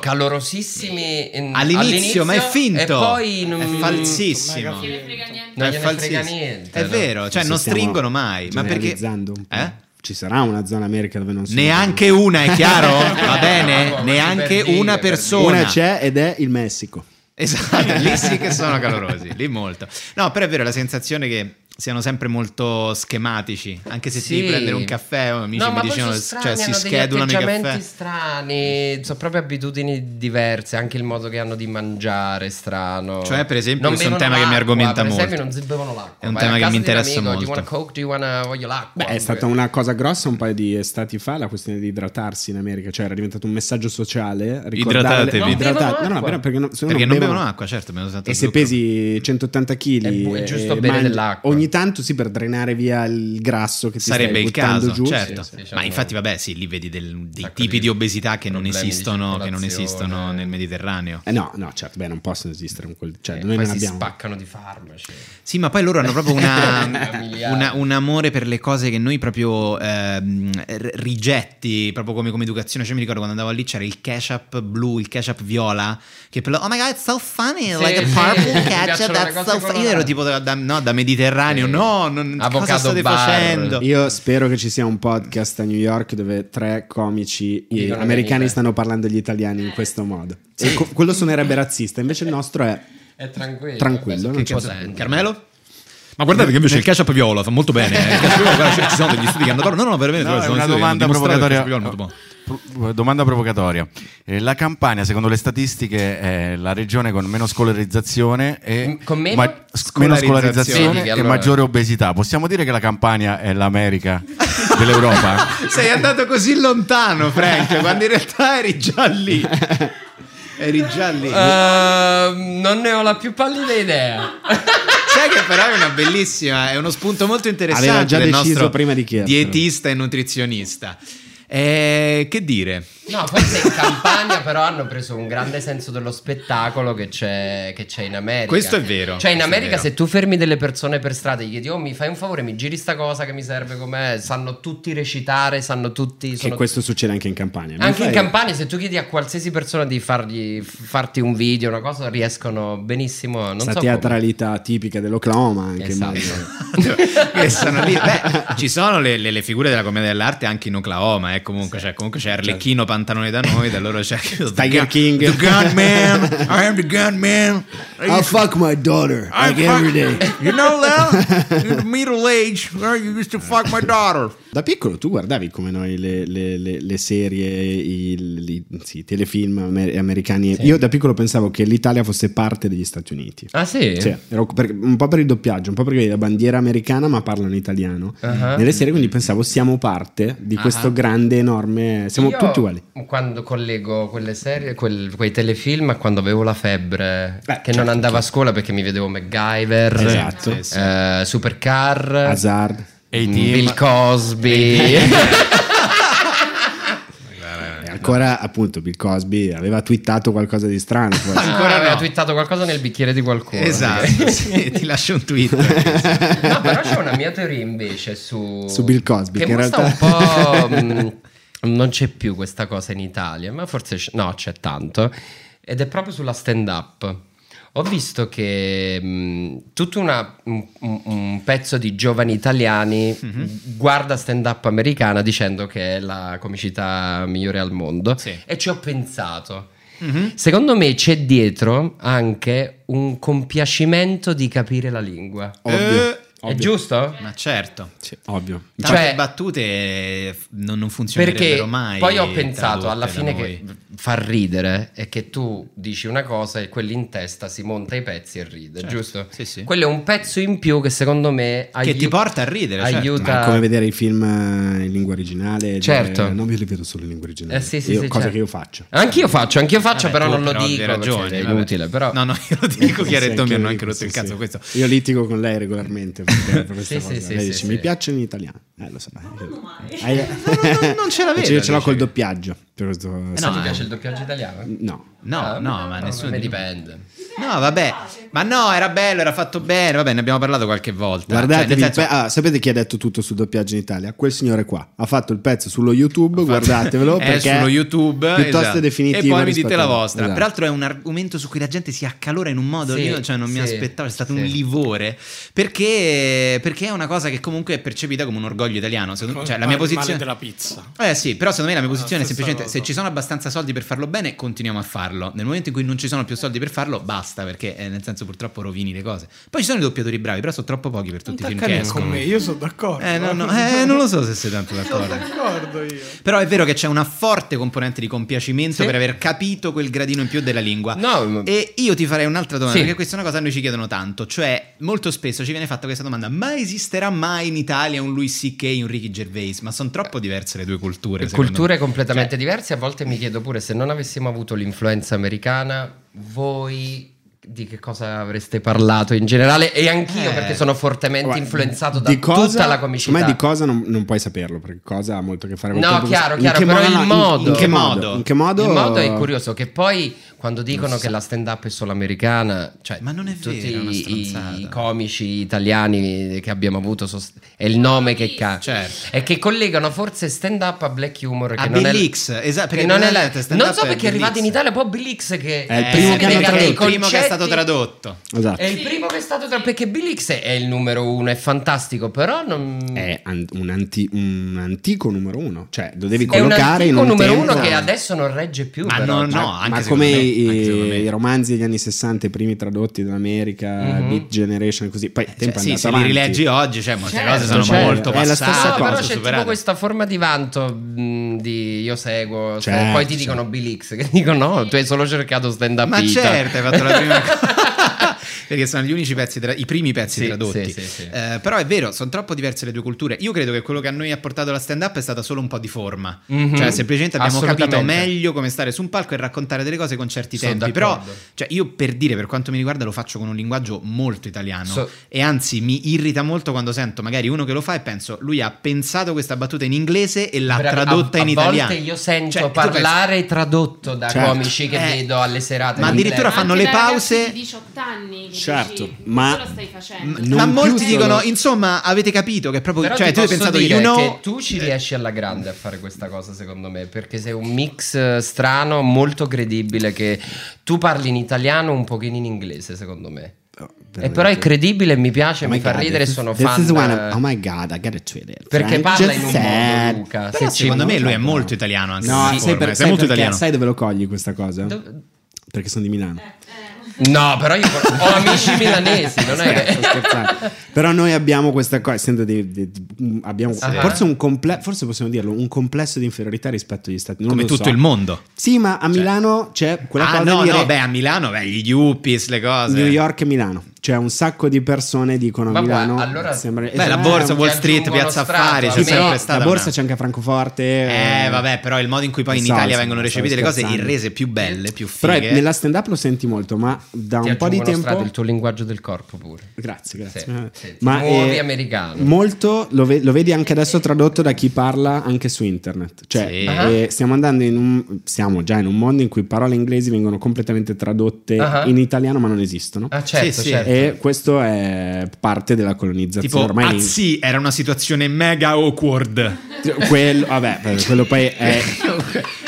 Speaker 9: calorosissimi in-
Speaker 1: all'inizio, ma è finto.
Speaker 9: E poi non,
Speaker 1: è falsissimo.
Speaker 3: Mega
Speaker 11: Non gliene frega niente.
Speaker 9: non
Speaker 1: È
Speaker 9: gliene
Speaker 1: falsissimo.
Speaker 9: frega niente.
Speaker 1: È
Speaker 9: no?
Speaker 1: vero, cioè
Speaker 2: Ci
Speaker 1: non
Speaker 2: stiamo
Speaker 1: stringono mai. Ma perché
Speaker 2: generalizzando un po'.
Speaker 1: Eh?
Speaker 2: Ci sarà una zona America dove non sono
Speaker 1: neanche una, è chiaro? Va
Speaker 9: No,
Speaker 1: bene?
Speaker 9: ma
Speaker 1: Neanche
Speaker 9: per dire,
Speaker 1: una
Speaker 9: per dire.
Speaker 1: persona.
Speaker 2: Una c'è ed è il Messico.
Speaker 1: Esatto, lì sì che sono calorosi, lì molto. No, però è vero, la sensazione che siano sempre molto schematici, anche se
Speaker 9: Sì.
Speaker 1: si prendere un caffè, o amici
Speaker 9: No,
Speaker 1: mi
Speaker 9: ma poi
Speaker 1: dicono,
Speaker 9: sono strani,
Speaker 1: cioè si
Speaker 9: hanno degli
Speaker 1: schedulano i caffè.
Speaker 9: atteggiamenti strani, sono proprio abitudini diverse, anche il modo che hanno di mangiare è strano.
Speaker 1: Cioè, per esempio,
Speaker 9: Non
Speaker 1: questo è un
Speaker 9: bevono
Speaker 1: tema che mi
Speaker 9: l'acqua,
Speaker 1: argomenta
Speaker 9: per esempio,
Speaker 1: molto.
Speaker 9: non si bevono l'acqua.
Speaker 1: È un
Speaker 9: Vai a
Speaker 1: tema che
Speaker 9: casa
Speaker 1: mi
Speaker 9: di un
Speaker 1: interessa
Speaker 9: amico,
Speaker 1: molto.
Speaker 9: Do you want a coke? Do you wanna- voglio l'acqua?
Speaker 2: Beh, è stata una cosa grossa un paio di estati fa la questione di idratarsi in America, cioè era diventato un messaggio sociale. ricordare-
Speaker 1: Idratatevi. Non
Speaker 2: Idratate-
Speaker 9: bevono
Speaker 2: no, no,
Speaker 9: acqua.
Speaker 2: però perché, no- se no
Speaker 1: Perché non bevono
Speaker 2: bevono-
Speaker 1: acqua, certo, bevono soltanto
Speaker 2: E se
Speaker 1: zucchero.
Speaker 2: pesi 180 kg,
Speaker 9: È bu- è giusto bere dell'acqua.
Speaker 2: Ogni tanto sì, per drenare via il grasso che ti
Speaker 1: Sarebbe
Speaker 2: stai
Speaker 1: il
Speaker 2: buttando
Speaker 1: caso,
Speaker 2: giù.
Speaker 1: certo.
Speaker 9: Sì, sì, diciamo-
Speaker 1: Ma infatti, vabbè, sì, lì vedi del- dei
Speaker 9: sacco
Speaker 1: tipi
Speaker 9: di
Speaker 1: di, obesità che non,
Speaker 9: problemi di
Speaker 1: esistono, che non
Speaker 9: circolazione.
Speaker 1: esistono nel Mediterraneo.
Speaker 2: Eh, no, no, certo, beh, non possono esistere un quel- cioè,
Speaker 9: Eh,
Speaker 2: noi
Speaker 9: poi
Speaker 2: non
Speaker 9: si
Speaker 2: abbiamo.
Speaker 9: spaccano di farmaci.
Speaker 1: Sì, ma poi loro hanno proprio una-
Speaker 9: Miliardi.
Speaker 1: una- un amore per le cose che noi proprio ehm, r- rigetti, proprio come, come educazione. Cioè, mi ricordo quando andavo lì c'era il ketchup blu, il ketchup viola, che per lo- oh my god, it's so funny,
Speaker 9: Sì,
Speaker 1: like a
Speaker 9: sì,
Speaker 1: purple
Speaker 9: mi
Speaker 1: ketchup,
Speaker 9: piacciono le
Speaker 1: that's
Speaker 9: cose
Speaker 1: so funny. Io
Speaker 9: colorate.
Speaker 1: ero tipo da, da- no, da mediterraneo,
Speaker 9: Sì.
Speaker 1: no, non, cosa
Speaker 9: Avocado
Speaker 1: state
Speaker 9: bar.
Speaker 1: facendo?
Speaker 2: Io spero che ci sia un podcast a New York dove tre comici eh,
Speaker 9: Dicono
Speaker 2: americani
Speaker 9: venite. Eh.
Speaker 2: stanno parlando agli italiani in questo modo. E co- quello suonerebbe razzista, invece il nostro è
Speaker 9: È tranquillo.
Speaker 2: tranquillo. non
Speaker 1: Che
Speaker 2: c'è
Speaker 1: cos'è?
Speaker 2: problema.
Speaker 1: Carmelo? Ma guardate che invece il ketchup viola fa molto bene. eh. Il ketchup viola, guarda, ci- ci sono degli studi che hanno parlato. No, no, veramente.
Speaker 5: No,
Speaker 1: guarda,
Speaker 5: è
Speaker 1: sono
Speaker 5: una
Speaker 1: degli studi che hanno
Speaker 5: domanda
Speaker 1: dimostrato che il
Speaker 5: provocatoria.
Speaker 1: ketchup viola è molto buono.
Speaker 5: Pro- domanda provocatoria. Eh, La Campania, secondo le statistiche, è la regione con meno scolarizzazione e,
Speaker 9: Mm, con meno?
Speaker 5: sc- meno
Speaker 1: Scolarizzazione.
Speaker 5: scolarizzazione
Speaker 9: Vedi che
Speaker 5: e
Speaker 9: allora-
Speaker 5: maggiore obesità. Possiamo dire che la Campania è l'America dell'Europa?
Speaker 1: Sei andato così lontano, Frank, quando in realtà eri già lì. Eri già lì.
Speaker 9: Ehm, non ne ho la più pallida idea.
Speaker 1: Sai che però è una bellissima, è uno spunto molto interessante
Speaker 2: Aveva già
Speaker 1: del
Speaker 2: deciso
Speaker 1: nostro
Speaker 2: prima di chiedertelo.
Speaker 1: dietista e nutrizionista. Eh, che dire?
Speaker 9: No, forse in Campania però hanno preso un grande senso dello spettacolo che c'è, che c'è in America.
Speaker 1: Questo è vero,
Speaker 9: Cioè
Speaker 1: questo
Speaker 9: in
Speaker 1: è
Speaker 9: America
Speaker 1: vero.
Speaker 9: se tu fermi delle persone per strada e gli chiedi oh mi fai un favore, mi giri sta cosa che mi serve com'è, sanno tutti recitare, sanno tutti...
Speaker 2: Che
Speaker 9: sono-
Speaker 2: questo succede anche in Campania. Mi
Speaker 9: Anche in
Speaker 2: fai-
Speaker 9: Campania se tu chiedi a qualsiasi persona di fargli, farti un video, una cosa, riescono benissimo... Non
Speaker 2: Questa
Speaker 9: so come.
Speaker 2: teatralità tipica dell'Oklahoma anche
Speaker 9: Esatto.
Speaker 2: immagino.
Speaker 1: che Eh, sono lì. Beh, ci sono le, le- le figure della commedia dell'arte anche in Oklahoma. Eh. Comunque, cioè, comunque c'è
Speaker 9: Certo.
Speaker 1: Arlecchino Pantalone da noi, da loro c'è
Speaker 2: Tiger
Speaker 1: The
Speaker 2: King.
Speaker 1: Gunman. I am the Gunman.
Speaker 2: I fuck my daughter
Speaker 1: I
Speaker 2: like
Speaker 1: fuck-
Speaker 2: every day.
Speaker 1: You know that? In the middle age, where you used to fuck my daughter.
Speaker 2: Da piccolo tu guardavi come noi le, le- le- le serie, il- i, sì, i telefilm amer- americani. Io da piccolo pensavo che l'Italia fosse parte degli Stati Uniti.
Speaker 9: Ah sì?
Speaker 2: Sì, ero per- un po' per il doppiaggio, un po' perché vedi la bandiera americana ma parlano italiano.
Speaker 9: Ah.
Speaker 2: Nelle serie quindi pensavo siamo parte di questo grande, enorme... Siamo
Speaker 9: Uh-huh. Io,
Speaker 2: tutti uguali.
Speaker 9: Quando collego quelle serie, quel- quei telefilm a quando avevo la febbre,
Speaker 2: Beh,
Speaker 9: che
Speaker 2: certo.
Speaker 9: non andavo a scuola perché mi vedevo MacGyver,
Speaker 2: Esatto.
Speaker 9: eh, Supercar,
Speaker 2: Hazard.
Speaker 5: A-Team.
Speaker 9: Bill Cosby.
Speaker 2: E eh, ancora appunto Bill Cosby aveva twittato qualcosa di strano. forse.
Speaker 9: Ancora
Speaker 1: Ah,
Speaker 9: aveva twittato qualcosa nel bicchiere di qualcuno.
Speaker 1: Esatto, sì, ti lascio un tweet.
Speaker 9: No, però c'è una mia teoria invece su,
Speaker 2: Su Bill Cosby,
Speaker 9: Che,
Speaker 2: che in
Speaker 9: mostra
Speaker 2: realtà-
Speaker 9: un po'. mm, mh, non c'è più questa cosa in Italia, ma forse c- no, c'è tanto. Ed è proprio sulla stand-up. Ho visto che mh, tutto una- un, un- un pezzo di giovani italiani guarda stand-up americana dicendo che è la comicità migliore al mondo.
Speaker 1: Sì.
Speaker 9: E ci ho pensato.
Speaker 1: Mhm.
Speaker 9: Secondo me c'è dietro anche un compiacimento di capire la lingua.
Speaker 2: Ovvio.
Speaker 9: Eh, È
Speaker 2: ovvio.
Speaker 9: giusto?
Speaker 1: Ma certo.
Speaker 2: Sì, ovvio.
Speaker 1: Tante
Speaker 9: Cioè-
Speaker 1: battute eh, f- non, non funzionerebbero
Speaker 9: Perché
Speaker 1: mai.
Speaker 9: poi ho pensato
Speaker 1: tradotte
Speaker 9: alla
Speaker 1: da
Speaker 9: fine
Speaker 1: noi.
Speaker 9: che fa ridere è che tu dici una cosa e quelli in testa si monta i pezzi e ride,
Speaker 1: Certo,
Speaker 9: giusto?
Speaker 1: sì, sì.
Speaker 9: Quello è un pezzo in più che secondo me
Speaker 1: Che
Speaker 9: aiu-
Speaker 1: ti porta a ridere, certo.
Speaker 9: aiuta
Speaker 2: Ma è come vedere i film eh, in lingua originale. cioè, dire,
Speaker 9: Certo.
Speaker 2: No, io li vedo solo in lingua originale.
Speaker 9: Eh, sì, sì,
Speaker 2: Io-
Speaker 9: sì,
Speaker 2: cosa
Speaker 9: certo.
Speaker 2: che io faccio.
Speaker 9: Anch'io faccio, anch'io faccio,
Speaker 1: Vabbè,
Speaker 9: però
Speaker 1: tu
Speaker 9: non lo
Speaker 1: però
Speaker 9: dico,
Speaker 1: hai
Speaker 9: perché
Speaker 1: ragione,
Speaker 9: è
Speaker 1: vabbè.
Speaker 9: inutile, però
Speaker 1: No, no, io lo dico
Speaker 2: Eh, Sì,
Speaker 1: che Retto Ecco, mi
Speaker 2: anch'io
Speaker 1: hanno
Speaker 2: io
Speaker 1: anche rotto il
Speaker 2: sì,
Speaker 1: cazzo
Speaker 2: sì.
Speaker 1: questo.
Speaker 2: Io litigo con lei regolarmente per, per questa
Speaker 9: Sì,
Speaker 2: cosa.
Speaker 9: sì, sì,
Speaker 2: lei
Speaker 9: sì,
Speaker 2: dice,
Speaker 9: sì.
Speaker 2: mi piacciono in italiano. Eh, lo so. Eh,
Speaker 1: non- non ce la vedo,
Speaker 2: Io ce l'ho
Speaker 1: dici.
Speaker 2: col doppiaggio. Per questo- sì.
Speaker 9: Eh, no, ti piace il doppiaggio italiano?
Speaker 2: No.
Speaker 1: Eh, No,
Speaker 9: Ah,
Speaker 1: no, ma nessuno...
Speaker 9: me dipende.
Speaker 1: No, vabbè. Ma no, era bello, era fatto bene. Vabbè, ne abbiamo parlato qualche volta.
Speaker 2: Guardatevi,
Speaker 1: Cioè, nel
Speaker 2: il
Speaker 1: senso-
Speaker 2: pe- ah, sapete chi ha detto tutto sul doppiaggio in Italia? Quel signore qua ha fatto il pezzo sullo YouTube, guardatevelo
Speaker 1: è
Speaker 2: perché
Speaker 1: sullo YouTube
Speaker 2: piuttosto
Speaker 1: esatto.
Speaker 2: definitivo.
Speaker 1: e poi mi
Speaker 2: rispetto
Speaker 1: dite la
Speaker 2: a-
Speaker 1: vostra.
Speaker 2: esatto.
Speaker 1: Peraltro è un argomento su cui la gente si accalora in un modo
Speaker 9: Sì,
Speaker 1: io cioè, non mi
Speaker 9: sì,
Speaker 1: aspettavo, è stato
Speaker 9: sì.
Speaker 1: un livore perché, perché è una cosa che comunque è percepita come un orgoglio italiano, secondo- cioè la mia
Speaker 3: Parli male
Speaker 1: posizione
Speaker 3: della pizza.
Speaker 1: eh sì, però secondo me la mia
Speaker 3: Ah,
Speaker 1: posizione è
Speaker 3: stessa
Speaker 1: semplicemente
Speaker 3: cosa.
Speaker 1: se ci sono abbastanza soldi per farlo bene, continuiamo a farlo. Nel momento in cui non ci sono più soldi per farlo, basta, perché eh, nel senso purtroppo rovini le cose. Poi ci sono i doppiatori bravi, però sono troppo pochi per tutti i film che
Speaker 3: Attaccami con
Speaker 1: escono.
Speaker 3: me, io sono d'accordo.
Speaker 1: Eh, no, no, eh, non lo so se sei tanto
Speaker 3: Sono
Speaker 1: d'accordo.
Speaker 3: d'accordo io.
Speaker 1: Però è vero che c'è una forte componente di compiacimento
Speaker 9: Sì.
Speaker 1: per aver capito quel gradino in più della lingua.
Speaker 9: No, ma-
Speaker 1: E io ti farei un'altra domanda,
Speaker 9: Sì.
Speaker 1: perché questa è una cosa che noi ci chiedono tanto, cioè molto spesso ci viene fatta questa domanda, ma esisterà mai in Italia un Louis C.K. e un Ricky Gervais? Ma sono troppo diverse le due culture. secondo
Speaker 9: culture
Speaker 1: me. Cioè
Speaker 9: completamente diverse. A volte mi chiedo pure se non avessimo avuto l'influenza americana, voi di che cosa avreste parlato in generale? E anch'io,
Speaker 1: Eh.
Speaker 9: perché sono fortemente
Speaker 2: Guarda,
Speaker 9: influenzato da
Speaker 2: di cosa-
Speaker 9: tutta la
Speaker 2: Ma
Speaker 9: comicità.
Speaker 2: di cosa non, non puoi saperlo, perché cosa ha molto a che fare con
Speaker 9: No,
Speaker 2: quello che-
Speaker 9: chiaro,
Speaker 2: in
Speaker 9: chiaro,
Speaker 2: che
Speaker 9: però
Speaker 2: modo-
Speaker 9: il
Speaker 2: in-
Speaker 9: modo.
Speaker 2: In che
Speaker 1: Il
Speaker 2: modo?
Speaker 1: modo.
Speaker 2: In che modo?
Speaker 9: Il modo è curioso che poi quando dicono
Speaker 2: Non
Speaker 9: che la stand up è solo americana, cioè
Speaker 1: Ma non è
Speaker 9: tutti
Speaker 1: vero, è una stronzata.
Speaker 9: i, i comici italiani che abbiamo avuto sost- è il nome che cazzo
Speaker 1: Certo.
Speaker 9: è che collegano forse stand up a black humor che
Speaker 1: A
Speaker 9: non
Speaker 1: Bill
Speaker 9: è
Speaker 1: Hicks, esatto, perché
Speaker 9: che non, è la-
Speaker 1: veramente stand-up
Speaker 9: non so
Speaker 1: è Eh,
Speaker 9: perché è
Speaker 1: Bill
Speaker 9: arrivato in
Speaker 1: Hicks.
Speaker 9: Italia poi Bill Hicks che
Speaker 2: È il primo che hanno
Speaker 9: si vede
Speaker 2: tradotto.
Speaker 9: dei
Speaker 1: il primo che è stato
Speaker 9: concetti-
Speaker 1: tradotto.
Speaker 2: Esatto.
Speaker 9: è il primo che è stato tradotto perché Bill Hicks è il numero uno è fantastico però non
Speaker 2: È an- un, anti- un antico numero uno, cioè lo devi
Speaker 9: è un
Speaker 2: collocare in
Speaker 9: antico
Speaker 2: un
Speaker 9: numero
Speaker 2: tempo-
Speaker 9: uno che adesso non regge più
Speaker 1: Ma
Speaker 9: però.
Speaker 1: Ah,
Speaker 9: cioè,
Speaker 1: no, no,
Speaker 9: Ma-
Speaker 1: anche
Speaker 2: ma
Speaker 1: secondo
Speaker 2: come
Speaker 1: me,
Speaker 2: i,
Speaker 1: anche secondo me.
Speaker 2: i romanzi degli anni 60, i primi tradotti dall'America,
Speaker 9: Mhm.
Speaker 2: Beat Generation, così. Poi il
Speaker 1: Cioè,
Speaker 2: tempo è
Speaker 1: sì,
Speaker 2: andato
Speaker 1: se li
Speaker 2: avanti.
Speaker 1: rileggi oggi, cioè, molte
Speaker 9: Certo,
Speaker 1: cose sono
Speaker 2: certo.
Speaker 1: molto
Speaker 2: È la
Speaker 1: passate.
Speaker 2: stessa
Speaker 9: No,
Speaker 2: cosa,
Speaker 9: però c'è
Speaker 1: superate.
Speaker 9: tipo questa forma di vanto mh, di io seguo, se-
Speaker 2: Certo,
Speaker 9: poi ti
Speaker 2: certo.
Speaker 9: dicono Bill X che dicono no, tu hai solo cercato stand up.
Speaker 1: Ma
Speaker 9: Ita".
Speaker 1: certo, hai fatto la prima cosa. Perché sono gli unici pezzi, tra- i primi pezzi
Speaker 9: Sì,
Speaker 1: tradotti.
Speaker 9: sì, sì, sì.
Speaker 1: Eh, però è vero, sono troppo diverse le due culture. Io credo che quello che a noi ha portato la stand-up è stata solo un po' di forma.
Speaker 9: Mhm.
Speaker 1: Cioè, semplicemente abbiamo capito
Speaker 9: Assolutamente.
Speaker 1: meglio come stare su un palco e raccontare delle cose con certi
Speaker 9: Sono
Speaker 1: tempi.
Speaker 9: d'accordo.
Speaker 1: Però, cioè, io per dire, per quanto mi riguarda, lo faccio con un linguaggio molto italiano.
Speaker 9: So-
Speaker 1: E anzi, mi irrita molto quando sento magari uno che lo fa e penso, lui ha pensato questa battuta in inglese e l'ha
Speaker 9: Bravi-
Speaker 1: tradotta
Speaker 9: a-
Speaker 1: in
Speaker 9: a
Speaker 1: italiano.
Speaker 9: volte io sento
Speaker 1: Cioè, tu pensi-
Speaker 9: parlare tradotto da
Speaker 2: Certo.
Speaker 9: comici che
Speaker 1: Eh,
Speaker 9: vedo alle serate.
Speaker 1: ma
Speaker 9: in
Speaker 1: addirittura
Speaker 9: Inghilterra.
Speaker 1: fanno
Speaker 4: Anche
Speaker 1: le
Speaker 4: dai
Speaker 1: pause-
Speaker 4: ragazzi di 18 anni. che
Speaker 2: Certo,
Speaker 4: dici,
Speaker 2: ma-
Speaker 4: cosa stai facendo?
Speaker 1: ma
Speaker 2: Non
Speaker 1: molti
Speaker 2: più
Speaker 1: dicono,
Speaker 2: solo-
Speaker 1: insomma, avete capito che proprio.
Speaker 9: Però
Speaker 1: cioè,
Speaker 9: ti
Speaker 1: tu hai
Speaker 9: posso
Speaker 1: pensato,
Speaker 9: dire
Speaker 1: you know.
Speaker 9: che tu ci riesci alla grande a fare questa cosa, secondo me, perché sei un mix eh, strano, molto credibile, che tu parli in italiano un pochino in inglese, secondo me. E
Speaker 1: Oh,
Speaker 2: Veramente.
Speaker 9: però è credibile, mi piace,
Speaker 2: Oh my
Speaker 9: mi fa
Speaker 2: God,
Speaker 9: ridere,
Speaker 2: this is-
Speaker 9: sono
Speaker 2: this
Speaker 9: fan.
Speaker 2: is when
Speaker 9: eh,
Speaker 2: I'm- oh my god, I gotta tweet it.
Speaker 9: Perché
Speaker 2: Frank
Speaker 9: parla in
Speaker 2: just
Speaker 9: un
Speaker 2: said.
Speaker 9: modo, Luca.
Speaker 1: Però
Speaker 9: se ci
Speaker 1: secondo me lui è
Speaker 2: no.
Speaker 1: molto italiano, anche
Speaker 2: No,
Speaker 1: se
Speaker 2: sai,
Speaker 1: forma,
Speaker 2: per-
Speaker 1: è
Speaker 2: sai
Speaker 1: molto
Speaker 2: perché-
Speaker 1: italiano.
Speaker 2: sai dove lo cogli questa cosa?
Speaker 9: Dov-
Speaker 2: Perché sono di Milano.
Speaker 9: No, però io ho amici milanesi, non è
Speaker 2: Scherzo,
Speaker 9: che...
Speaker 2: scherzare. Però noi abbiamo questa cosa, essendo dei- dei- mm, abbiamo
Speaker 9: Sì.
Speaker 2: forse un comple- forse possiamo dirlo, un complesso di inferiorità rispetto agli Stati Uniti.
Speaker 1: Come tutto il mondo. Cioè.
Speaker 2: Sì, ma a Milano c'è quella
Speaker 1: ah,
Speaker 2: cosa
Speaker 1: no,
Speaker 2: di
Speaker 1: no,
Speaker 2: dire
Speaker 1: beh, a Milano, beh, gli yuppies, le cose.
Speaker 2: New York e Milano. C'è un sacco di persone dicono a
Speaker 9: Vabbè,
Speaker 2: Milano.
Speaker 9: allora-
Speaker 2: sembra-
Speaker 1: Beh, la
Speaker 2: eh,
Speaker 1: borsa,
Speaker 9: ti
Speaker 1: Wall Street,
Speaker 9: aggiungono
Speaker 1: Piazza
Speaker 9: strato,
Speaker 1: Affari,
Speaker 9: a
Speaker 1: c'è
Speaker 2: Sì,
Speaker 9: me-
Speaker 2: però
Speaker 1: sempre stata
Speaker 2: la borsa
Speaker 1: una-
Speaker 2: c'è anche a Francoforte.
Speaker 1: Eh, vabbè, però il modo in cui poi in
Speaker 2: Non so,
Speaker 1: Italia
Speaker 2: Esatto, sì,
Speaker 1: vengono
Speaker 2: stavo
Speaker 1: recepite le cose e
Speaker 2: scherzando.
Speaker 1: rese più belle, più
Speaker 2: Però
Speaker 1: fighe.
Speaker 2: è- nella stand up lo senti molto, ma da
Speaker 9: Ti
Speaker 2: un po' di
Speaker 9: aggiungono
Speaker 2: tempo.
Speaker 9: strato il tuo linguaggio del corpo pure.
Speaker 2: Grazie, grazie.
Speaker 9: Sì,
Speaker 2: Eh,
Speaker 9: sì, ti muovi americano.
Speaker 2: Molto lo, ve- lo vedi anche adesso tradotto da chi parla anche su internet. Cioè,
Speaker 1: Sì.
Speaker 9: Ah.
Speaker 2: eh, stiamo andando in un. Siamo già in un mondo in cui parole inglesi vengono completamente tradotte
Speaker 9: Ah.
Speaker 2: in italiano, ma non esistono.
Speaker 9: Ah, certo,
Speaker 1: Sì, sì.
Speaker 9: certo.
Speaker 2: E questo è parte della colonizzazione.
Speaker 1: Tipo,
Speaker 2: ormai
Speaker 1: ah sì, era una situazione mega awkward.
Speaker 2: Cioè, quello, vabbè, eh. quello poi è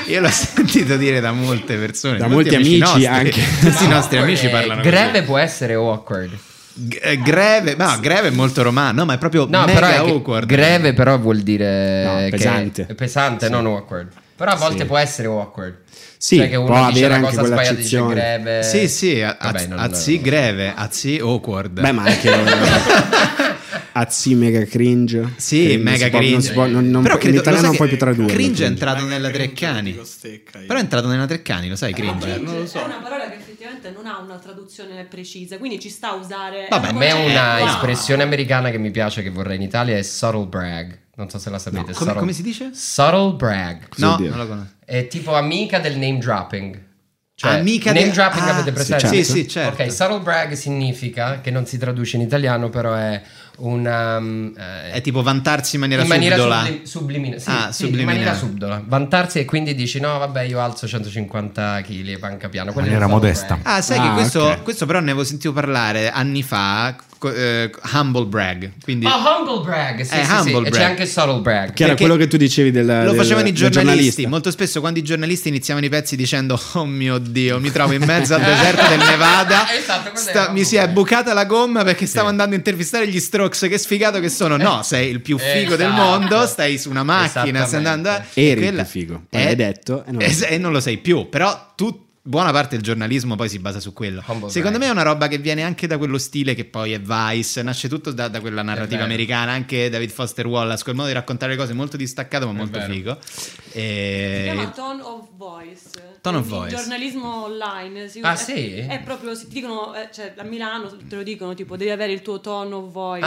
Speaker 1: Io l'ho sentito dire da molte persone.
Speaker 2: Da molti amici
Speaker 1: nostri.
Speaker 2: anche.
Speaker 1: Tutti i nostri amici
Speaker 9: Eh,
Speaker 1: parlano così.
Speaker 9: Greve può essere awkward.
Speaker 1: G- eh, greve, ma greve è molto romano, ma è proprio
Speaker 9: No,
Speaker 1: mega
Speaker 9: però è che-
Speaker 1: awkward.
Speaker 9: greve però vuol dire
Speaker 2: No,
Speaker 9: che-
Speaker 2: pesante.
Speaker 9: è pesante, non awkward. Però a volte può essere awkward.
Speaker 2: Sì,
Speaker 9: cioè che uno
Speaker 2: può
Speaker 9: dice
Speaker 2: avere
Speaker 9: una
Speaker 2: anche
Speaker 9: cosa
Speaker 2: quella
Speaker 9: sbagliata e dice
Speaker 2: accezione.
Speaker 9: greve.
Speaker 1: Sì, sì, a-
Speaker 9: Vabbè,
Speaker 1: a-
Speaker 9: non-
Speaker 1: azzi greve, azzi awkward.
Speaker 2: Beh, ma anche Azzi mega cringe.
Speaker 1: sì,
Speaker 2: Cringe,
Speaker 1: mega
Speaker 2: si può- non si
Speaker 1: cringe.
Speaker 2: può- non- non
Speaker 1: però
Speaker 2: pu-
Speaker 1: credo,
Speaker 2: in italiano
Speaker 1: lo sai
Speaker 2: non puoi
Speaker 1: che
Speaker 2: più tradurre. cioè.
Speaker 1: Cringe è
Speaker 2: cringe.
Speaker 1: entrato nella
Speaker 3: Cringe,
Speaker 1: Treccani.
Speaker 3: dico stecca io.
Speaker 1: Però è entrato nella Treccani, lo
Speaker 9: Ah,
Speaker 1: sai, cringe.
Speaker 3: non lo so.
Speaker 6: È una parola che effettivamente non ha una traduzione precisa, quindi ci sta a usare.
Speaker 1: Vabbè,
Speaker 9: A me è una
Speaker 1: Eh, no.
Speaker 9: espressione americana che mi piace, che vorrei in Italia, è subtle brag. Non so se la sapete.
Speaker 1: Come,
Speaker 9: subtle-
Speaker 1: come si dice?
Speaker 9: Subtle brag.
Speaker 1: No,
Speaker 2: dire?
Speaker 1: non lo conosco.
Speaker 9: È tipo amica del name dropping. Cioè,
Speaker 1: Amica
Speaker 9: name
Speaker 1: del-
Speaker 9: dropping
Speaker 1: ah,
Speaker 9: avete
Speaker 1: sì,
Speaker 9: presente?
Speaker 1: certo. Sì, sì, certo.
Speaker 9: Ok, subtle brag significa che non si traduce in italiano, però è una um, eh,
Speaker 1: È tipo vantarsi in maniera,
Speaker 9: in maniera
Speaker 1: subdola.
Speaker 9: sublim- sublimina- sì,
Speaker 1: Ah,
Speaker 9: sì, in
Speaker 1: subliminale.
Speaker 9: maniera subdola. Vantarsi e quindi dici no, vabbè, io alzo 150 kg e panca piano. Quello è
Speaker 5: maniera
Speaker 9: un subtle
Speaker 5: modesta.
Speaker 9: brag.
Speaker 1: Ah, sai
Speaker 2: Ah,
Speaker 1: che questo,
Speaker 2: ok.
Speaker 1: questo però ne avevo sentito parlare anni fa, co- eh, humble brag, quindi...
Speaker 9: Ah, humble brag, sì,
Speaker 1: Eh,
Speaker 9: sì,
Speaker 1: humble
Speaker 9: sì. E c'è
Speaker 1: brag.
Speaker 9: anche subtle brag.
Speaker 2: Che era
Speaker 1: Perché
Speaker 2: quello che tu dicevi della-
Speaker 1: Lo
Speaker 2: del-
Speaker 1: facevano i
Speaker 2: del
Speaker 1: giornalisti.
Speaker 2: giornalista.
Speaker 1: Molto spesso quando i giornalisti iniziavano i pezzi dicendo Oh mio Dio, mi trovo in mezzo al deserto del Nevada.
Speaker 9: Esatto, quello
Speaker 1: sta-
Speaker 9: era
Speaker 1: mi si è
Speaker 9: Humble Brag.
Speaker 1: bucata la gomma perché stavo andando a intervistare gli Strokes. Che sfigato che sono.
Speaker 2: Eh.
Speaker 1: No, sei il più figo del
Speaker 9: Esatto.
Speaker 1: mondo, stai su una macchina, stai andando... a-
Speaker 2: Eri il
Speaker 1: quella-
Speaker 2: più figo. Poi l'hai detto e non-
Speaker 1: es- e non lo sei più. Però tu buona parte del giornalismo poi si basa su quello.
Speaker 9: Humble
Speaker 1: Secondo
Speaker 9: brag.
Speaker 1: me è una roba che viene anche da quello stile che poi è Vice, nasce tutto da, da quella narrativa
Speaker 9: vero.
Speaker 1: americana, anche David Foster Wallace, quel modo di raccontare le cose molto distaccato ma molto
Speaker 9: vero.
Speaker 1: figo. Eh,
Speaker 6: Si
Speaker 1: E...
Speaker 6: chiama Tone of Voice.
Speaker 1: Tone of
Speaker 6: Quindi
Speaker 1: voice.
Speaker 6: Giornalismo online. si
Speaker 9: Ah,
Speaker 6: usa-
Speaker 9: sì?
Speaker 6: È proprio, si ti dicono, eh, cioè a Milano te lo dicono, tipo devi avere il tuo tone of voice.
Speaker 1: ah,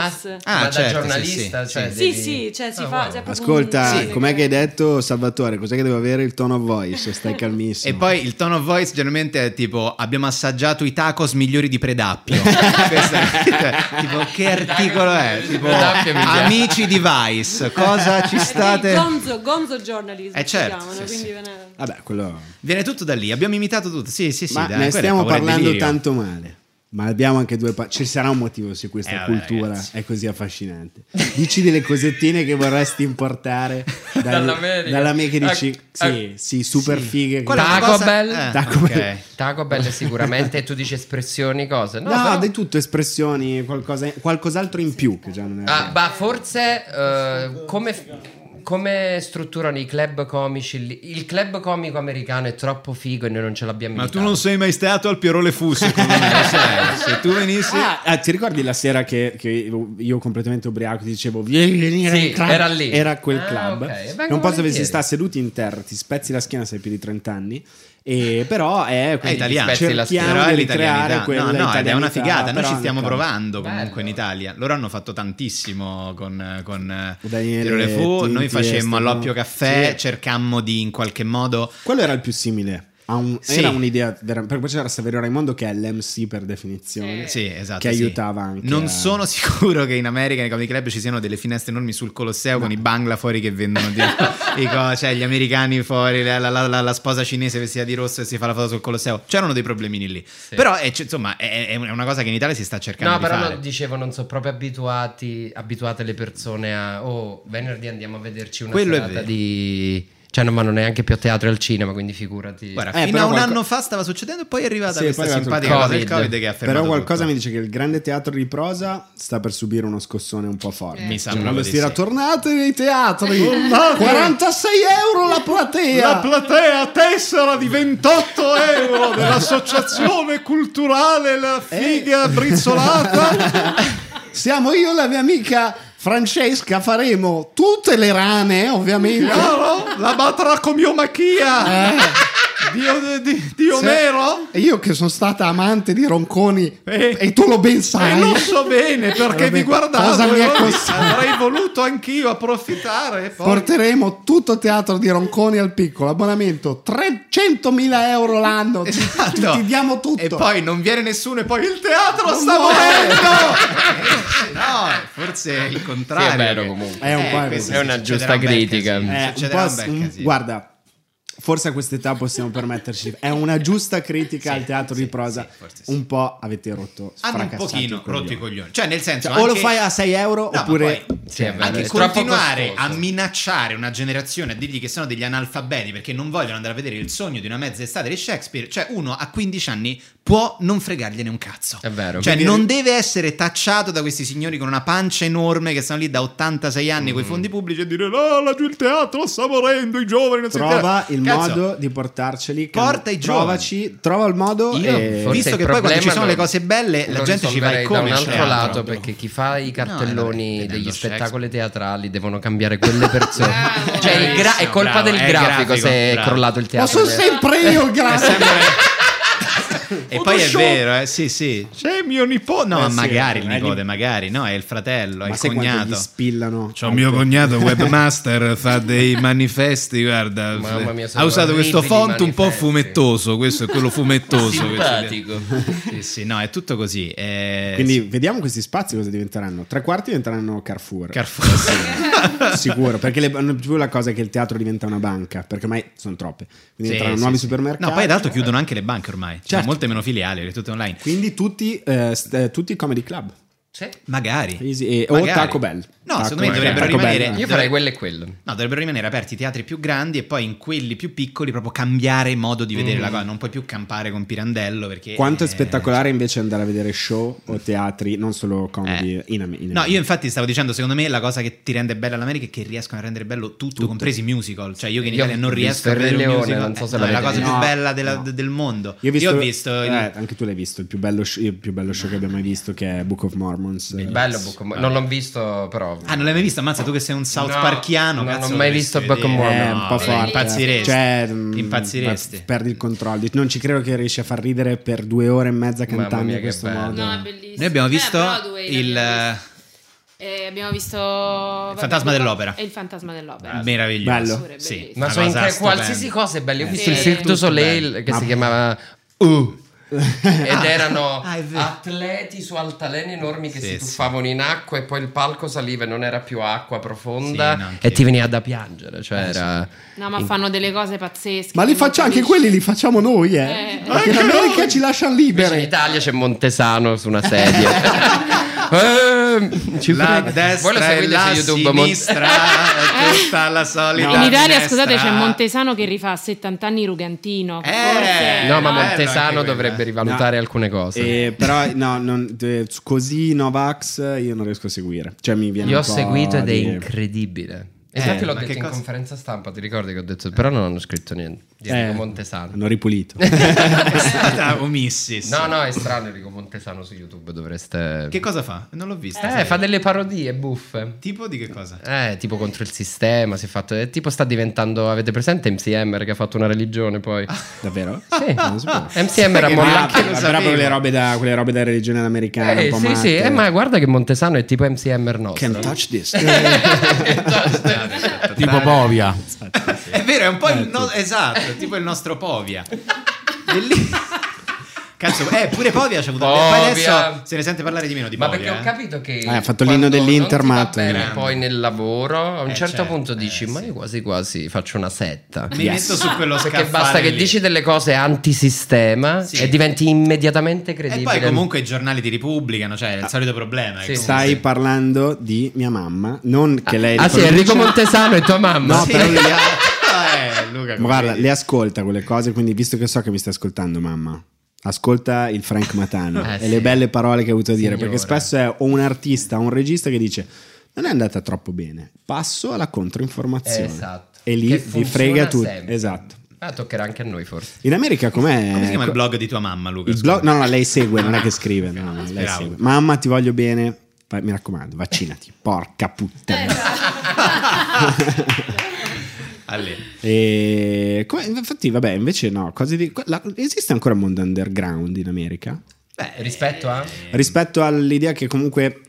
Speaker 9: ma
Speaker 1: certo, sì,
Speaker 9: da giornalista,
Speaker 1: sì,
Speaker 9: cioè,
Speaker 6: sì,
Speaker 9: devi-
Speaker 6: sì, cioè si
Speaker 9: Ah,
Speaker 6: fa...
Speaker 9: wow.
Speaker 6: cioè, è proprio
Speaker 2: Ascolta,
Speaker 6: un- sì.
Speaker 2: com'è che hai detto Salvatore? Cos'è che devo avere il tono of voice? Stai calmissimo.
Speaker 1: E poi il tono of voice generalmente è tipo abbiamo assaggiato i tacos migliori di Predappio. Questo è- cioè, tipo che articolo è? Tipo
Speaker 9: Predappio mi piace.
Speaker 1: amici di Vice, cosa ci
Speaker 6: Eh sì,
Speaker 1: state?
Speaker 6: Gonzo, gonzo giornalismo.
Speaker 1: Eh,
Speaker 6: si
Speaker 1: certo,
Speaker 6: chiamano,
Speaker 1: sì,
Speaker 6: quindi
Speaker 1: sì.
Speaker 6: ve ne-
Speaker 2: Vabbè, quello...
Speaker 1: Viene tutto da lì, abbiamo imitato tutto. Sì, sì, sì,
Speaker 2: Ma
Speaker 1: dai,
Speaker 2: ne
Speaker 1: quella è
Speaker 2: stiamo
Speaker 1: paura e
Speaker 2: parlando
Speaker 1: delirio.
Speaker 2: tanto male. Ma abbiamo anche due... pa- Ci sarà un motivo se questa
Speaker 1: Eh, vabbè,
Speaker 2: cultura
Speaker 1: ragazzi.
Speaker 2: è così affascinante. Dici delle cosettine che vorresti importare dal-
Speaker 9: Dall'America.
Speaker 2: Dall'America dici...
Speaker 9: Ah,
Speaker 2: sì, sì, super fighe.
Speaker 1: Quella è una
Speaker 9: Taco
Speaker 1: cosa-
Speaker 9: Bell?
Speaker 1: eh,
Speaker 2: Taco
Speaker 1: ok.
Speaker 2: Bell.
Speaker 9: Taco Bell sicuramente, tu dici espressioni, cose. No,
Speaker 2: No,
Speaker 9: però-
Speaker 2: di tutto, espressioni, qualcosa, qualcos'altro in più che già non era.
Speaker 9: Ah, ma forse eh, come, come strutturano i club comici? lì? Il club comico americano è troppo figo e noi non ce l'abbiamo
Speaker 1: Ma tu
Speaker 9: imitato.
Speaker 1: non sei mai stato al Pierole Fu, secondo me, lo sai. Se tu venissi
Speaker 2: Ah, ah, ti ricordi la sera che, che io completamente ubriaco ti dicevo vieni venire
Speaker 9: Sì,
Speaker 2: in club?
Speaker 9: era lì.
Speaker 2: Era quel
Speaker 9: Ah,
Speaker 2: club.
Speaker 9: ok, vengo
Speaker 2: È un posto dove
Speaker 9: volentieri.
Speaker 2: si sta seduti in terra, ti spezzi la schiena se hai più di 30 anni. E però è,
Speaker 1: è
Speaker 2: quindi
Speaker 1: italiano,
Speaker 9: Eh, spezzi la
Speaker 2: cerchiamo
Speaker 1: però è
Speaker 2: di ricreare
Speaker 1: l'italianità.
Speaker 2: quella
Speaker 1: No, no, ed è una
Speaker 2: italianità,
Speaker 1: figata. Noi
Speaker 2: però
Speaker 1: ci
Speaker 2: nel
Speaker 1: stiamo
Speaker 2: club.
Speaker 1: provando comunque in
Speaker 9: Bello.
Speaker 1: Italia. Loro hanno fatto tantissimo con, con eh,
Speaker 2: Daniele,
Speaker 1: Tirole Fu.
Speaker 2: Tinti,
Speaker 1: Noi facemmo
Speaker 2: Estefano.
Speaker 1: all'Oppio Caffè,
Speaker 2: Sì.
Speaker 1: cercammo di in qualche modo.
Speaker 2: Quello era il più simile. a un-
Speaker 1: Sì.
Speaker 2: Era un'idea, vera- perché poi c'era Saverio Raimondo che è l'MC per definizione.
Speaker 1: Sì, esatto.
Speaker 2: Che
Speaker 1: sì.
Speaker 2: aiutava anche
Speaker 1: Non
Speaker 2: a-
Speaker 1: sono sicuro che in America nei comedy club ci siano delle finestre enormi sul Colosseo con i bangla fuori che vendono di- i co- cioè gli americani fuori, la, la- la- la- la sposa cinese vestita di rosso e si fa la foto sul Colosseo. C'erano dei problemini lì. Però è- c- insomma è, è una cosa che in Italia si sta cercando
Speaker 9: No,
Speaker 1: di
Speaker 9: però
Speaker 1: fare.
Speaker 9: no, dicevo, non sono proprio abituati, abituate le persone a... Oh, venerdì andiamo a vederci una
Speaker 1: Quello è
Speaker 9: serata
Speaker 1: vero.
Speaker 9: di... Cioè non vanno neanche più a teatro e al cinema, quindi figurati.
Speaker 1: Guarda,
Speaker 2: Eh,
Speaker 1: fino
Speaker 2: però
Speaker 1: a un
Speaker 2: qualco-
Speaker 1: anno fa stava succedendo e poi è arrivata
Speaker 2: Sì,
Speaker 1: questa
Speaker 2: poi è arrivato il
Speaker 1: simpatica cosa del
Speaker 9: Covid.
Speaker 1: Covid che ha fermato
Speaker 2: Però qualcosa
Speaker 1: tutto.
Speaker 2: mi dice che il grande teatro di prosa sta per subire uno scossone un po' forte.
Speaker 1: Mi sa
Speaker 2: Cioè,
Speaker 1: proprio
Speaker 2: quando
Speaker 1: di
Speaker 2: si era
Speaker 1: sì.
Speaker 2: tornati nei teatri, 46 euro la platea.
Speaker 1: platea tessera di 28 euro dell'associazione culturale La
Speaker 2: Figa
Speaker 1: Brizzolata.
Speaker 2: Eh. Siamo io e la mia amica Francesca, faremo tutte le rane, ovviamente. Eh.
Speaker 1: la batracomiomachia Dio, di,
Speaker 2: Se- E io che sono stata amante di Ronconi
Speaker 1: Eh.
Speaker 2: e tu lo ben sai.
Speaker 1: bene
Speaker 2: Vabbè, cosa mi
Speaker 1: e
Speaker 2: è
Speaker 1: voi-
Speaker 2: costato?
Speaker 1: voluto anch'io approfittare. e poi-
Speaker 2: Porteremo tutto teatro di Ronconi al piccolo, abbonamento 300.000 euro l'anno, ti, ti-
Speaker 1: Esatto.
Speaker 2: ti diamo tutto.
Speaker 1: E poi non viene nessuno e poi il teatro
Speaker 2: Non
Speaker 1: sta
Speaker 2: muore.
Speaker 1: morendo. no, forse è il contrario.
Speaker 9: Sì, è vero
Speaker 1: che-
Speaker 9: comunque.
Speaker 2: Eh, È un po'
Speaker 1: questo
Speaker 2: così.
Speaker 1: sì,
Speaker 9: È una
Speaker 1: succederà
Speaker 9: giusta
Speaker 1: un bel
Speaker 9: critica.
Speaker 1: casino,
Speaker 2: Eh, un
Speaker 1: succederà
Speaker 2: po'
Speaker 1: un bel
Speaker 2: s- un-
Speaker 1: casino.
Speaker 2: guarda, forse a quest'età possiamo permetterci. È una giusta critica al teatro di prosa.
Speaker 1: sì, forse sì.
Speaker 2: un po' avete rotto.
Speaker 1: hanno un
Speaker 2: fracassati i
Speaker 1: pochino
Speaker 2: coglioni.
Speaker 1: rotto i coglioni. Cioè, nel senso,
Speaker 2: Cioè, o lo
Speaker 1: anche-
Speaker 2: fai a 6 euro
Speaker 1: No, ma
Speaker 2: oppure.
Speaker 1: poi- cioè,
Speaker 9: Sì, è vero,
Speaker 1: anche
Speaker 9: è Cioè, troppo
Speaker 1: Eh, continuare a
Speaker 9: costoso.
Speaker 1: minacciare una generazione, a dirgli che sono degli analfabeti perché non vogliono andare a vedere il sogno di una mezza estate di Shakespeare, cioè uno a 15 anni può non fregargliene un cazzo.
Speaker 9: È vero.
Speaker 1: Cioè
Speaker 9: Quindi-
Speaker 1: non deve essere tacciato da questi signori con una pancia enorme che sono lì da 86 anni con i fondi pubblici e dire no, laggiù il teatro sta morendo, i giovani non si
Speaker 2: Trova il
Speaker 1: Cazzo,
Speaker 2: modo di portarceli. che-
Speaker 1: Porta i giovani.
Speaker 2: trovaci, trova il modo.
Speaker 9: Io,
Speaker 2: e-
Speaker 9: forse
Speaker 1: Visto
Speaker 9: il
Speaker 1: che poi quando ci
Speaker 9: problema
Speaker 1: sono le
Speaker 9: lo-
Speaker 1: cose belle, la
Speaker 9: lo
Speaker 1: gente ci va
Speaker 9: risolverei
Speaker 1: come cioè.
Speaker 9: da un
Speaker 1: al
Speaker 9: altro
Speaker 1: teatro.
Speaker 9: lato perché chi fa i
Speaker 1: No,
Speaker 9: cartelloni
Speaker 1: eh, vabbè,
Speaker 9: degli
Speaker 1: vedendo
Speaker 9: spettacoli
Speaker 1: Shakespeare.
Speaker 9: teatrali devono cambiare quelle persone.
Speaker 10: Bravo.
Speaker 9: cioè, il gra- è colpa
Speaker 1: Bravo,
Speaker 9: del
Speaker 1: è il
Speaker 9: grafico,
Speaker 1: grafico,
Speaker 9: se è
Speaker 1: bravo.
Speaker 9: crollato il
Speaker 2: Ma
Speaker 9: teatro.
Speaker 2: sono sempre io, grazie.
Speaker 1: E poi è eh. vero, eh, sì, sì. C'è mio nipote. No,
Speaker 2: Eh, sì,
Speaker 1: magari il
Speaker 2: eh,
Speaker 1: nipote,
Speaker 2: li-
Speaker 1: magari, no, è il fratello, è
Speaker 2: Ma
Speaker 1: il
Speaker 2: sai quanto gli
Speaker 1: cognato.
Speaker 2: spillano?
Speaker 5: C'ho mio cognato webmaster, fa dei manifesti, guarda.
Speaker 9: Mamma mia, sono
Speaker 5: ha usato questo
Speaker 9: orribili
Speaker 5: font un po'
Speaker 9: manifesti.
Speaker 5: fumettoso, questo è quello fumettoso.
Speaker 9: simpatico.
Speaker 1: Sì, sì, no, è tutto così. eh,
Speaker 2: Quindi vediamo questi spazi cosa diventeranno. Tre quarti diventeranno Carrefour. Eh,
Speaker 1: Carrefour, sì.
Speaker 2: sicuro perché le, non è più la cosa che il teatro diventa una banca perché ormai sono troppe
Speaker 1: Sì,
Speaker 2: quindi entrano
Speaker 1: sì,
Speaker 2: nuovi
Speaker 1: sì.
Speaker 2: supermercati
Speaker 1: No, poi d'altro chiudono anche le banche ormai. Ci sono
Speaker 2: Certo.
Speaker 1: molte meno filiali, tutte online.
Speaker 2: quindi tutti, eh, st- eh, tutti i comedy club
Speaker 9: Sì.
Speaker 1: Magari.
Speaker 2: Easy, e- o
Speaker 1: Magari.
Speaker 2: Taco Bell.
Speaker 1: No,
Speaker 2: Taco
Speaker 1: secondo me
Speaker 2: Bell.
Speaker 1: dovrebbero
Speaker 2: Taco Bell.
Speaker 1: rimanere.
Speaker 9: Io
Speaker 1: dovrei-
Speaker 9: farei quello e quello.
Speaker 1: No, dovrebbero rimanere aperti i teatri più grandi e poi in quelli più piccoli proprio cambiare modo di vedere
Speaker 9: Mm.
Speaker 1: la cosa. Non puoi più campare con Pirandello perché...
Speaker 2: Quanto è
Speaker 1: eh,
Speaker 2: spettacolare invece andare a vedere show o teatri, non solo comedy in, Am- in
Speaker 1: Eh. No,
Speaker 2: America.
Speaker 1: io infatti stavo dicendo, secondo me la cosa che ti rende bella l'America è che riescono a rendere bello tutto, compresi i musical. Cioè io che in
Speaker 9: Io ho
Speaker 1: Italia non riesco
Speaker 9: visto
Speaker 1: a
Speaker 9: Il Re
Speaker 1: vedere un
Speaker 9: Leone,
Speaker 1: musical.
Speaker 9: non so se
Speaker 1: eh, no, è la
Speaker 9: l'avete
Speaker 1: cosa
Speaker 9: visto.
Speaker 1: più
Speaker 2: No,
Speaker 1: bella della-
Speaker 2: no.
Speaker 1: de- del mondo.
Speaker 2: Io ho visto,
Speaker 1: ho visto
Speaker 2: eh,
Speaker 1: il-
Speaker 2: anche tu l'hai visto, il più bello, sh- il più bello show che abbiamo mai visto che è Book of Mormons. Eh,
Speaker 9: Bello Book of Mo- Non l'ho visto, però.
Speaker 1: Ah, non l'hai mai visto? Ammazza, tu che sei un South
Speaker 9: No,
Speaker 1: Parkiano.
Speaker 9: non
Speaker 1: cazzo,
Speaker 9: ho mai
Speaker 1: dovresti
Speaker 9: visto Book of
Speaker 1: vedere.
Speaker 2: È
Speaker 9: Mormon.
Speaker 1: No,
Speaker 2: un po'
Speaker 1: eh,
Speaker 2: forte.
Speaker 1: Impazziresti.
Speaker 2: Cioè, mm,
Speaker 1: Impazziresti.
Speaker 2: ma- Perdi il controllo. Non ci credo che riesci a far ridere per due ore e mezza
Speaker 9: Mamma
Speaker 2: cantando
Speaker 9: mia,
Speaker 2: in
Speaker 9: che
Speaker 2: questo
Speaker 9: bello.
Speaker 2: modo.
Speaker 4: No, è bellissimo.
Speaker 1: Noi abbiamo
Speaker 4: Eh,
Speaker 1: visto
Speaker 4: Broadway
Speaker 1: il
Speaker 4: l'abbiamo visto. Eh, abbiamo visto vabbè,
Speaker 1: Fantasma
Speaker 4: Luca-
Speaker 1: dell'Opera.
Speaker 4: E il fantasma dell'opera.
Speaker 1: meraviglioso.
Speaker 4: Bello.
Speaker 1: Sì, Ah,
Speaker 9: Ma
Speaker 1: una
Speaker 9: so in
Speaker 1: cosa
Speaker 9: che-
Speaker 1: stupenda.
Speaker 9: qualsiasi cosa è bella. Io ho
Speaker 4: Eh,
Speaker 9: visto
Speaker 4: sì.
Speaker 9: il Cirque du Soleil che si chiamava Uh. Ed erano
Speaker 1: ah, è vero.
Speaker 9: atleti su altalene enormi che
Speaker 1: Sì,
Speaker 9: si
Speaker 1: sì.
Speaker 9: tuffavano in acqua e poi il palco saliva e non era più acqua profonda
Speaker 1: Sì, no, anche
Speaker 9: e ti
Speaker 1: io. Ah,
Speaker 9: veniva da piangere. Cioè era...
Speaker 4: No, ma fanno delle cose pazzesche.
Speaker 2: Ma li facciamo anche quelli, li facciamo noi, eh.
Speaker 4: Eh.
Speaker 2: Perché in America ci lasciano
Speaker 9: Invece in
Speaker 2: liberi.
Speaker 9: Italia c'è Montesano su una sedia. Ehm, ci
Speaker 1: La
Speaker 9: prego. Voi lo
Speaker 1: destra e
Speaker 9: seguite
Speaker 1: la
Speaker 9: su YouTube. Mon-
Speaker 1: sinistra è tutta la solita
Speaker 4: In Italia,
Speaker 1: finestra.
Speaker 4: scusate, c'è Montesano che rifà a 70 anni Rugantino.
Speaker 1: Eh,
Speaker 4: Forse-
Speaker 9: No, ma
Speaker 1: Bello anche
Speaker 9: Montesano
Speaker 1: quella.
Speaker 9: dovrebbe rivalutare
Speaker 2: No.
Speaker 9: alcune cose.
Speaker 2: Eh, però no, non- eh, così Novax io non riesco a seguire. Cioè mi viene
Speaker 9: Io ho
Speaker 2: un po'
Speaker 9: seguito ed è
Speaker 2: di-
Speaker 9: incredibile.
Speaker 1: Eh,
Speaker 9: Infatti Esatto, l'ho
Speaker 1: ma
Speaker 9: detto
Speaker 1: che
Speaker 9: in
Speaker 1: cosa-
Speaker 9: conferenza stampa, ti ricordi che ho detto, però non hanno scritto niente. Io
Speaker 2: Eh,
Speaker 9: dico Montesano.
Speaker 2: Hanno ripulito.
Speaker 1: È stata omissis.
Speaker 9: No, no, è strano, dico Montesano su YouTube dovreste...
Speaker 1: Che cosa fa? Non l'ho vista.
Speaker 9: Eh,
Speaker 1: sai.
Speaker 9: fa delle parodie buffe.
Speaker 1: Tipo di che cosa?
Speaker 9: Eh, tipo contro il sistema, si è fatto... eh, tipo sta diventando... Avete presente MCM che ha fatto una religione poi?
Speaker 1: Ah,
Speaker 2: Davvero?
Speaker 9: Sì.
Speaker 2: Non so.
Speaker 9: MCM era
Speaker 1: Che
Speaker 9: mollato...
Speaker 1: anche lo
Speaker 2: Ah,
Speaker 1: sapevo.
Speaker 2: Però quelle robe da, quelle robe da religione americana un
Speaker 9: Eh,
Speaker 2: po'
Speaker 9: sì, sì,
Speaker 2: matte.
Speaker 9: eh, ma guarda che Montesano è tipo MCM nostro. Eh,
Speaker 2: Can't touch this. Eh,
Speaker 5: Tipo Povia.
Speaker 1: È vero, è un po' il no-
Speaker 9: Eh,
Speaker 1: esatto, è tipo il nostro Povia. Bellissimo. Cazzo, eh, pure Povia ci ha avuto.
Speaker 9: Povia.
Speaker 1: Poi adesso se ne sente parlare di meno di
Speaker 9: Ma
Speaker 1: Povia.
Speaker 9: perché ho
Speaker 1: eh.
Speaker 9: capito che
Speaker 2: Eh, ha fatto l'inno
Speaker 9: quando
Speaker 2: dell'Inter,
Speaker 9: non ti va
Speaker 2: Matt.
Speaker 9: bene
Speaker 1: Grande.
Speaker 9: poi nel lavoro, a un
Speaker 1: Eh,
Speaker 9: certo
Speaker 1: certo,
Speaker 9: punto
Speaker 1: eh,
Speaker 9: dici: Ma
Speaker 1: sì.
Speaker 9: io quasi quasi faccio una setta.
Speaker 1: Mi
Speaker 2: Yes.
Speaker 1: metto su quello
Speaker 9: Perché
Speaker 1: scaffale
Speaker 9: basta che
Speaker 1: lì.
Speaker 9: dici delle cose antisistema
Speaker 1: Sì.
Speaker 9: e diventi immediatamente
Speaker 1: E
Speaker 9: credibile.
Speaker 1: poi comunque i giornali ti ripubblicano, cioè è il solito problema.
Speaker 9: Ah. Sì.
Speaker 1: che
Speaker 2: Stai
Speaker 1: comunque-
Speaker 2: parlando di mia mamma, non che lei...
Speaker 9: Ah, sì,
Speaker 2: riproduce-
Speaker 9: Enrico Montesano e tua mamma.
Speaker 2: No, però lui-
Speaker 1: eh,
Speaker 9: Ecco,
Speaker 1: Luca,
Speaker 2: Ma
Speaker 1: come
Speaker 2: guarda,
Speaker 1: vedi.
Speaker 2: le ascolta quelle cose, quindi visto che so che mi stai ascoltando, mamma, ascolta il Frank Matano
Speaker 9: Eh,
Speaker 2: e
Speaker 9: sì.
Speaker 2: le belle parole che ha avuto a dire,
Speaker 9: Signora.
Speaker 2: perché spesso è o un artista o un regista che dice non è andata troppo bene, passo alla controinformazione.
Speaker 9: Eh, esatto.
Speaker 2: E lì
Speaker 9: Che
Speaker 2: vi
Speaker 9: funziona
Speaker 2: frega tutto.
Speaker 9: sempre.
Speaker 2: Esatto.
Speaker 9: Ah, toccherà anche a noi forse.
Speaker 2: In America com'è?
Speaker 1: Come si chiama il blog di tua mamma, Luca?
Speaker 2: Eh, Il blog- no, no, lei segue, non è che scrive. no, no, lei
Speaker 1: speravo.
Speaker 2: segue. Mamma, ti voglio bene. Vai, mi raccomando, vaccinati. Porca puttana.
Speaker 1: Ah, lì.
Speaker 2: E come- infatti, vabbè, invece no. cose di- la- esiste ancora un mondo underground in America?
Speaker 1: Beh,
Speaker 9: Rispetto a-
Speaker 2: Rispetto all'idea che comunque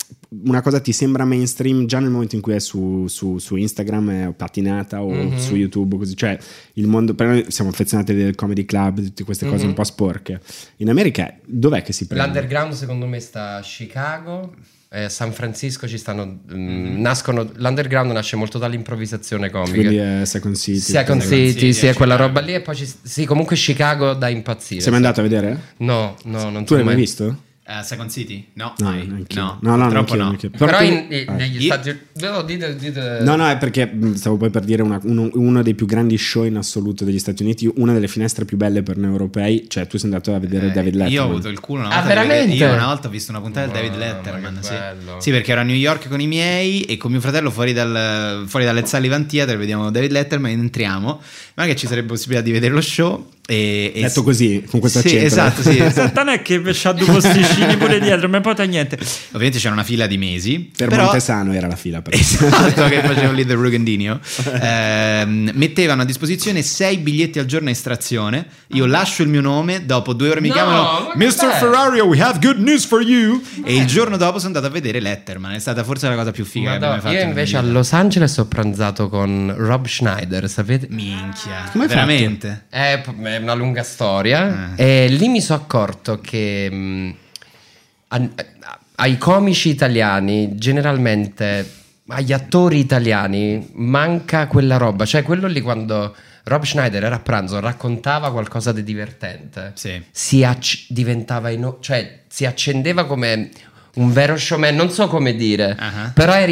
Speaker 2: una cosa ti sembra mainstream già nel momento in cui è su, su- su Instagram è patinata o
Speaker 9: Mhm.
Speaker 2: su YouTube, così. Cioè, il mondo. Per noi siamo affezionati del comedy club, di tutte queste cose
Speaker 9: Mhm.
Speaker 2: un po' sporche. In America, dov'è che si prende?
Speaker 9: L'underground secondo me sta a Chicago, eh, a San Francisco ci stanno...
Speaker 1: Mm-hmm.
Speaker 9: mm, nascono, l'underground nasce molto dall'improvvisazione comica.
Speaker 2: Quindi è Second City.
Speaker 9: Second
Speaker 2: City.
Speaker 9: City, sì,
Speaker 1: City,
Speaker 9: è quella
Speaker 1: Chicago.
Speaker 9: roba lì. E poi ci- sì, comunque Chicago da impazzire.
Speaker 2: Sei mai andato a vedere?
Speaker 9: No, no, non
Speaker 2: Tu
Speaker 9: so
Speaker 2: l'hai mai
Speaker 9: mai-
Speaker 2: visto?
Speaker 1: eh, Second City? No,
Speaker 2: No,
Speaker 1: mai.
Speaker 2: neanch'io.
Speaker 1: no,
Speaker 2: No, no,
Speaker 1: purtroppo
Speaker 2: neanch'io,
Speaker 1: no.
Speaker 2: neanch'io. Però
Speaker 9: Però
Speaker 2: tu-
Speaker 9: in- in-
Speaker 2: Ah.
Speaker 9: negli
Speaker 1: Io-
Speaker 9: Stati Uniti... No, no, dite- dite-
Speaker 2: No, no, è perché mh, stavo poi per dire una- uno, uno dei più grandi show in assoluto degli Stati Uniti, una delle finestre più belle per noi europei, cioè tu sei andato a vedere
Speaker 1: Eh,
Speaker 2: David Letterman.
Speaker 1: Io ho avuto il culo una
Speaker 9: Ah,
Speaker 1: volta. di vedere-
Speaker 9: veramente?
Speaker 1: io una volta ho visto una puntata del David
Speaker 9: Mamma,
Speaker 1: Letterman.
Speaker 9: che
Speaker 1: Sì.
Speaker 9: bello.
Speaker 1: Sì, perché ero a New York con i miei e con mio fratello fuori, dal, fuori dalle Sullivan Theater. Vediamo David Letterman. Entriamo. Ma che ci sarebbe possibilità di vedere lo show. E, e-
Speaker 2: Detto così, con questo
Speaker 1: Sì,
Speaker 2: accento.
Speaker 1: esatto, sì, esatto.
Speaker 12: Santana è che c'ha due posticini pure dietro, non importa niente.
Speaker 1: Ovviamente c'era una fila di mesi.
Speaker 2: Per
Speaker 1: però-
Speaker 2: Montesano era la fila. Però.
Speaker 1: Esatto, che facevo lì del Rugandinio. Ehm, mettevano a disposizione 6 biglietti al giorno a estrazione. Io lascio il mio nome, dopo due ore mi
Speaker 9: Ah. No,
Speaker 1: chiamano
Speaker 9: ma che
Speaker 1: Mr.
Speaker 9: bello."
Speaker 1: Ferrario, we have good news for you. E il giorno dopo sono andato a vedere Letterman. È stata forse la cosa più figa che abbiamo
Speaker 9: Madonna,
Speaker 1: Eh, fatto.
Speaker 9: io
Speaker 1: nella
Speaker 9: invece a
Speaker 1: vita.
Speaker 9: Los Angeles ho pranzato con Rob Schneider, sapete?
Speaker 1: Minchia,
Speaker 2: Come hai fatto?
Speaker 1: eh, veramente. Eh.
Speaker 9: È Eh, p- è una lunga storia. E lì mi sono accorto che mh, a- a- ai comici italiani, generalmente agli attori italiani, manca quella roba. Cioè, quello lì quando Rob Schneider era a pranzo, raccontava qualcosa di divertente.
Speaker 1: Sì.
Speaker 9: Si acc- diventava ino- cioè si accendeva come un vero showman, non so come dire, però era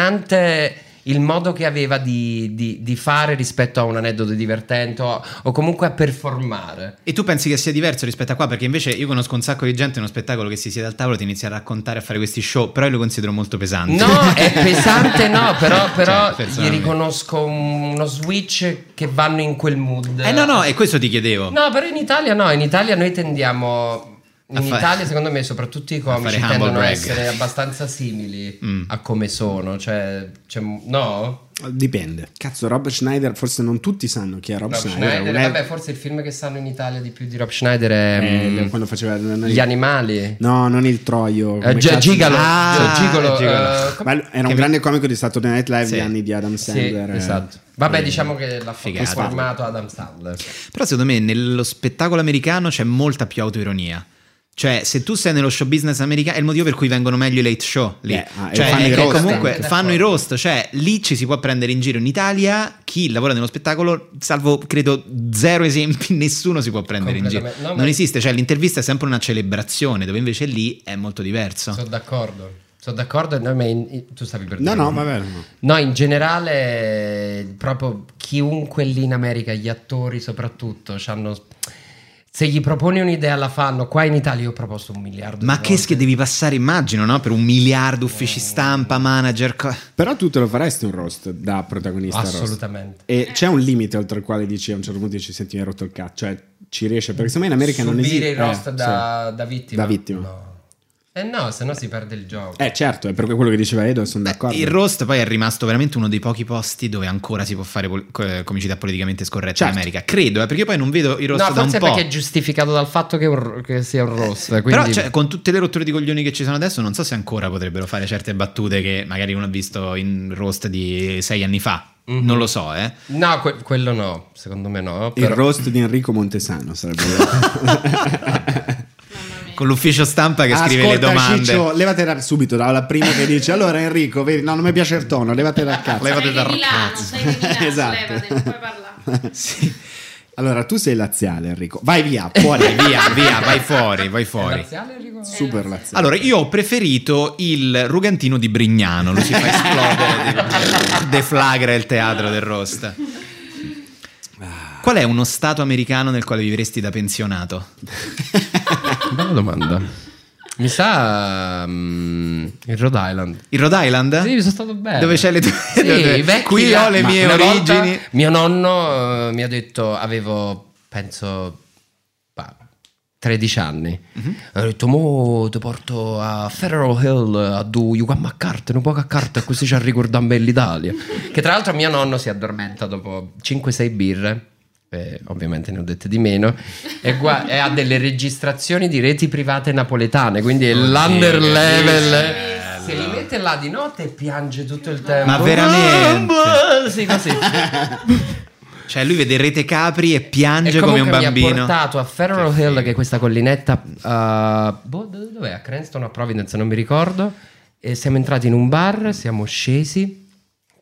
Speaker 9: impressionante il modo che aveva di, di- di fare rispetto a un aneddoto divertente o, o comunque a performare.
Speaker 1: E tu pensi che sia diverso rispetto a qua? Perché invece io conosco un sacco di gente in uno spettacolo che si siede al tavolo, ti inizia a raccontare, a fare questi show, però io lo considero molto pesante.
Speaker 9: No, è pesante, no, però, però
Speaker 1: Cioè,
Speaker 9: gli
Speaker 1: personalmente.
Speaker 9: riconosco uno switch che vanno in quel mood.
Speaker 1: Eh no, no, e questo ti chiedevo.
Speaker 9: No, però in Italia no, in Italia noi tendiamo. In
Speaker 1: A fare-
Speaker 9: Italia, secondo me, soprattutto i
Speaker 1: fare
Speaker 9: comici
Speaker 1: humble
Speaker 9: tendono a
Speaker 1: brag.
Speaker 9: essere abbastanza simili
Speaker 2: Mm.
Speaker 9: a come sono. Cioè, cioè, no?
Speaker 2: Dipende. Cazzo, Rob Schneider, forse non tutti sanno chi è Rob,
Speaker 9: Rob
Speaker 2: Schneider.
Speaker 9: Schneider,
Speaker 2: un-
Speaker 9: cioè, vabbè, forse il film che sanno in Italia di più di Rob Schneider è
Speaker 2: Eh,
Speaker 9: mm,
Speaker 2: quando faceva
Speaker 9: Gli animali.
Speaker 2: No, non il Troio.
Speaker 9: Eh, Gi- Gigolo. Cioè, Gigolo, eh,
Speaker 2: Ma lui era un
Speaker 9: che-
Speaker 2: grande comico di Saturday Night Live
Speaker 9: Sì.
Speaker 2: gli anni di Adam
Speaker 9: Sì,
Speaker 2: Sandler. eh.
Speaker 9: esatto. Vabbè,
Speaker 2: Eh,
Speaker 9: diciamo che l'ha
Speaker 1: figata.
Speaker 9: formato Adam Sandler.
Speaker 1: Però secondo me nello spettacolo americano c'è molta più autoironia. Cioè, se tu sei nello show business americano, è il motivo per cui vengono meglio i late show lì.
Speaker 2: Beh, ah, e
Speaker 1: cioè,
Speaker 2: fanno
Speaker 1: è
Speaker 2: i
Speaker 1: che
Speaker 2: roast
Speaker 1: comunque
Speaker 2: anche.
Speaker 1: fanno i roast, cioè lì ci si può prendere in giro. In Italia, chi lavora nello spettacolo, salvo credo zero esempi, nessuno si può prendere in giro.
Speaker 9: Completamente. No, ma-
Speaker 1: non esiste, cioè l'intervista è sempre una celebrazione, dove invece lì è molto diverso.
Speaker 9: Sono d'accordo. Sono d'accordo. No, ma in- tu stavi per
Speaker 2: No,
Speaker 9: dire
Speaker 2: no,
Speaker 9: un-
Speaker 2: vabbè. no.
Speaker 9: No, in generale, proprio chiunque lì in America, gli attori soprattutto, c'hanno- se gli proponi un'idea la fanno. Qua in Italia io ho proposto un miliardo
Speaker 1: Ma
Speaker 9: di
Speaker 1: che che devi passare, immagino, no? Per un miliardo uffici
Speaker 9: Eh.
Speaker 1: stampa, manager. co-
Speaker 2: Però tu te lo faresti un roast da protagonista roast?
Speaker 9: Assolutamente.
Speaker 2: E c'è un limite oltre il quale dici a un certo punto dici senti mi hai rotto il cazzo, cioè ci riesce perché secondo me in America non esiste
Speaker 9: Subire il roast
Speaker 2: eh,
Speaker 9: da,
Speaker 2: sì.
Speaker 9: da vittima.
Speaker 2: Da vittima.
Speaker 9: No. Eh no, se no si perde il gioco.
Speaker 2: Eh certo, è per quello che diceva Edo, sono d'accordo.
Speaker 1: Il roast poi è rimasto veramente uno dei pochi posti dove ancora si può fare pol- co- eh, comicità politicamente scorretta in America. Credo, eh, perché io poi non vedo i roast
Speaker 9: Certo.
Speaker 1: da un
Speaker 9: no, forse
Speaker 1: po'.
Speaker 9: perché è giustificato dal fatto che, è un ro- che sia un roast.
Speaker 1: Però
Speaker 9: quindi-
Speaker 1: cioè, con tutte le rotture di coglioni che ci sono adesso, non so se ancora potrebbero fare certe battute che magari uno ha visto in roast di sei anni fa.
Speaker 9: Mhm.
Speaker 1: Non lo so, eh.
Speaker 9: No, que- quello no, secondo me no.
Speaker 2: Il
Speaker 9: però-
Speaker 2: roast di Enrico Montesano sarebbe
Speaker 1: Con l'ufficio stampa che scrive le
Speaker 2: Ascolta,
Speaker 1: domande.
Speaker 2: Ciccio, levatela subito dalla prima che dici allora Enrico, vedi, no, non mi piace il tono, levatela dal cazzo.
Speaker 1: Levate dal
Speaker 13: sei di Milano,
Speaker 2: Esatto.
Speaker 13: levatela, non puoi parlare.
Speaker 2: Sì. Allora tu sei laziale Enrico, vai via, fuori,
Speaker 1: Eh, Vai via, via, vai fuori, vai fuori.
Speaker 2: Super laziale.
Speaker 1: Allora, io ho preferito il Rugantino di Brignano, lo si fa esplodere, tipo, deflagra il teatro del roast. Qual è uno stato americano nel quale vivresti da pensionato?
Speaker 9: Bella domanda. Mi sa mm, il Rhode Island.
Speaker 1: Il Rhode Island?
Speaker 9: Sì, sono stato bene.
Speaker 1: Dove c'è Cioè, le tue...
Speaker 9: Sì,
Speaker 1: dove-
Speaker 9: i vecchi-
Speaker 1: Qui ho le
Speaker 9: ma
Speaker 1: mie
Speaker 9: una volta
Speaker 1: origini.
Speaker 9: mio nonno eh, mi ha detto, avevo, penso, bah, 13 anni.
Speaker 1: Mhm.
Speaker 9: Ha detto, mo ti porto a Federal Hill a do Yugamma Carte, un po' a carta, così ci ricordiamo bene l'Italia. che tra l'altro mio nonno si addormenta dopo 5-6 birre. eh, ovviamente ne ho dette di meno e, gua- e ha delle registrazioni di reti private napoletane quindi è l'under level
Speaker 1: Eh,
Speaker 9: se li mette là di notte e piange tutto il tempo
Speaker 1: Ma veramente?
Speaker 9: sì così
Speaker 1: Cioè, lui vede Rete Capri e piange
Speaker 9: e
Speaker 1: come
Speaker 9: comunque
Speaker 1: un
Speaker 9: mi ha
Speaker 1: bambino.
Speaker 9: portato a Ferro Hill che è questa collinetta eh, boh, dove- dov'è? a Cranston o a Providence non mi ricordo e siamo entrati in un bar siamo scesi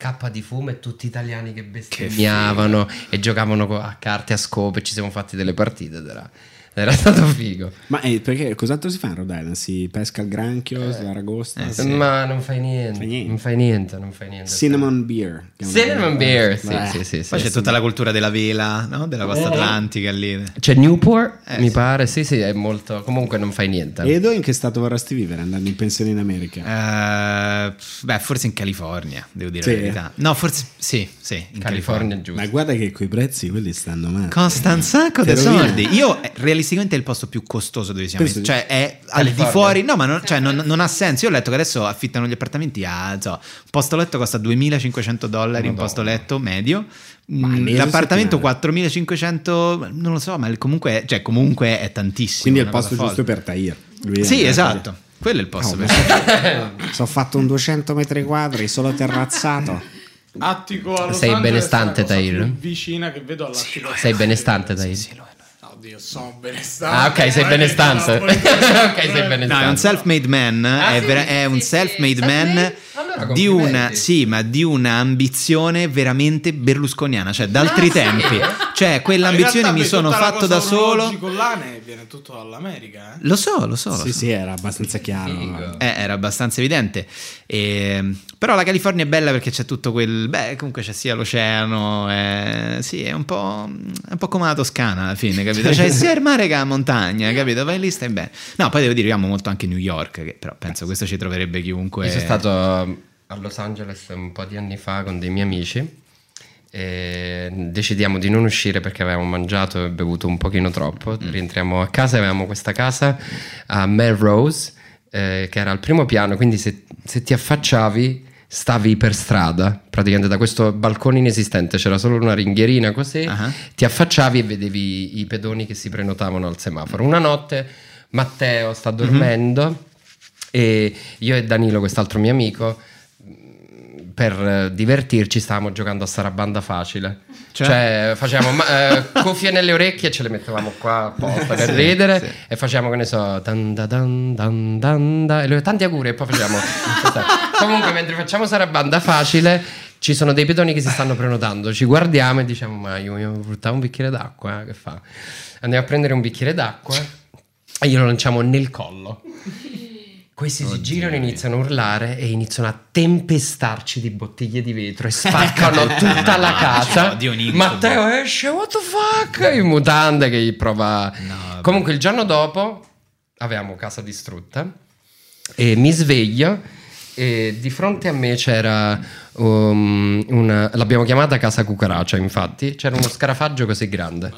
Speaker 9: cappa di fumo e tutti italiani che bestemmiavano e giocavano co- a carte a scopo e ci siamo fatti delle partite ed era, era stato figo
Speaker 2: Ma eh, perché cos'altro si fa in Rhode Island? Si pesca il granchio, l'aragosta,
Speaker 9: Eh.
Speaker 1: Eh,
Speaker 9: ma non fai niente,
Speaker 2: Fai niente.
Speaker 9: non fai niente non fai niente
Speaker 2: cinnamon beer.
Speaker 9: Cinnamon beer sì,
Speaker 2: Beh.
Speaker 9: sì, sì, sì,
Speaker 1: Poi c'è
Speaker 9: sì.
Speaker 1: tutta la cultura della vela, no? Della costa
Speaker 9: Eh.
Speaker 1: atlantica lì.
Speaker 9: C'è Newport,
Speaker 1: Eh,
Speaker 9: mi pare, sì, sì, è molto. Comunque non fai niente.
Speaker 2: Edo, in che stato vorresti vivere andando in pensione in America?
Speaker 1: Eh, beh, forse in California, devo dire
Speaker 2: Sì.
Speaker 1: la verità. No, forse sì, sì, in California.
Speaker 9: California è giusto.
Speaker 2: Ma guarda che coi prezzi quelli stanno male.
Speaker 1: Costa un sacco
Speaker 2: Te
Speaker 1: di
Speaker 2: lo dico.
Speaker 1: soldi. Io, eh, realisticamente, è il posto più costoso dove siamo.
Speaker 2: Penso di-
Speaker 1: Cioè, è al di
Speaker 9: California.
Speaker 1: fuori, no, ma non, cioè, non- non ha senso. Io ho letto che adesso affittano gli appartamenti a non so, un posto letto costa 2500 dollari. Un
Speaker 9: Madonna.
Speaker 1: posto letto medio,
Speaker 2: Ma
Speaker 1: Mm,
Speaker 2: mese,
Speaker 1: l'appartamento
Speaker 2: settimana.
Speaker 1: 4500. Non lo so, ma il- comunque, cioè, comunque è tantissimo.
Speaker 2: Quindi è il
Speaker 1: una cosa
Speaker 2: posto giusto
Speaker 1: folle.
Speaker 2: per Tahir. Lui è-
Speaker 1: Sì, esatto. Quello è il posto
Speaker 2: Oh,
Speaker 1: per
Speaker 2: Sono fatto un 200 metri quadri, solo terrazzato.
Speaker 3: Attico a Los
Speaker 9: Sei
Speaker 3: Angeles
Speaker 9: benestante,
Speaker 3: è la cosa
Speaker 9: Tahir?
Speaker 3: più vicina che vedo all'attico.
Speaker 9: Sei benestante, dai.
Speaker 3: Oddio, sono benestante.
Speaker 9: Ah, ok, sei
Speaker 3: Eh,
Speaker 9: benestante.
Speaker 3: no, poi-
Speaker 9: ok, sei benestante.
Speaker 1: Eh, No, è un self-made man, è, vera- è un self-made man
Speaker 9: Allora,
Speaker 1: di
Speaker 9: complimenti.
Speaker 1: una, sì, ma di una ambizione veramente berlusconiana, cioè d'altri
Speaker 9: Ah, sì?
Speaker 1: tempi. Cioè, quelle
Speaker 3: In
Speaker 1: ambizioni
Speaker 3: realtà,
Speaker 1: mi
Speaker 3: beh,
Speaker 1: sono
Speaker 3: tutta la
Speaker 1: fatto
Speaker 3: cosa
Speaker 1: da solo.
Speaker 3: orologico là ne viene tutto dall'America, eh.
Speaker 1: Lo so, lo so. lo
Speaker 2: Sì,
Speaker 1: so.
Speaker 2: sì, era abbastanza chiaro.
Speaker 1: Eh, era abbastanza evidente. E, però la California è bella perché c'è tutto quel. Beh, comunque c'è sia l'oceano. eh, sì, è un, po', è un po' come la Toscana alla fine, capito? C'è sia il mare che la montagna, capito? Vai lì, stai bene. No, poi devo dire, io amo molto anche New York, che però penso questo ci troverebbe chiunque.
Speaker 9: Io sono stato eh, Ehm, a Los Angeles un po' di anni fa con dei miei amici e decidiamo di non uscire perché avevamo mangiato e bevuto un pochino troppo. Rientriamo a casa, avevamo questa casa a Melrose eh, che era al primo piano, quindi se, se ti affacciavi stavi per strada, praticamente da questo balcone inesistente, c'era solo una ringhierina così, ti affacciavi e vedevi i pedoni che si prenotavano al semaforo. Una notte Matteo sta dormendo e io e Danilo, quest'altro mio amico, mh, per eh, divertirci stavamo giocando a Sarabanda facile. Cioè, facevamo ma- eh, cuffie nelle orecchie e ce le mettevamo qua apposta Cioè, per
Speaker 8: Sì,
Speaker 9: ridere
Speaker 8: sì.
Speaker 9: e facevamo che ne so, dan da dan dan dan da, e lui, tanti auguri e poi facevamo Comunque, mentre facciamo Sarabanda facile, ci sono dei pedoni che si stanno prenotando. Ci guardiamo e diciamo: Ma io mi portavo un bicchiere d'acqua. eh, Che fa? Andiamo a prendere un bicchiere d'acqua e glielo lanciamo nel collo. Questi si girano, iniziano a urlare e iniziano a tempestarci di bottiglie di vetro e spaccano tutta
Speaker 1: Cioè,
Speaker 9: la casa.
Speaker 1: Oddio, un incubo.
Speaker 9: Matteo esce, what the fuck? In mutande che gli prova. Comunque, il giorno dopo avevamo casa distrutta e mi sveglio e di fronte a me c'era um, una, l'abbiamo chiamata casa cucaraccia infatti c'era uno scarafaggio così grande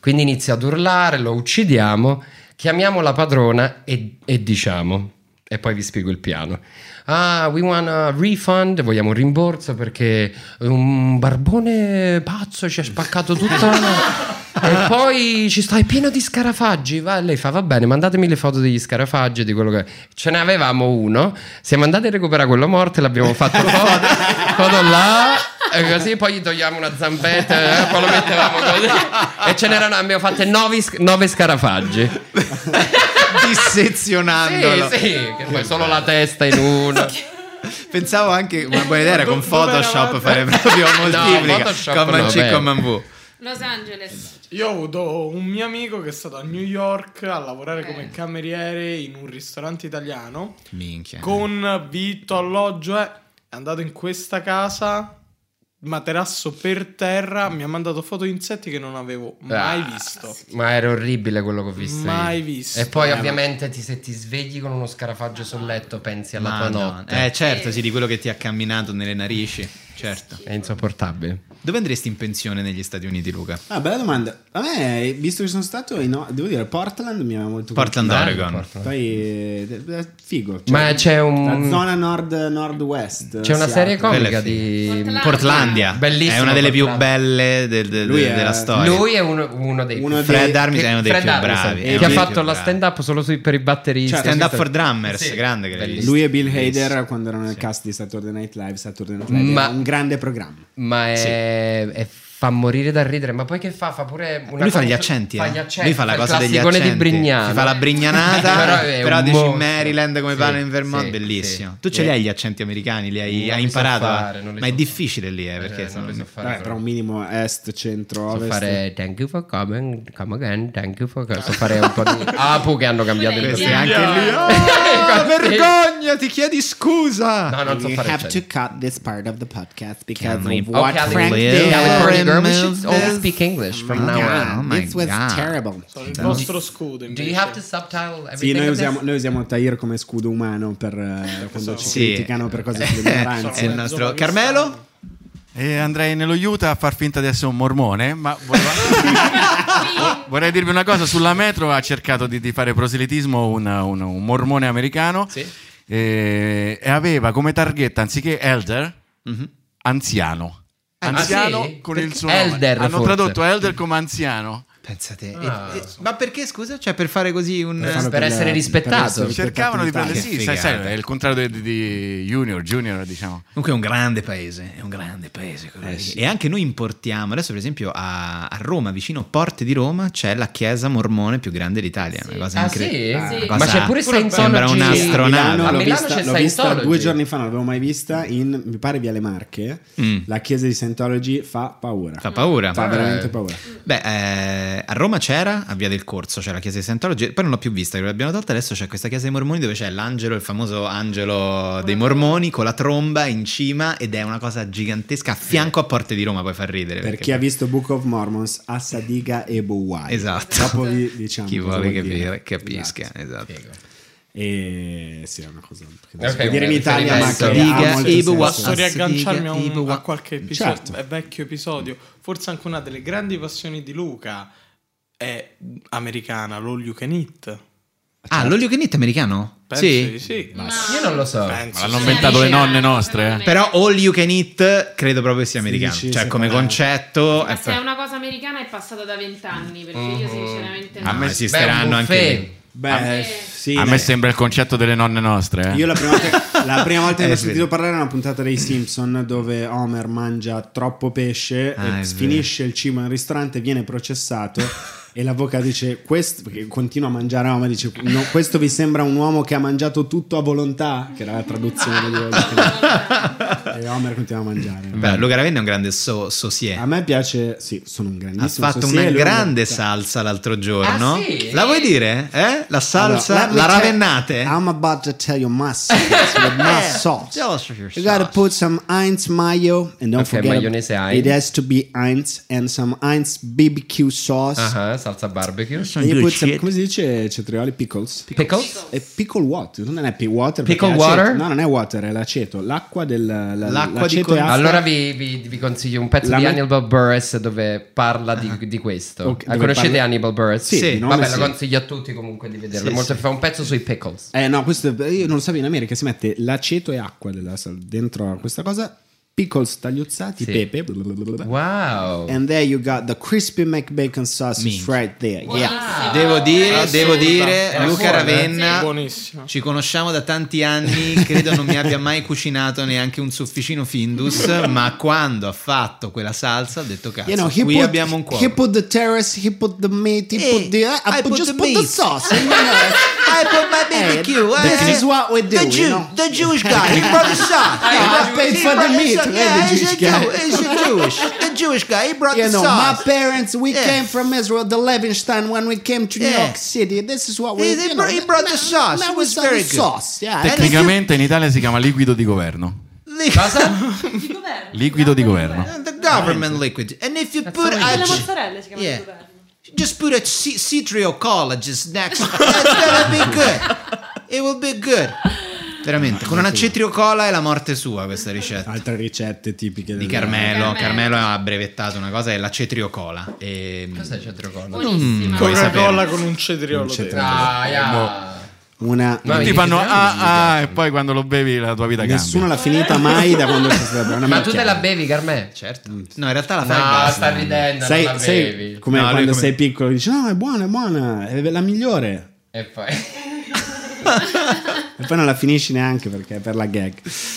Speaker 9: quindi inizia ad urlare lo uccidiamo chiamiamo la padrona e, e diciamo e poi vi spiego il piano ah we want a refund vogliamo un rimborso perché un barbone pazzo ci ha spaccato tutto e poi ci sta è pieno di scarafaggi va, lei fa va bene mandatemi le foto degli scarafaggi di quello che ce ne avevamo uno siamo andati a recuperare quello morto e l'abbiamo fatto foto, foto là e così poi gli togliamo una zampetta eh, poi lo mettevamo così e ce n'erano abbiamo fatte nove, sc- nove scarafaggi
Speaker 1: Dissezionandolo.
Speaker 9: sì sì che poi solo la testa in uno
Speaker 1: Pensavo anche una buona idea era con Photoshop fare
Speaker 9: eravate?
Speaker 1: proprio
Speaker 9: No,
Speaker 1: moltiplica.
Speaker 9: Photoshop
Speaker 1: Command
Speaker 9: no,
Speaker 1: C,
Speaker 9: beh.
Speaker 1: Command V.
Speaker 4: Los Angeles.
Speaker 3: eh. Io ho avuto un mio amico che è stato a New York a lavorare
Speaker 9: Eh.
Speaker 3: come cameriere in un ristorante italiano
Speaker 1: Minchia.
Speaker 3: con vitto, alloggio. eh. È andato in questa casa, materasso per terra, mi ha mandato foto di insetti che non avevo mai
Speaker 9: Ah,
Speaker 3: visto.
Speaker 9: Ma era orribile quello che ho visto. io.
Speaker 3: Mai visto.
Speaker 9: E poi,
Speaker 3: Eh,
Speaker 9: ovviamente, ti- se ti svegli con uno scarafaggio sul letto, pensi alla tua
Speaker 1: Madonna.
Speaker 9: notte.
Speaker 1: Eh certo, sì, di quello che ti ha camminato nelle narici. Certo.
Speaker 9: È insopportabile.
Speaker 1: Dove andresti in pensione negli Stati Uniti, Luca?
Speaker 2: Ah, bella domanda. A me, visto che sono stato, in- no, devo dire, Portland mi aveva molto
Speaker 1: Portland,
Speaker 2: colpito.
Speaker 1: Oregon. Portland.
Speaker 2: Poi, eh, eh, figo.
Speaker 9: Ma c'è un-
Speaker 2: La zona nord, nord-west.
Speaker 9: C'è una
Speaker 2: Seattle.
Speaker 9: serie
Speaker 1: Quella
Speaker 9: comica
Speaker 1: è
Speaker 9: di
Speaker 1: Portlandia.
Speaker 9: Bellissimo
Speaker 1: È una delle più
Speaker 9: Portlandia.
Speaker 1: belle del- del-
Speaker 2: Lui è-
Speaker 1: della storia.
Speaker 9: Eh, Lui è uno, uno dei
Speaker 2: Uno
Speaker 9: più-
Speaker 2: dei-
Speaker 1: Fred Armisen è uno dei
Speaker 9: Fred
Speaker 1: più
Speaker 9: Armisen,
Speaker 1: bravi. è
Speaker 9: Che
Speaker 1: uno
Speaker 9: ha
Speaker 1: dei
Speaker 9: fatto
Speaker 1: più
Speaker 9: la
Speaker 1: bravi.
Speaker 9: stand up solo sui- per i batteristi.
Speaker 1: Stand up for drummers,
Speaker 9: Sì.
Speaker 1: grande che l'hai
Speaker 9: Bellissimo.
Speaker 1: visto.
Speaker 2: Certo. Lui e Bill Hader quando erano nel cast di Saturday Night Live. Saturday Night Live
Speaker 9: Ma-
Speaker 2: era un grande programma.
Speaker 9: Ma è, è- fa morire dal ridere. Ma poi che fa? Fa pure. Una
Speaker 1: Lui fa
Speaker 9: cosa-
Speaker 1: gli accenti,
Speaker 9: Fa
Speaker 1: eh.
Speaker 9: gli accenti.
Speaker 1: Lui fa la
Speaker 9: il
Speaker 1: cosa degli
Speaker 9: classicone
Speaker 1: accenti.
Speaker 9: di Brignano.
Speaker 1: Si fa la brignanata,
Speaker 9: Però
Speaker 1: però,
Speaker 9: è un
Speaker 1: dici in
Speaker 9: mostro.
Speaker 1: Maryland come
Speaker 9: Sì,
Speaker 1: parla in Vermont,
Speaker 9: sì,
Speaker 1: bellissimo.
Speaker 9: sì.
Speaker 1: Tu ce li
Speaker 9: Eh.
Speaker 1: hai gli accenti americani, li hai,
Speaker 9: Non
Speaker 1: hai
Speaker 9: li so
Speaker 1: imparato,
Speaker 9: fare,
Speaker 1: eh?
Speaker 9: non li
Speaker 1: ma
Speaker 9: so
Speaker 1: è difficile lì, eh, perché
Speaker 9: Eh,
Speaker 1: sono-
Speaker 9: non li so fare,
Speaker 2: Vabbè, però un minimo est, centro,
Speaker 9: So
Speaker 2: ovest.
Speaker 9: fare thank you for coming, come again, thank you for coming. So fare un po' di apu che hanno cambiato il
Speaker 1: Questi anche
Speaker 9: costume.
Speaker 1: lì.
Speaker 9: Ah,
Speaker 1: Ah, vergogna, ti chiedi scusa.
Speaker 9: No, non so
Speaker 7: You
Speaker 9: fare
Speaker 7: have to
Speaker 9: accenti.
Speaker 7: cut this part of the podcast because
Speaker 1: we
Speaker 7: of what
Speaker 9: Okay,
Speaker 7: Frank
Speaker 1: leave
Speaker 7: did.
Speaker 1: Yeah,
Speaker 9: California
Speaker 1: I
Speaker 9: girl, we should
Speaker 1: remove
Speaker 9: all
Speaker 1: this.
Speaker 9: speak English from now
Speaker 7: Yeah,
Speaker 9: on.
Speaker 1: Oh my
Speaker 7: this was
Speaker 1: God.
Speaker 7: terrible.
Speaker 3: Sono il vostro scudo
Speaker 9: Cioè, Do
Speaker 3: invece.
Speaker 9: you have to subtitle everything?
Speaker 2: Sì, noi
Speaker 9: of
Speaker 2: usiamo,
Speaker 9: this?
Speaker 2: noi usiamo Tahir come scudo umano per eh, quando ci
Speaker 1: Sì.
Speaker 2: criticano per cose sull'ignoranza.
Speaker 1: È il nostro Carmelo.
Speaker 5: E andrei nello Utah a far finta di essere un mormone, ma volevo- vorrei dirvi una cosa, sulla metro ha cercato di, di fare proselitismo un, un- un mormone americano e, e aveva come targhetta, anziché elder, anziano.
Speaker 9: Ah,
Speaker 5: Anziano
Speaker 9: sì?
Speaker 5: con
Speaker 9: Perché
Speaker 5: il suo
Speaker 9: Ah,
Speaker 1: Ah,
Speaker 9: elder,
Speaker 5: nome. Hanno
Speaker 9: forse.
Speaker 5: tradotto elder come anziano.
Speaker 1: Pensate,
Speaker 9: Ah.
Speaker 1: ma perché scusa? Cioè, per fare così un.
Speaker 9: Per per essere la- rispettato. per essere
Speaker 5: Cercavano
Speaker 1: Che
Speaker 5: di prendersi, sai,
Speaker 1: figata.
Speaker 5: sai, eh. è il contrario di, di Junior, Junior diciamo.
Speaker 1: Comunque è un grande paese, è un grande paese. quello
Speaker 2: Eh,
Speaker 1: lì.
Speaker 5: sì.
Speaker 1: E anche noi importiamo, adesso per esempio a, a Roma, vicino Porte di Roma, c'è la chiesa mormone più grande d'Italia. Una cosa
Speaker 9: Ah,
Speaker 1: incredibile.
Speaker 9: sì?
Speaker 1: Una
Speaker 9: Sì.
Speaker 1: cosa-
Speaker 9: Ma c'è pure Scientology.
Speaker 1: Sembra
Speaker 9: A
Speaker 1: un'astronave.
Speaker 9: Milano
Speaker 2: l'ho
Speaker 9: c'è
Speaker 2: vista, l'ho vista
Speaker 9: Scientology.
Speaker 2: due giorni fa, non l'avevo mai vista, in, mi pare Via Le Marche.
Speaker 1: Mm.
Speaker 2: La chiesa di Scientology fa paura.
Speaker 1: Fa paura.
Speaker 2: Fa
Speaker 1: Eh.
Speaker 2: veramente paura.
Speaker 1: Beh, eh, a Roma c'era, a Via del Corso, c'era la chiesa di Scientology, poi non l'ho più vista, che l'abbiamo tolta, adesso c'è questa chiesa dei mormoni dove c'è l'angelo, il famoso angelo dei mormoni con la tromba in cima ed è una cosa gigantesca a fianco a Porte di Roma, poi fa ridere.
Speaker 2: Per
Speaker 1: perché-
Speaker 2: chi ha visto Book of Mormons, Assadiga e Bowai.
Speaker 1: Esatto.
Speaker 2: Dopo vi diciamo
Speaker 1: Chi
Speaker 2: cosa
Speaker 1: vuole
Speaker 2: vuol dire.
Speaker 1: capire, capisca, esatto.
Speaker 2: E sì, è una cosa. che non
Speaker 9: Ok,
Speaker 2: si può dire
Speaker 9: un
Speaker 2: in Italia, ma che
Speaker 9: riferimento.
Speaker 2: ha molto
Speaker 1: Diga, Ibu,
Speaker 2: senso.
Speaker 1: ah,
Speaker 3: Posso riagganciarmi a, un-
Speaker 1: Ibu,
Speaker 3: a qualche episodio,
Speaker 2: Certo.
Speaker 3: eh, vecchio episodio. Forse anche una delle grandi passioni di Luca è americana, l'all you can eat.
Speaker 1: Ah, l'olio che è americano?
Speaker 3: Penso
Speaker 1: sì.
Speaker 3: di sì.
Speaker 9: Io non lo so.
Speaker 3: Penso
Speaker 5: Ma l'hanno
Speaker 3: sì.
Speaker 5: inventato le nonne nostre. eh.
Speaker 1: Però all you can eat credo proprio sia americano,
Speaker 2: dici,
Speaker 1: cioè
Speaker 2: sì,
Speaker 1: come
Speaker 2: ma-
Speaker 1: concetto
Speaker 4: Ma
Speaker 1: è
Speaker 4: se è una cosa americana è passata da vent'anni, perché io sinceramente
Speaker 5: A
Speaker 4: no.
Speaker 5: me
Speaker 1: sì.
Speaker 5: sì.
Speaker 1: Mm. Ah, esisteranno
Speaker 9: Beh, un
Speaker 1: anche lì. Ah,
Speaker 9: buffet.
Speaker 2: Beh,
Speaker 4: Eh.
Speaker 2: sì,
Speaker 5: A
Speaker 2: dai.
Speaker 5: me sembra il concetto delle nonne nostre. eh.
Speaker 2: Io la prima volta, la prima volta che ne
Speaker 1: Eh,
Speaker 2: ho
Speaker 1: sì.
Speaker 2: sentito parlare era una puntata dei Simpson dove Homer mangia troppo pesce,
Speaker 1: Ah,
Speaker 2: eh,
Speaker 1: è
Speaker 2: finisce il cibo in ristorante, viene processato e l'avvocato dice, questo, perché continua a mangiare Homer, dice, "No, questo vi sembra un uomo che ha mangiato tutto a volontà? Che era la traduzione di E Homer continua a mangiare.
Speaker 1: Beh, Luca Ravenna è un grande so- sosier.
Speaker 2: A me piace, sì, sono un
Speaker 1: Ha
Speaker 2: grandissimo
Speaker 1: fatto
Speaker 2: sosie,
Speaker 1: una
Speaker 2: lui è
Speaker 1: grande
Speaker 2: un-
Speaker 1: salsa l'altro giorno.
Speaker 9: Ah, sì?
Speaker 1: La vuoi dire? Eh? La salsa,
Speaker 2: Allora, let me
Speaker 1: la
Speaker 2: tell-
Speaker 1: ravennate?
Speaker 2: I'm about to tell you my secrets with my sauce.
Speaker 1: tell us your
Speaker 2: You gotta
Speaker 1: sauce.
Speaker 2: put some Heinz mayo and don't
Speaker 9: Okay,
Speaker 2: forget
Speaker 9: mayonnaise
Speaker 2: it
Speaker 9: Heinz.
Speaker 2: has to be Heinz and some Heinz BBQ sauce.
Speaker 1: Uh-huh.
Speaker 9: Ah, salsa barbecue.
Speaker 2: And you put some, come si dice cetrioli pickles?
Speaker 9: Pickles.
Speaker 2: E pickle water, non è pi- water
Speaker 9: Pickle
Speaker 2: perché è aceto.
Speaker 9: water?
Speaker 2: No, non è water, è l'aceto, l'acqua del Eh, la-
Speaker 1: L'acqua di
Speaker 2: l'aceto
Speaker 1: con-
Speaker 2: e acqua.
Speaker 9: Allora vi, vi- vi consiglio un pezzo
Speaker 2: La
Speaker 9: di
Speaker 2: me-
Speaker 9: Hannibal Buress dove parla di, di questo.
Speaker 2: Ok,
Speaker 9: Ah,
Speaker 2: dove
Speaker 9: conoscete
Speaker 2: parla-
Speaker 9: Hannibal Buress?
Speaker 2: Sì, di nome
Speaker 9: Vabbè,
Speaker 2: sì.
Speaker 9: lo consiglio a tutti comunque di vederlo.
Speaker 1: Sì,
Speaker 9: Molto-
Speaker 1: sì.
Speaker 9: Fa un pezzo sui pickles.
Speaker 2: Eh no, questo io non lo sapevo in America si mette l'aceto e acqua della sal- dentro a questa cosa, pickles tagliuzzati,
Speaker 9: Sì.
Speaker 2: pepe, blablabla.
Speaker 9: Wow.
Speaker 2: And there you got the crispy McBacon sausage right there. Yeah.
Speaker 1: Devo dire, devo dire,
Speaker 9: Ah. Era eh?
Speaker 1: Luca
Speaker 9: buona,
Speaker 1: Ravenna,
Speaker 3: Buonissimo.
Speaker 1: ci conosciamo da tanti anni, credo non mi abbia mai cucinato neanche un sofficino Findus, ma quando ha fatto quella salsa ho detto cazzo,
Speaker 2: You know, he
Speaker 1: qui
Speaker 2: put,
Speaker 1: abbiamo un
Speaker 2: he
Speaker 1: cuore.
Speaker 2: put the terrace, he put the meat, he put the I,
Speaker 1: I
Speaker 2: put,
Speaker 1: put
Speaker 2: just
Speaker 1: the
Speaker 2: put the
Speaker 1: meat.
Speaker 2: sauce. and, you know,
Speaker 1: I put my barbecue.
Speaker 2: this is what we do. you know.
Speaker 1: the Jewish guy, he brought the sauce.
Speaker 2: I paid for the meat. eh, the Jewish guy.
Speaker 1: Jewish. The Jewish guy, he brought
Speaker 2: You know, my parents, we came from Israel, the Levinstein, when we came to New
Speaker 1: Yeah.
Speaker 2: York City. This is what we
Speaker 1: He- he
Speaker 2: you
Speaker 1: br- he
Speaker 2: know,
Speaker 1: brought the
Speaker 2: now-
Speaker 1: sauce. It
Speaker 2: Now we
Speaker 1: was
Speaker 2: sell
Speaker 1: very
Speaker 2: the
Speaker 1: good. Ah,
Speaker 2: sauce. Yeah. And it's
Speaker 5: Tecnicamente in Italia si chiama liquido di governo.
Speaker 9: Cosa?
Speaker 6: Di governo.
Speaker 5: Liquido di governo.
Speaker 1: Eh, The government liquid. And if you put
Speaker 6: E le
Speaker 1: a,
Speaker 6: mozzarella si chiama
Speaker 1: Yeah.
Speaker 6: di governo.
Speaker 1: just put a c- citrio collages next, that's gonna be good. It will be good. Veramente, con una cetriocola è la morte sua questa ricetta.
Speaker 2: Altre ricette tipiche
Speaker 1: Di Carmelo, Carmelo ha brevettato una cosa, è la cetriocola. E... Mm,
Speaker 9: Cos'è Cetricola?
Speaker 4: Buonissima.
Speaker 1: Vuoi
Speaker 3: Coca-Cola
Speaker 1: sapere?
Speaker 3: con un cetriolo
Speaker 2: Un cetriolo.
Speaker 3: dentro.
Speaker 9: Dai, ah.
Speaker 2: Una,
Speaker 9: Ma
Speaker 5: Tutti
Speaker 9: mi-
Speaker 5: fanno
Speaker 9: mi-
Speaker 5: ah ah e poi quando lo bevi la tua vita cambia.
Speaker 2: nessuno l'ha finita mai da quando c'è stata una
Speaker 9: Ma tu te
Speaker 2: macchia.
Speaker 9: la bevi, Carmè?
Speaker 1: Certo. No, in realtà la fai e
Speaker 9: No,
Speaker 1: basta.
Speaker 9: sta ridendo,
Speaker 2: Sai,
Speaker 9: non la
Speaker 2: sai
Speaker 9: bevi.
Speaker 2: come
Speaker 1: No, lui
Speaker 2: quando
Speaker 1: come-
Speaker 2: sei piccolo dici no è buona è buona è la migliore
Speaker 9: E poi...
Speaker 2: e poi non la finisci neanche perché è per la gag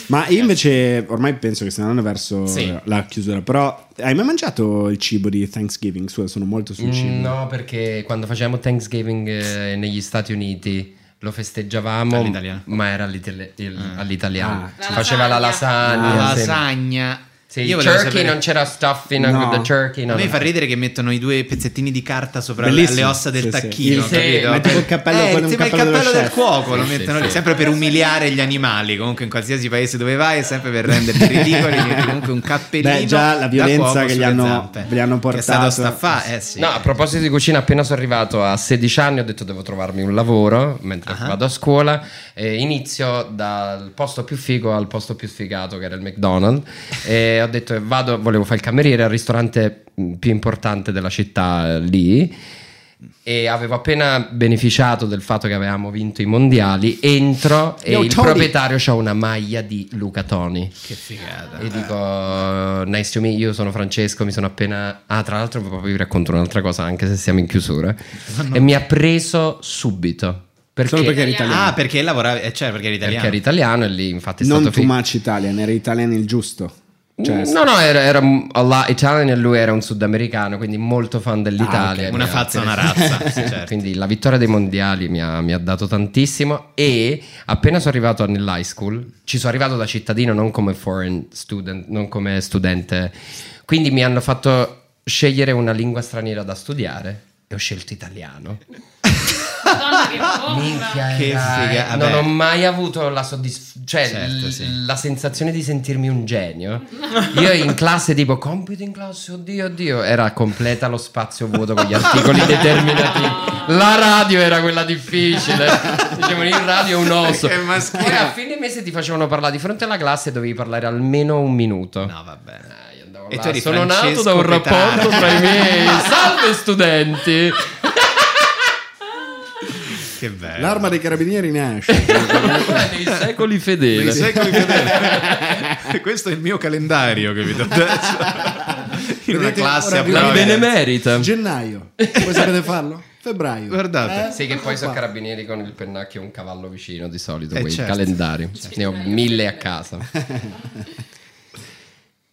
Speaker 2: ma io invece ormai penso che stiamo andando verso
Speaker 9: Sì.
Speaker 2: la chiusura però hai mai mangiato il cibo di Thanksgiving Scusa, sono molto sul cibo
Speaker 9: Mm, No, perché quando facevamo Thanksgiving eh, negli Stati Uniti lo festeggiavamo,
Speaker 1: All'italiano.
Speaker 9: ma era all'itali- il- all'italiano.
Speaker 2: Ah,
Speaker 9: Si Faceva la lasagna.
Speaker 1: La
Speaker 9: sì.
Speaker 1: lasagna.
Speaker 9: Sì,
Speaker 1: Io
Speaker 9: il
Speaker 1: volevo
Speaker 9: turkey
Speaker 1: sapere-
Speaker 9: non c'era stuffing
Speaker 2: No.
Speaker 9: with the turkey. No,
Speaker 1: a me
Speaker 9: no.
Speaker 1: fa ridere che mettono i due pezzettini di carta sopra
Speaker 2: Bellissimo.
Speaker 1: le ossa del
Speaker 2: Sì, sì.
Speaker 1: tacchino,
Speaker 9: Sì,
Speaker 1: capito?
Speaker 9: ma
Speaker 2: tipo il cappello-
Speaker 1: Eh,
Speaker 2: quello- un
Speaker 1: tipo il
Speaker 2: cappello dello
Speaker 1: cappello del
Speaker 2: chef.
Speaker 1: cuoco, lo
Speaker 9: Sì,
Speaker 1: mettono
Speaker 9: sì,
Speaker 1: lì
Speaker 9: sì.
Speaker 1: sempre per umiliare gli animali, comunque in qualsiasi paese dove vai, è sempre per renderti ridicoli, quindi comunque un cappellino
Speaker 2: Beh, già la
Speaker 1: da
Speaker 2: violenza
Speaker 1: cuoco
Speaker 2: che gli
Speaker 1: sulle
Speaker 2: hanno-
Speaker 1: zampe.
Speaker 2: gli hanno
Speaker 1: Che è stato
Speaker 2: portato.
Speaker 1: staffa, eh sì.
Speaker 9: No, a proposito di cucina, appena sono arrivato a 16 anni ho detto devo trovarmi un lavoro mentre vado a scuola e inizio dal posto più figo al posto più sfigato che era il McDonald's e ho detto eh, mm, vado, volevo fare il cameriere al ristorante mh, più importante della città eh, lì e avevo appena beneficiato del fatto che avevamo vinto i mondiali, entro e
Speaker 8: Yo,
Speaker 9: il
Speaker 8: Tony!
Speaker 9: proprietario c'ha una maglia di Luca Toni.
Speaker 1: Che figata.
Speaker 9: E dico, nice to meet you, sono Francesco, mi sono appena... Ah, tra l'altro proprio vi racconto un'altra cosa, anche se siamo in chiusura.
Speaker 1: Ma no.
Speaker 9: E mi ha preso subito. Perché?
Speaker 2: Solo perché era italiano.
Speaker 1: Ah, perché lavorava, eh, cioè perché era italiano.
Speaker 9: Perché era italiano e lì infatti è
Speaker 2: non
Speaker 9: stato
Speaker 2: too
Speaker 9: fi-
Speaker 2: much Italian, era Italian il giusto. Cioè,
Speaker 9: No, no, era, era un- alla Italian e lui era un sudamericano, quindi molto fan
Speaker 1: Ah,
Speaker 9: dell'Italia.
Speaker 1: ok. Una
Speaker 9: Mi ha
Speaker 1: fazza, una
Speaker 9: interessato.
Speaker 1: razza, sì, certo.
Speaker 9: Quindi la vittoria dei mondiali mi ha, mi ha dato tantissimo e appena sono arrivato nell'high school, ci sono arrivato da cittadino, non come foreign student, non come studente. Quindi mi hanno fatto scegliere una lingua straniera da studiare e ho scelto italiano.
Speaker 4: Madonna, che bomba.
Speaker 9: Minchia,
Speaker 1: Che
Speaker 9: era-
Speaker 1: figa-
Speaker 9: Eh,
Speaker 1: Ah,
Speaker 9: Non
Speaker 1: vabbè.
Speaker 9: ho mai avuto la soddisfazione, cioè
Speaker 1: Certo,
Speaker 9: l-
Speaker 1: sì.
Speaker 9: la sensazione di sentirmi un genio. Io in classe tipo compito in classe, oddio, oddio, era completa lo spazio vuoto con gli articoli determinativi. La radio era quella difficile. Dicevano in radio è un osso.
Speaker 5: Perché è maschile.
Speaker 9: Poi a fine mese ti facevano parlare di fronte alla classe e dovevi parlare almeno un minuto.
Speaker 1: No, vabbè.
Speaker 9: Ah, io andavo
Speaker 1: E
Speaker 9: là,
Speaker 1: tu eri
Speaker 9: sono nato
Speaker 1: Francesco
Speaker 9: da un
Speaker 1: Petara.
Speaker 9: rapporto tra i miei. Salve studenti.
Speaker 1: Che bello.
Speaker 2: L'arma dei carabinieri nasce.
Speaker 9: Dei secoli fedeli.
Speaker 1: Dei secoli fedeli. Questo è il mio calendario, capito? Adesso. In una
Speaker 2: Vedete,
Speaker 1: classe
Speaker 2: ora
Speaker 1: a
Speaker 2: vi-
Speaker 9: La
Speaker 2: Vabbè.
Speaker 1: prove.
Speaker 9: benemerita.
Speaker 2: Gennaio. Voi sapete farlo? Febbraio.
Speaker 1: Guardate.
Speaker 2: Eh?
Speaker 9: Sì, che poi sono
Speaker 2: Qua.
Speaker 9: carabinieri con il pennacchio e un cavallo vicino di solito,
Speaker 1: Eh,
Speaker 9: quei
Speaker 1: certo.
Speaker 9: calendari. Ne ho mille a casa.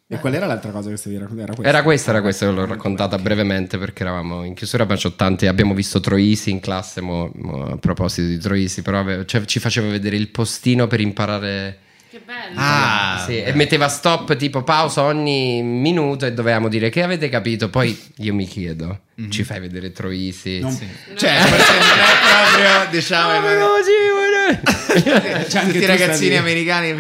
Speaker 2: E qual era l'altra cosa che stavi raccontando? Era questa.
Speaker 9: Era questa, era questa, l'ho raccontata brevemente perché eravamo in chiusura, ma c'ho tanti, abbiamo visto Troisi in classe, mo- mo a proposito di Troisi, però ave- cioè, ci faceva vedere il postino per imparare...
Speaker 4: Che bello.
Speaker 1: Ah,
Speaker 9: Sì, e metteva stop tipo pausa ogni minuto e dovevamo dire che avete capito, poi io mi chiedo,
Speaker 2: Mhm.
Speaker 9: ci fai vedere Troisi? Sì.
Speaker 1: cioè, forse non è proprio, diciamo,
Speaker 2: anche
Speaker 1: tutti i
Speaker 2: tu
Speaker 1: ragazzini
Speaker 2: stavi-
Speaker 1: americani.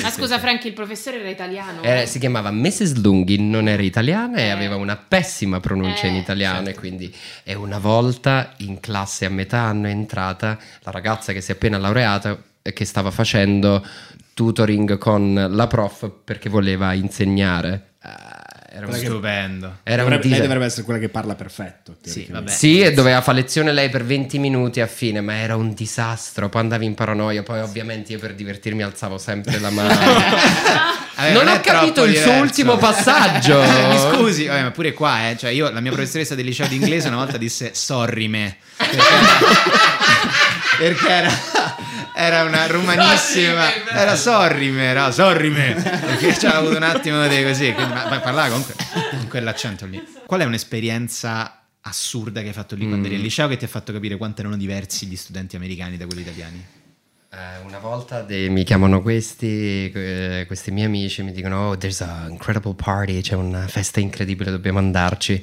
Speaker 4: Ma scusa, Franchi, il professore era italiano?
Speaker 9: Eh, si chiamava Mrs. Lunghi, non era italiana e aveva una pessima pronuncia
Speaker 4: Eh,
Speaker 9: in italiano e quindi e una volta in classe a metà anno è entrata la ragazza che si è appena laureata e che stava facendo tutoring con la prof perché voleva insegnare. Ah, era un,
Speaker 1: Stupendo.
Speaker 9: era un
Speaker 2: Dovrebbe- lei
Speaker 9: disa-
Speaker 2: dovrebbe essere quella che parla perfetto.
Speaker 1: Sì,
Speaker 2: teoricamente.
Speaker 1: vabbè.
Speaker 9: sì, e doveva fare lezione lei per 20 minuti a fine, ma era un disastro. Poi andavi in paranoia, poi ovviamente io per divertirmi alzavo sempre la mano.
Speaker 1: Vabbè,
Speaker 9: non
Speaker 1: è
Speaker 9: ho capito
Speaker 1: troppo
Speaker 9: il suo
Speaker 1: diverso.
Speaker 9: ultimo passaggio.
Speaker 1: Mi scusi, vabbè, ma pure qua, eh, cioè io, la mia professoressa del liceo di inglese una volta disse sorry me. Perché, perché era, era una
Speaker 9: Sorry
Speaker 1: rumanissima.
Speaker 9: me,
Speaker 1: Era sorry me, era sorry me. Perché c'era avuto un attimo di così. quindi- ma, ma parlava comunque con quell'accento lì. Qual è un'esperienza assurda che hai fatto lì quando
Speaker 9: Mm.
Speaker 1: eri al liceo che ti ha fatto capire quanto erano diversi gli studenti americani da quelli italiani?
Speaker 9: Eh, una volta de- mi chiamano questi, eh, questi miei amici, mi dicono: Oh, there's an incredible party, c'è una festa incredibile, dobbiamo andarci.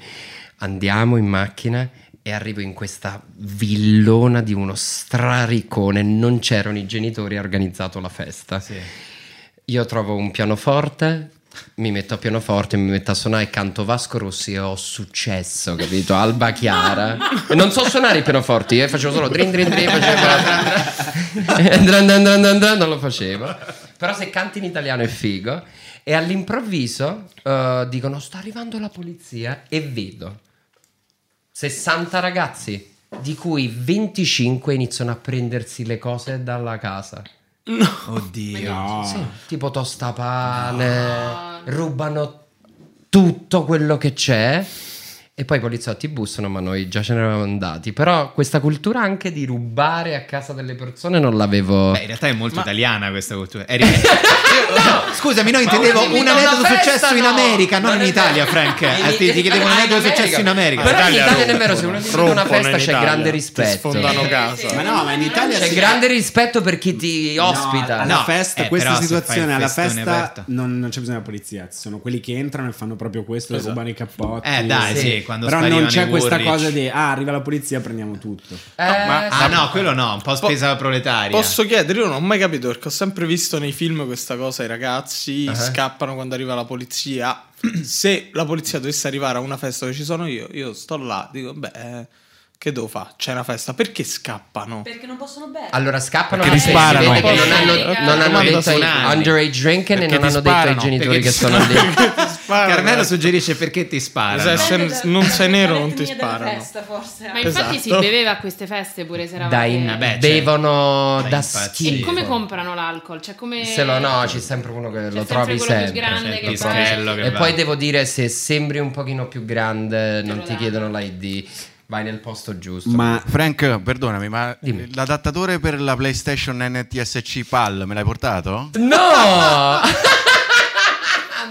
Speaker 9: Andiamo in macchina e arrivo in questa villona di uno straricone, non c'erano i genitori, ha organizzato la festa. Io trovo un pianoforte, mi metto a pianoforte, mi metto a suonare, canto Vasco Rossi e ho successo, capito? Alba Chiara. E non so suonare i pianoforti, io facevo solo drin drin drin, facevo... E dran dran dran dran dran, non lo facevo. Però se canti in italiano è figo. E all'improvviso eh, dicono sta arrivando la polizia e vedo 60 ragazzi, di cui 25 iniziano a prendersi le cose dalla casa.
Speaker 1: Oddio.
Speaker 9: Sì, tipo tostapane, rubano tutto quello che c'è. E poi i poliziotti bussano, ma noi già ce ne eravamo andati. Però questa cultura anche di rubare a casa delle persone non l'avevo.
Speaker 1: Beh, in realtà è molto italiana questa cultura. Eri- Io- Scusami, no, intendevo
Speaker 9: dimmi
Speaker 1: un
Speaker 9: da una
Speaker 1: aneddoto
Speaker 9: festa,
Speaker 1: successo in
Speaker 9: no!
Speaker 1: America, non,
Speaker 9: Non
Speaker 1: in
Speaker 9: è
Speaker 1: Italia,
Speaker 9: vero.
Speaker 1: Frank. Eh,
Speaker 9: Dimmi-
Speaker 1: ti, ti chiedevo un
Speaker 9: Ah, in
Speaker 1: aneddoto
Speaker 9: America.
Speaker 1: successo in America.
Speaker 9: Però in
Speaker 1: Dai, dai,
Speaker 9: Italia
Speaker 1: dai.
Speaker 9: nemmeno se uno dice in una festa c'è grande rispetto.
Speaker 3: sfondano
Speaker 9: C'è
Speaker 3: casa.
Speaker 2: Ma no, ma in Italia si-
Speaker 9: grande rispetto per chi ti
Speaker 2: No,
Speaker 9: ospita.
Speaker 2: alla
Speaker 1: No,
Speaker 2: festa,
Speaker 1: eh,
Speaker 2: questa
Speaker 1: però se fai
Speaker 2: situazione
Speaker 1: il
Speaker 2: alla
Speaker 1: festone
Speaker 2: festa
Speaker 1: aperto.
Speaker 2: non, non c'è bisogno della polizia. Ci sono quelli che entrano e fanno proprio questo,
Speaker 3: Esatto.
Speaker 2: rubano i cappotti.
Speaker 1: Eh, dai, sì, quando
Speaker 2: Però non
Speaker 1: sparivano i
Speaker 2: c'è questa
Speaker 1: Woolrich.
Speaker 2: cosa di ah, arriva la polizia, prendiamo tutto.
Speaker 9: Eh,
Speaker 5: ma-
Speaker 1: Ah, no, quello no, un po'
Speaker 3: Po-
Speaker 1: spesa proletaria.
Speaker 3: Posso chiedere? Io non ho mai capito perché ho sempre visto nei film questa cosa: i ragazzi
Speaker 9: Ah, eh.
Speaker 3: scappano quando arriva la polizia. Se la polizia dovesse arrivare a una festa dove ci sono io, io sto là, dico, beh, eh, che devo fare? C'è una festa, perché scappano?
Speaker 6: Perché non possono bere.
Speaker 9: Allora scappano
Speaker 5: Perché
Speaker 9: perché
Speaker 5: disparano.
Speaker 9: si vede che non hanno,
Speaker 4: Perché
Speaker 9: non hanno
Speaker 1: comanda
Speaker 9: detto ai-
Speaker 1: suonare.
Speaker 9: underage drinking e
Speaker 5: Perché
Speaker 9: non hanno detto ai
Speaker 5: disparano.
Speaker 9: genitori
Speaker 1: Perché
Speaker 9: che sono lì.
Speaker 1: Carmelo suggerisce perché ti spara.
Speaker 3: Esatto, se non sei nero non ti
Speaker 6: della
Speaker 3: sparano.
Speaker 6: festa forse.
Speaker 4: Ma infatti si
Speaker 3: Esatto.
Speaker 4: beveva a queste feste pure se eravate...
Speaker 9: Dai,
Speaker 1: Vabbè,
Speaker 9: bevono da
Speaker 4: E
Speaker 9: schifo.
Speaker 4: come comprano l'alcol? Cioè come...
Speaker 9: Se lo no, c'è sempre uno che lo
Speaker 4: sempre
Speaker 9: trovi
Speaker 4: quello più
Speaker 9: sempre.
Speaker 4: grande
Speaker 9: Cioè,
Speaker 4: che
Speaker 9: lo
Speaker 4: va.
Speaker 9: trovi sempre.
Speaker 1: Quello che
Speaker 9: E
Speaker 1: va.
Speaker 9: poi devo dire, se sembri un pochino più grande, non
Speaker 4: lo
Speaker 9: ti
Speaker 4: danno.
Speaker 9: chiedono l'ID, vai nel posto giusto.
Speaker 2: Ma
Speaker 5: Frank, perdonami, ma l'adattatore per la PlayStation NTSC PAL me l'hai portato?
Speaker 9: No!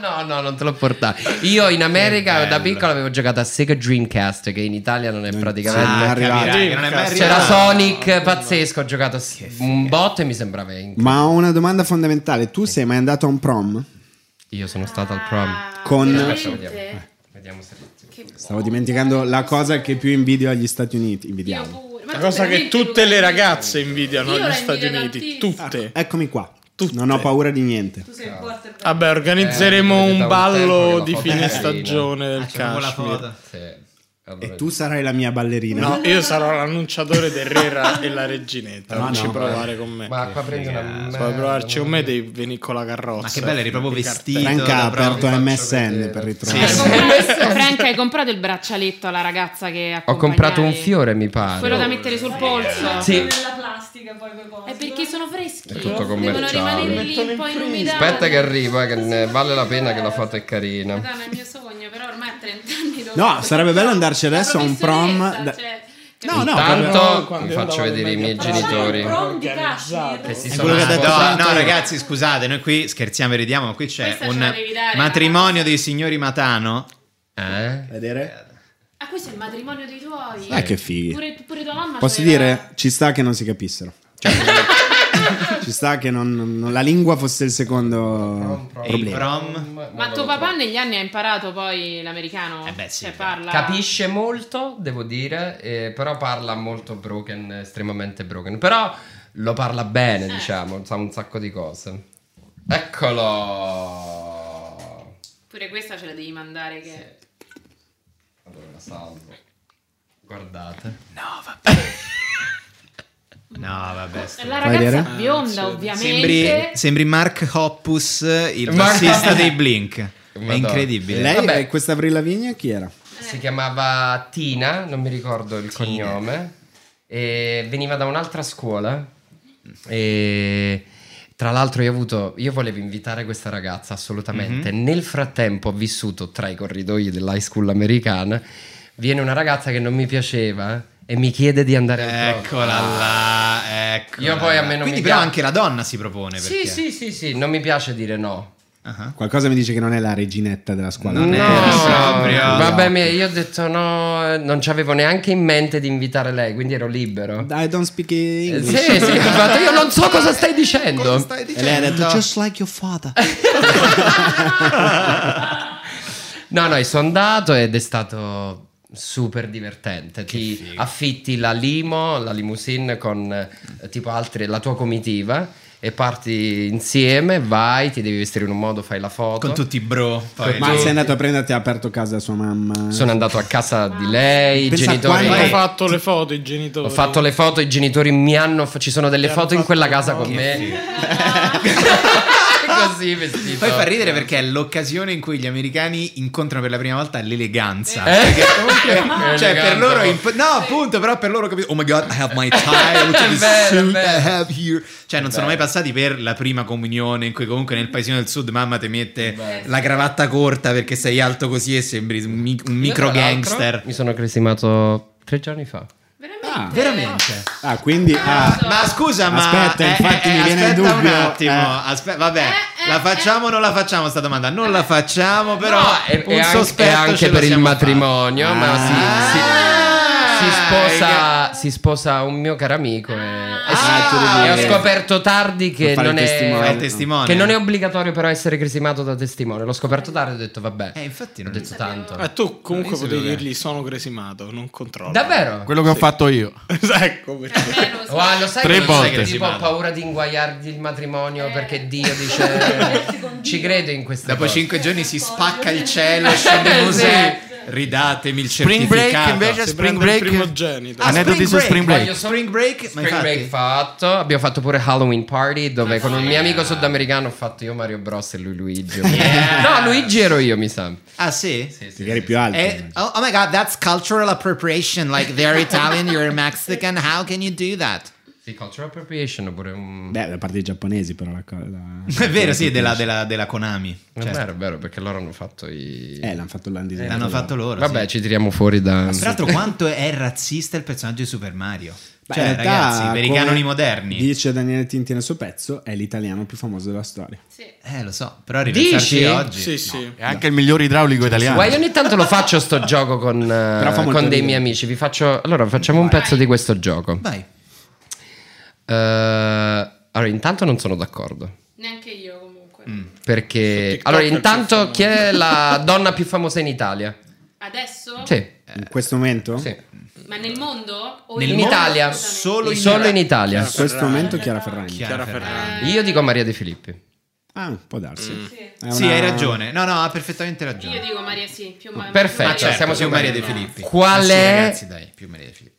Speaker 9: No, no, non te l'ho portato. Io in America da piccolo avevo giocato a Sega Dreamcast, che in Italia non è
Speaker 2: Ah,
Speaker 9: praticamente.
Speaker 2: arrivato.
Speaker 1: Capirai che non è mai
Speaker 3: Cazzo.
Speaker 9: C'era
Speaker 1: arrivato.
Speaker 9: Sonic pazzesco, ho giocato un botto e mi sembrava incredibile.
Speaker 2: Ma ho una domanda fondamentale. Tu sei mai andato a un prom?
Speaker 9: Io sono stato al prom.
Speaker 2: Con-
Speaker 4: Veramente?
Speaker 9: Vediamo. Vediamo se
Speaker 4: Che buono.
Speaker 2: Stavo dimenticando la cosa che più invidio agli Stati Uniti.
Speaker 4: Io
Speaker 2: Invidiamo.
Speaker 4: pure. Ma
Speaker 3: La
Speaker 4: tu
Speaker 3: cosa che
Speaker 4: veramente
Speaker 3: tutte
Speaker 4: lo
Speaker 3: le
Speaker 4: vedi?
Speaker 3: ragazze invidiano
Speaker 4: Io la
Speaker 3: negli Stati
Speaker 4: invidio
Speaker 3: Uniti.
Speaker 4: tantissimo.
Speaker 9: Ah,
Speaker 3: Tutte.
Speaker 2: Eccomi qua.
Speaker 3: Tutte.
Speaker 2: Non ho paura di niente.
Speaker 6: Tu sei il porter.
Speaker 3: Vabbè, organizzeremo
Speaker 9: Eh, mi
Speaker 3: un
Speaker 9: dà un tempo
Speaker 3: ballo
Speaker 9: che Ah,
Speaker 3: di
Speaker 9: la foto
Speaker 3: fine
Speaker 9: è carina.
Speaker 3: stagione del
Speaker 1: Facciamo la
Speaker 3: Kashmir.
Speaker 1: foto.
Speaker 9: Sì. Allora-
Speaker 2: E tu sarai la mia ballerina.
Speaker 3: No, io sarò l'annunciatore del Rera e la reginetta. non ci provare con me.
Speaker 9: Ma qua prendi una
Speaker 3: Se
Speaker 9: merda,
Speaker 3: vuoi provarci con
Speaker 9: non-
Speaker 3: me, devi venire con la carrozza.
Speaker 1: Ma che bello, eri proprio
Speaker 3: I
Speaker 1: vestito.
Speaker 3: cartelli.
Speaker 2: Franca ha
Speaker 1: Io dovrò-
Speaker 2: aperto
Speaker 9: vi faccio
Speaker 2: MSN
Speaker 9: vedere.
Speaker 2: per
Speaker 4: Hai
Speaker 2: ritrovare.
Speaker 1: Sì,
Speaker 4: comprato- Franca, hai comprato il braccialetto alla ragazza che ha
Speaker 9: Ho comprato un fiore, mi pare.
Speaker 4: Quello da mettere sul polso.
Speaker 9: Sì.
Speaker 6: Nella plastica poi quei cosi.
Speaker 4: È perché sono freschi. oh.
Speaker 9: È tutto
Speaker 4: Devono
Speaker 9: commerciale.
Speaker 4: rimanere
Speaker 3: Mettono
Speaker 4: lì
Speaker 3: in
Speaker 4: poi
Speaker 3: freezer.
Speaker 4: inumidati.
Speaker 9: Aspetta che arriva, che ne- vale la pena che la foto è carina.
Speaker 4: Madonna, è il mio sogno, però ormai a 30 anni lo
Speaker 2: No,
Speaker 4: so.
Speaker 2: sarebbe bello andarci
Speaker 4: La
Speaker 2: adesso a un prom
Speaker 4: professoressa,
Speaker 2: da-
Speaker 4: cioè,
Speaker 2: No, no,
Speaker 9: Intanto
Speaker 3: quando
Speaker 9: vi
Speaker 3: io
Speaker 9: faccio
Speaker 3: andavo
Speaker 9: vedere i
Speaker 3: in
Speaker 9: miei
Speaker 3: media-
Speaker 9: genitori.
Speaker 6: Un prom di
Speaker 3: Organizzato.
Speaker 6: Kashmir.
Speaker 9: Che si
Speaker 1: È
Speaker 9: sono
Speaker 1: quello che ha detto-
Speaker 9: Ah,
Speaker 1: no, no, ragazzi, scusate, noi qui scherziamo e ridiamo, ma qui c'è
Speaker 4: Questa ce la
Speaker 1: un
Speaker 4: devi dare,
Speaker 1: matrimonio
Speaker 4: ragazzi.
Speaker 1: dei signori Matano.
Speaker 9: Eh?
Speaker 2: Vedere?
Speaker 4: Ah, questo è il matrimonio dei tuoi.
Speaker 2: Eh, che fighi.
Speaker 4: Pure, pure tua mamma.
Speaker 2: Posso
Speaker 4: c'aveva-
Speaker 2: dire, ci sta che non si capissero. Cioè, ci sta che non, non- la lingua fosse il secondo
Speaker 1: E il
Speaker 2: problema.
Speaker 1: prom.
Speaker 4: Ma tuo papà negli anni ha imparato poi l'americano?
Speaker 1: Eh beh, sì,
Speaker 4: Cioè,
Speaker 1: beh.
Speaker 4: parla.
Speaker 9: Capisce molto, devo dire, eh, però parla molto broken, estremamente broken. Però lo parla bene,
Speaker 6: Certo.
Speaker 9: diciamo, sa un sacco di cose. Eccolo!
Speaker 4: Pure questa ce la devi mandare. Che...
Speaker 9: Allora, la salvo. Guardate.
Speaker 1: No, vabbè. sto-
Speaker 4: La
Speaker 2: Fai
Speaker 4: ragazza
Speaker 2: vedere?
Speaker 4: bionda, ovviamente.
Speaker 1: Sembri, sembri Mark Hoppus, il
Speaker 9: Mark-
Speaker 1: bassista dei Blink. È
Speaker 9: Madonna.
Speaker 1: incredibile.
Speaker 2: E lei,
Speaker 9: Vabbè.
Speaker 2: eh, questa Avril Lavigne, chi era?
Speaker 9: Si chiamava Tina, non mi ricordo il cognome, e veniva da un'altra scuola. E tra l'altro, io, ho avuto, io volevo invitare questa ragazza assolutamente.
Speaker 1: Mhm.
Speaker 9: Nel frattempo, ho vissuto tra i corridoi dell'high school americana. Viene una ragazza che non mi piaceva e mi chiede di andare al prom.
Speaker 1: Eccola là, eccola
Speaker 9: Io poi a
Speaker 1: là.
Speaker 9: me non
Speaker 1: Ah. Quindi
Speaker 9: mi
Speaker 1: però
Speaker 9: piace.
Speaker 1: anche la donna si propone
Speaker 9: Sì,
Speaker 1: perché
Speaker 9: sì, sì, sì, non mi piace dire no.
Speaker 1: Uh-huh.
Speaker 2: Qualcosa mi dice che non è la reginetta della squadra.
Speaker 1: Non è proprio.
Speaker 9: Vabbè, mi- io ho detto no, eh, non ci avevo neanche in mente di invitare lei, quindi ero libero.
Speaker 2: I don't speak
Speaker 9: Eh,
Speaker 2: English.
Speaker 9: Sì, sì, ho fatto, io non so cosa stai dicendo.
Speaker 1: Cosa stai
Speaker 2: E lei ha
Speaker 1: dicendo?
Speaker 2: detto "Just
Speaker 7: Just like your father.
Speaker 9: No, no, sono andato ed è stato super divertente. Ti affitti la limo, la limousine con eh, tipo altri, la tua comitiva e parti insieme, vai, ti devi vestire in un modo, fai la foto.
Speaker 1: con tutti i bro. Poi
Speaker 2: Ma
Speaker 1: lì-
Speaker 2: sei andato a prenderti ha aperto casa sua mamma.
Speaker 9: Sono andato a casa di lei, i
Speaker 2: Pensa
Speaker 9: genitori.
Speaker 2: quanto-
Speaker 3: Hanno
Speaker 1: Eh,
Speaker 3: fatto le foto i genitori.
Speaker 9: Ho fatto le foto, i genitori mi hanno. Ci sono delle
Speaker 3: Ti hanno
Speaker 9: foto in
Speaker 3: fatto
Speaker 9: quella
Speaker 3: le
Speaker 9: casa
Speaker 3: foto.
Speaker 9: con me. Così Esatto. vestito.
Speaker 1: Poi fa ridere perché è l'occasione in cui gli americani incontrano per la prima volta l'eleganza.
Speaker 9: Eh?
Speaker 1: Perché comunque,
Speaker 9: È
Speaker 1: cioè, per
Speaker 9: elegante,
Speaker 1: loro,
Speaker 9: oh.
Speaker 1: imp- no, appunto, però per loro capito. Oh my god, I have my tie, look at this
Speaker 9: È vero, è
Speaker 1: suit I
Speaker 9: vero.
Speaker 1: have here. Cioè, non sono mai passati per la prima comunione in cui comunque nel paesino del sud mamma ti mette la cravatta corta perché sei alto così e sembri un, mi- un micro
Speaker 9: Io, tra l'altro,
Speaker 1: gangster.
Speaker 9: Mi sono cresimato tre giorni fa.
Speaker 4: Veramente?
Speaker 1: Veramente.
Speaker 2: Ah, quindi ah,
Speaker 1: Ma scusa, ma eh,
Speaker 2: Aspetta, infatti
Speaker 1: eh,
Speaker 2: mi viene il
Speaker 1: aspetta
Speaker 2: dubbio,
Speaker 1: un attimo.
Speaker 2: eh.
Speaker 1: aspe- vabbè,
Speaker 4: Eh, eh,
Speaker 1: la facciamo o non la facciamo? Sta domanda non la facciamo, però
Speaker 9: No, è,
Speaker 1: un
Speaker 9: è anche-
Speaker 1: sospetto
Speaker 9: è
Speaker 1: ce
Speaker 9: anche
Speaker 1: lo
Speaker 9: per il
Speaker 1: siamo
Speaker 9: matrimonio, ma si, si-
Speaker 1: Ah!
Speaker 9: si sposa, si sposa un mio caro amico. E, eh sì,
Speaker 1: Ah, tu devi-
Speaker 9: e ho scoperto tardi che
Speaker 2: fare il
Speaker 9: non,
Speaker 2: testimone.
Speaker 1: fatti. Fai il
Speaker 9: è,
Speaker 1: testimone.
Speaker 9: che non è obbligatorio però essere cresimato da testimone. L'ho scoperto tardi e ho detto vabbè.
Speaker 1: Eh, infatti
Speaker 9: ho
Speaker 1: non
Speaker 9: detto tanto.
Speaker 3: Eh, tu comunque
Speaker 1: Io sapevo
Speaker 3: potevi
Speaker 1: che-
Speaker 3: dirgli sono cresimato, non controllo.
Speaker 9: Davvero?
Speaker 5: Quello che ho fatto io.
Speaker 3: ecco perché.
Speaker 4: Almeno, sì.
Speaker 9: Wow, lo sai
Speaker 5: Tre
Speaker 9: che non sei
Speaker 5: volte.
Speaker 9: tipo ho paura di inguaiargli il matrimonio perché Dio dice ci credo in queste
Speaker 1: Dopo
Speaker 9: cose.
Speaker 1: cinque giorni si spacca il cielo, scende
Speaker 9: Eh,
Speaker 1: così.
Speaker 9: sì.
Speaker 1: Ridatemi il
Speaker 5: Spring
Speaker 1: certificato.
Speaker 5: Break invece,
Speaker 1: Si
Speaker 5: Spring
Speaker 1: prende il
Speaker 5: Break.
Speaker 1: primogenito.
Speaker 5: Ah, Aneddoti su Spring Break.
Speaker 9: Voglio solo-
Speaker 1: Spring Break, ma
Speaker 9: Spring Break fatto, abbiamo fatto pure Halloween Party dove con un mio amico sudamericano ho fatto io Mario Bros e lui Luigi. No, Luigi ero io, mi sa.
Speaker 10: Ah, sì? Sì,
Speaker 2: Perché eri più alto.
Speaker 10: Eh, oh, oh my god, that's cultural appropriation. Like they're Italian, you're Mexican. How can you do that?
Speaker 9: Sì, cultural appropriation oppure un...
Speaker 2: Beh, da parte dei giapponesi, però la cosa.
Speaker 1: È vero, sì, della, della, della Konami.
Speaker 9: Non
Speaker 1: Certo.
Speaker 9: è vero, è vero, perché loro hanno fatto i...
Speaker 2: Eh, l'hanno fatto l'hanno disegnato.
Speaker 1: L'hanno fatto loro.
Speaker 9: Vabbè,
Speaker 1: sì.
Speaker 9: ci tiriamo fuori da...
Speaker 1: Tra l'altro, quanto è razzista il personaggio di Super Mario?
Speaker 2: Beh,
Speaker 1: cioè,
Speaker 2: in realtà,
Speaker 1: ragazzi, per i
Speaker 2: come
Speaker 1: canoni moderni.
Speaker 2: Dice Daniele Tinti nel suo pezzo, è l'italiano più famoso della storia.
Speaker 1: Eh, lo so, però ripensarci
Speaker 9: Dici?
Speaker 1: oggi.
Speaker 3: Sì, sì.
Speaker 5: È anche il miglior idraulico italiano.
Speaker 9: Guai, ogni tanto lo faccio sto gioco con, eh,
Speaker 2: fa molto
Speaker 9: con dei
Speaker 2: ridere.
Speaker 9: miei amici. Vi faccio... Allora, facciamo un pezzo di questo gioco.
Speaker 1: Vai.
Speaker 9: Eh, allora, intanto non sono d'accordo.
Speaker 4: Neanche io comunque.
Speaker 9: Perché...
Speaker 3: TikTok
Speaker 9: Allora,
Speaker 3: è il più
Speaker 9: intanto
Speaker 3: famoso.
Speaker 9: chi è la donna più famosa in Italia?
Speaker 4: Adesso?
Speaker 9: Sì.
Speaker 2: In questo momento?
Speaker 9: Sì.
Speaker 4: Ma nel mondo? O
Speaker 1: Nel
Speaker 9: In
Speaker 1: mondo?
Speaker 9: Italia,
Speaker 1: Solo in-
Speaker 9: solo in Italia.
Speaker 2: In questo
Speaker 3: Ferragni.
Speaker 2: momento Chiara Ferragni.
Speaker 1: Chiara
Speaker 3: Chiara
Speaker 1: Ferragni.
Speaker 3: Ferragni.
Speaker 9: Io dico Maria De Filippi.
Speaker 2: Ah, può darsi. È
Speaker 1: Sì,
Speaker 2: una-
Speaker 1: hai ragione. No, no, ha perfettamente ragione.
Speaker 4: Io dico Maria sì, più ma-
Speaker 9: Perfetto,
Speaker 1: Ma certo,
Speaker 4: Maria.
Speaker 9: siamo
Speaker 1: più
Speaker 9: su
Speaker 1: Maria
Speaker 9: quello.
Speaker 1: De Filippi.
Speaker 9: Qual
Speaker 1: Ma sì,
Speaker 9: è-
Speaker 1: ragazzi, dai, più Maria De Filippi.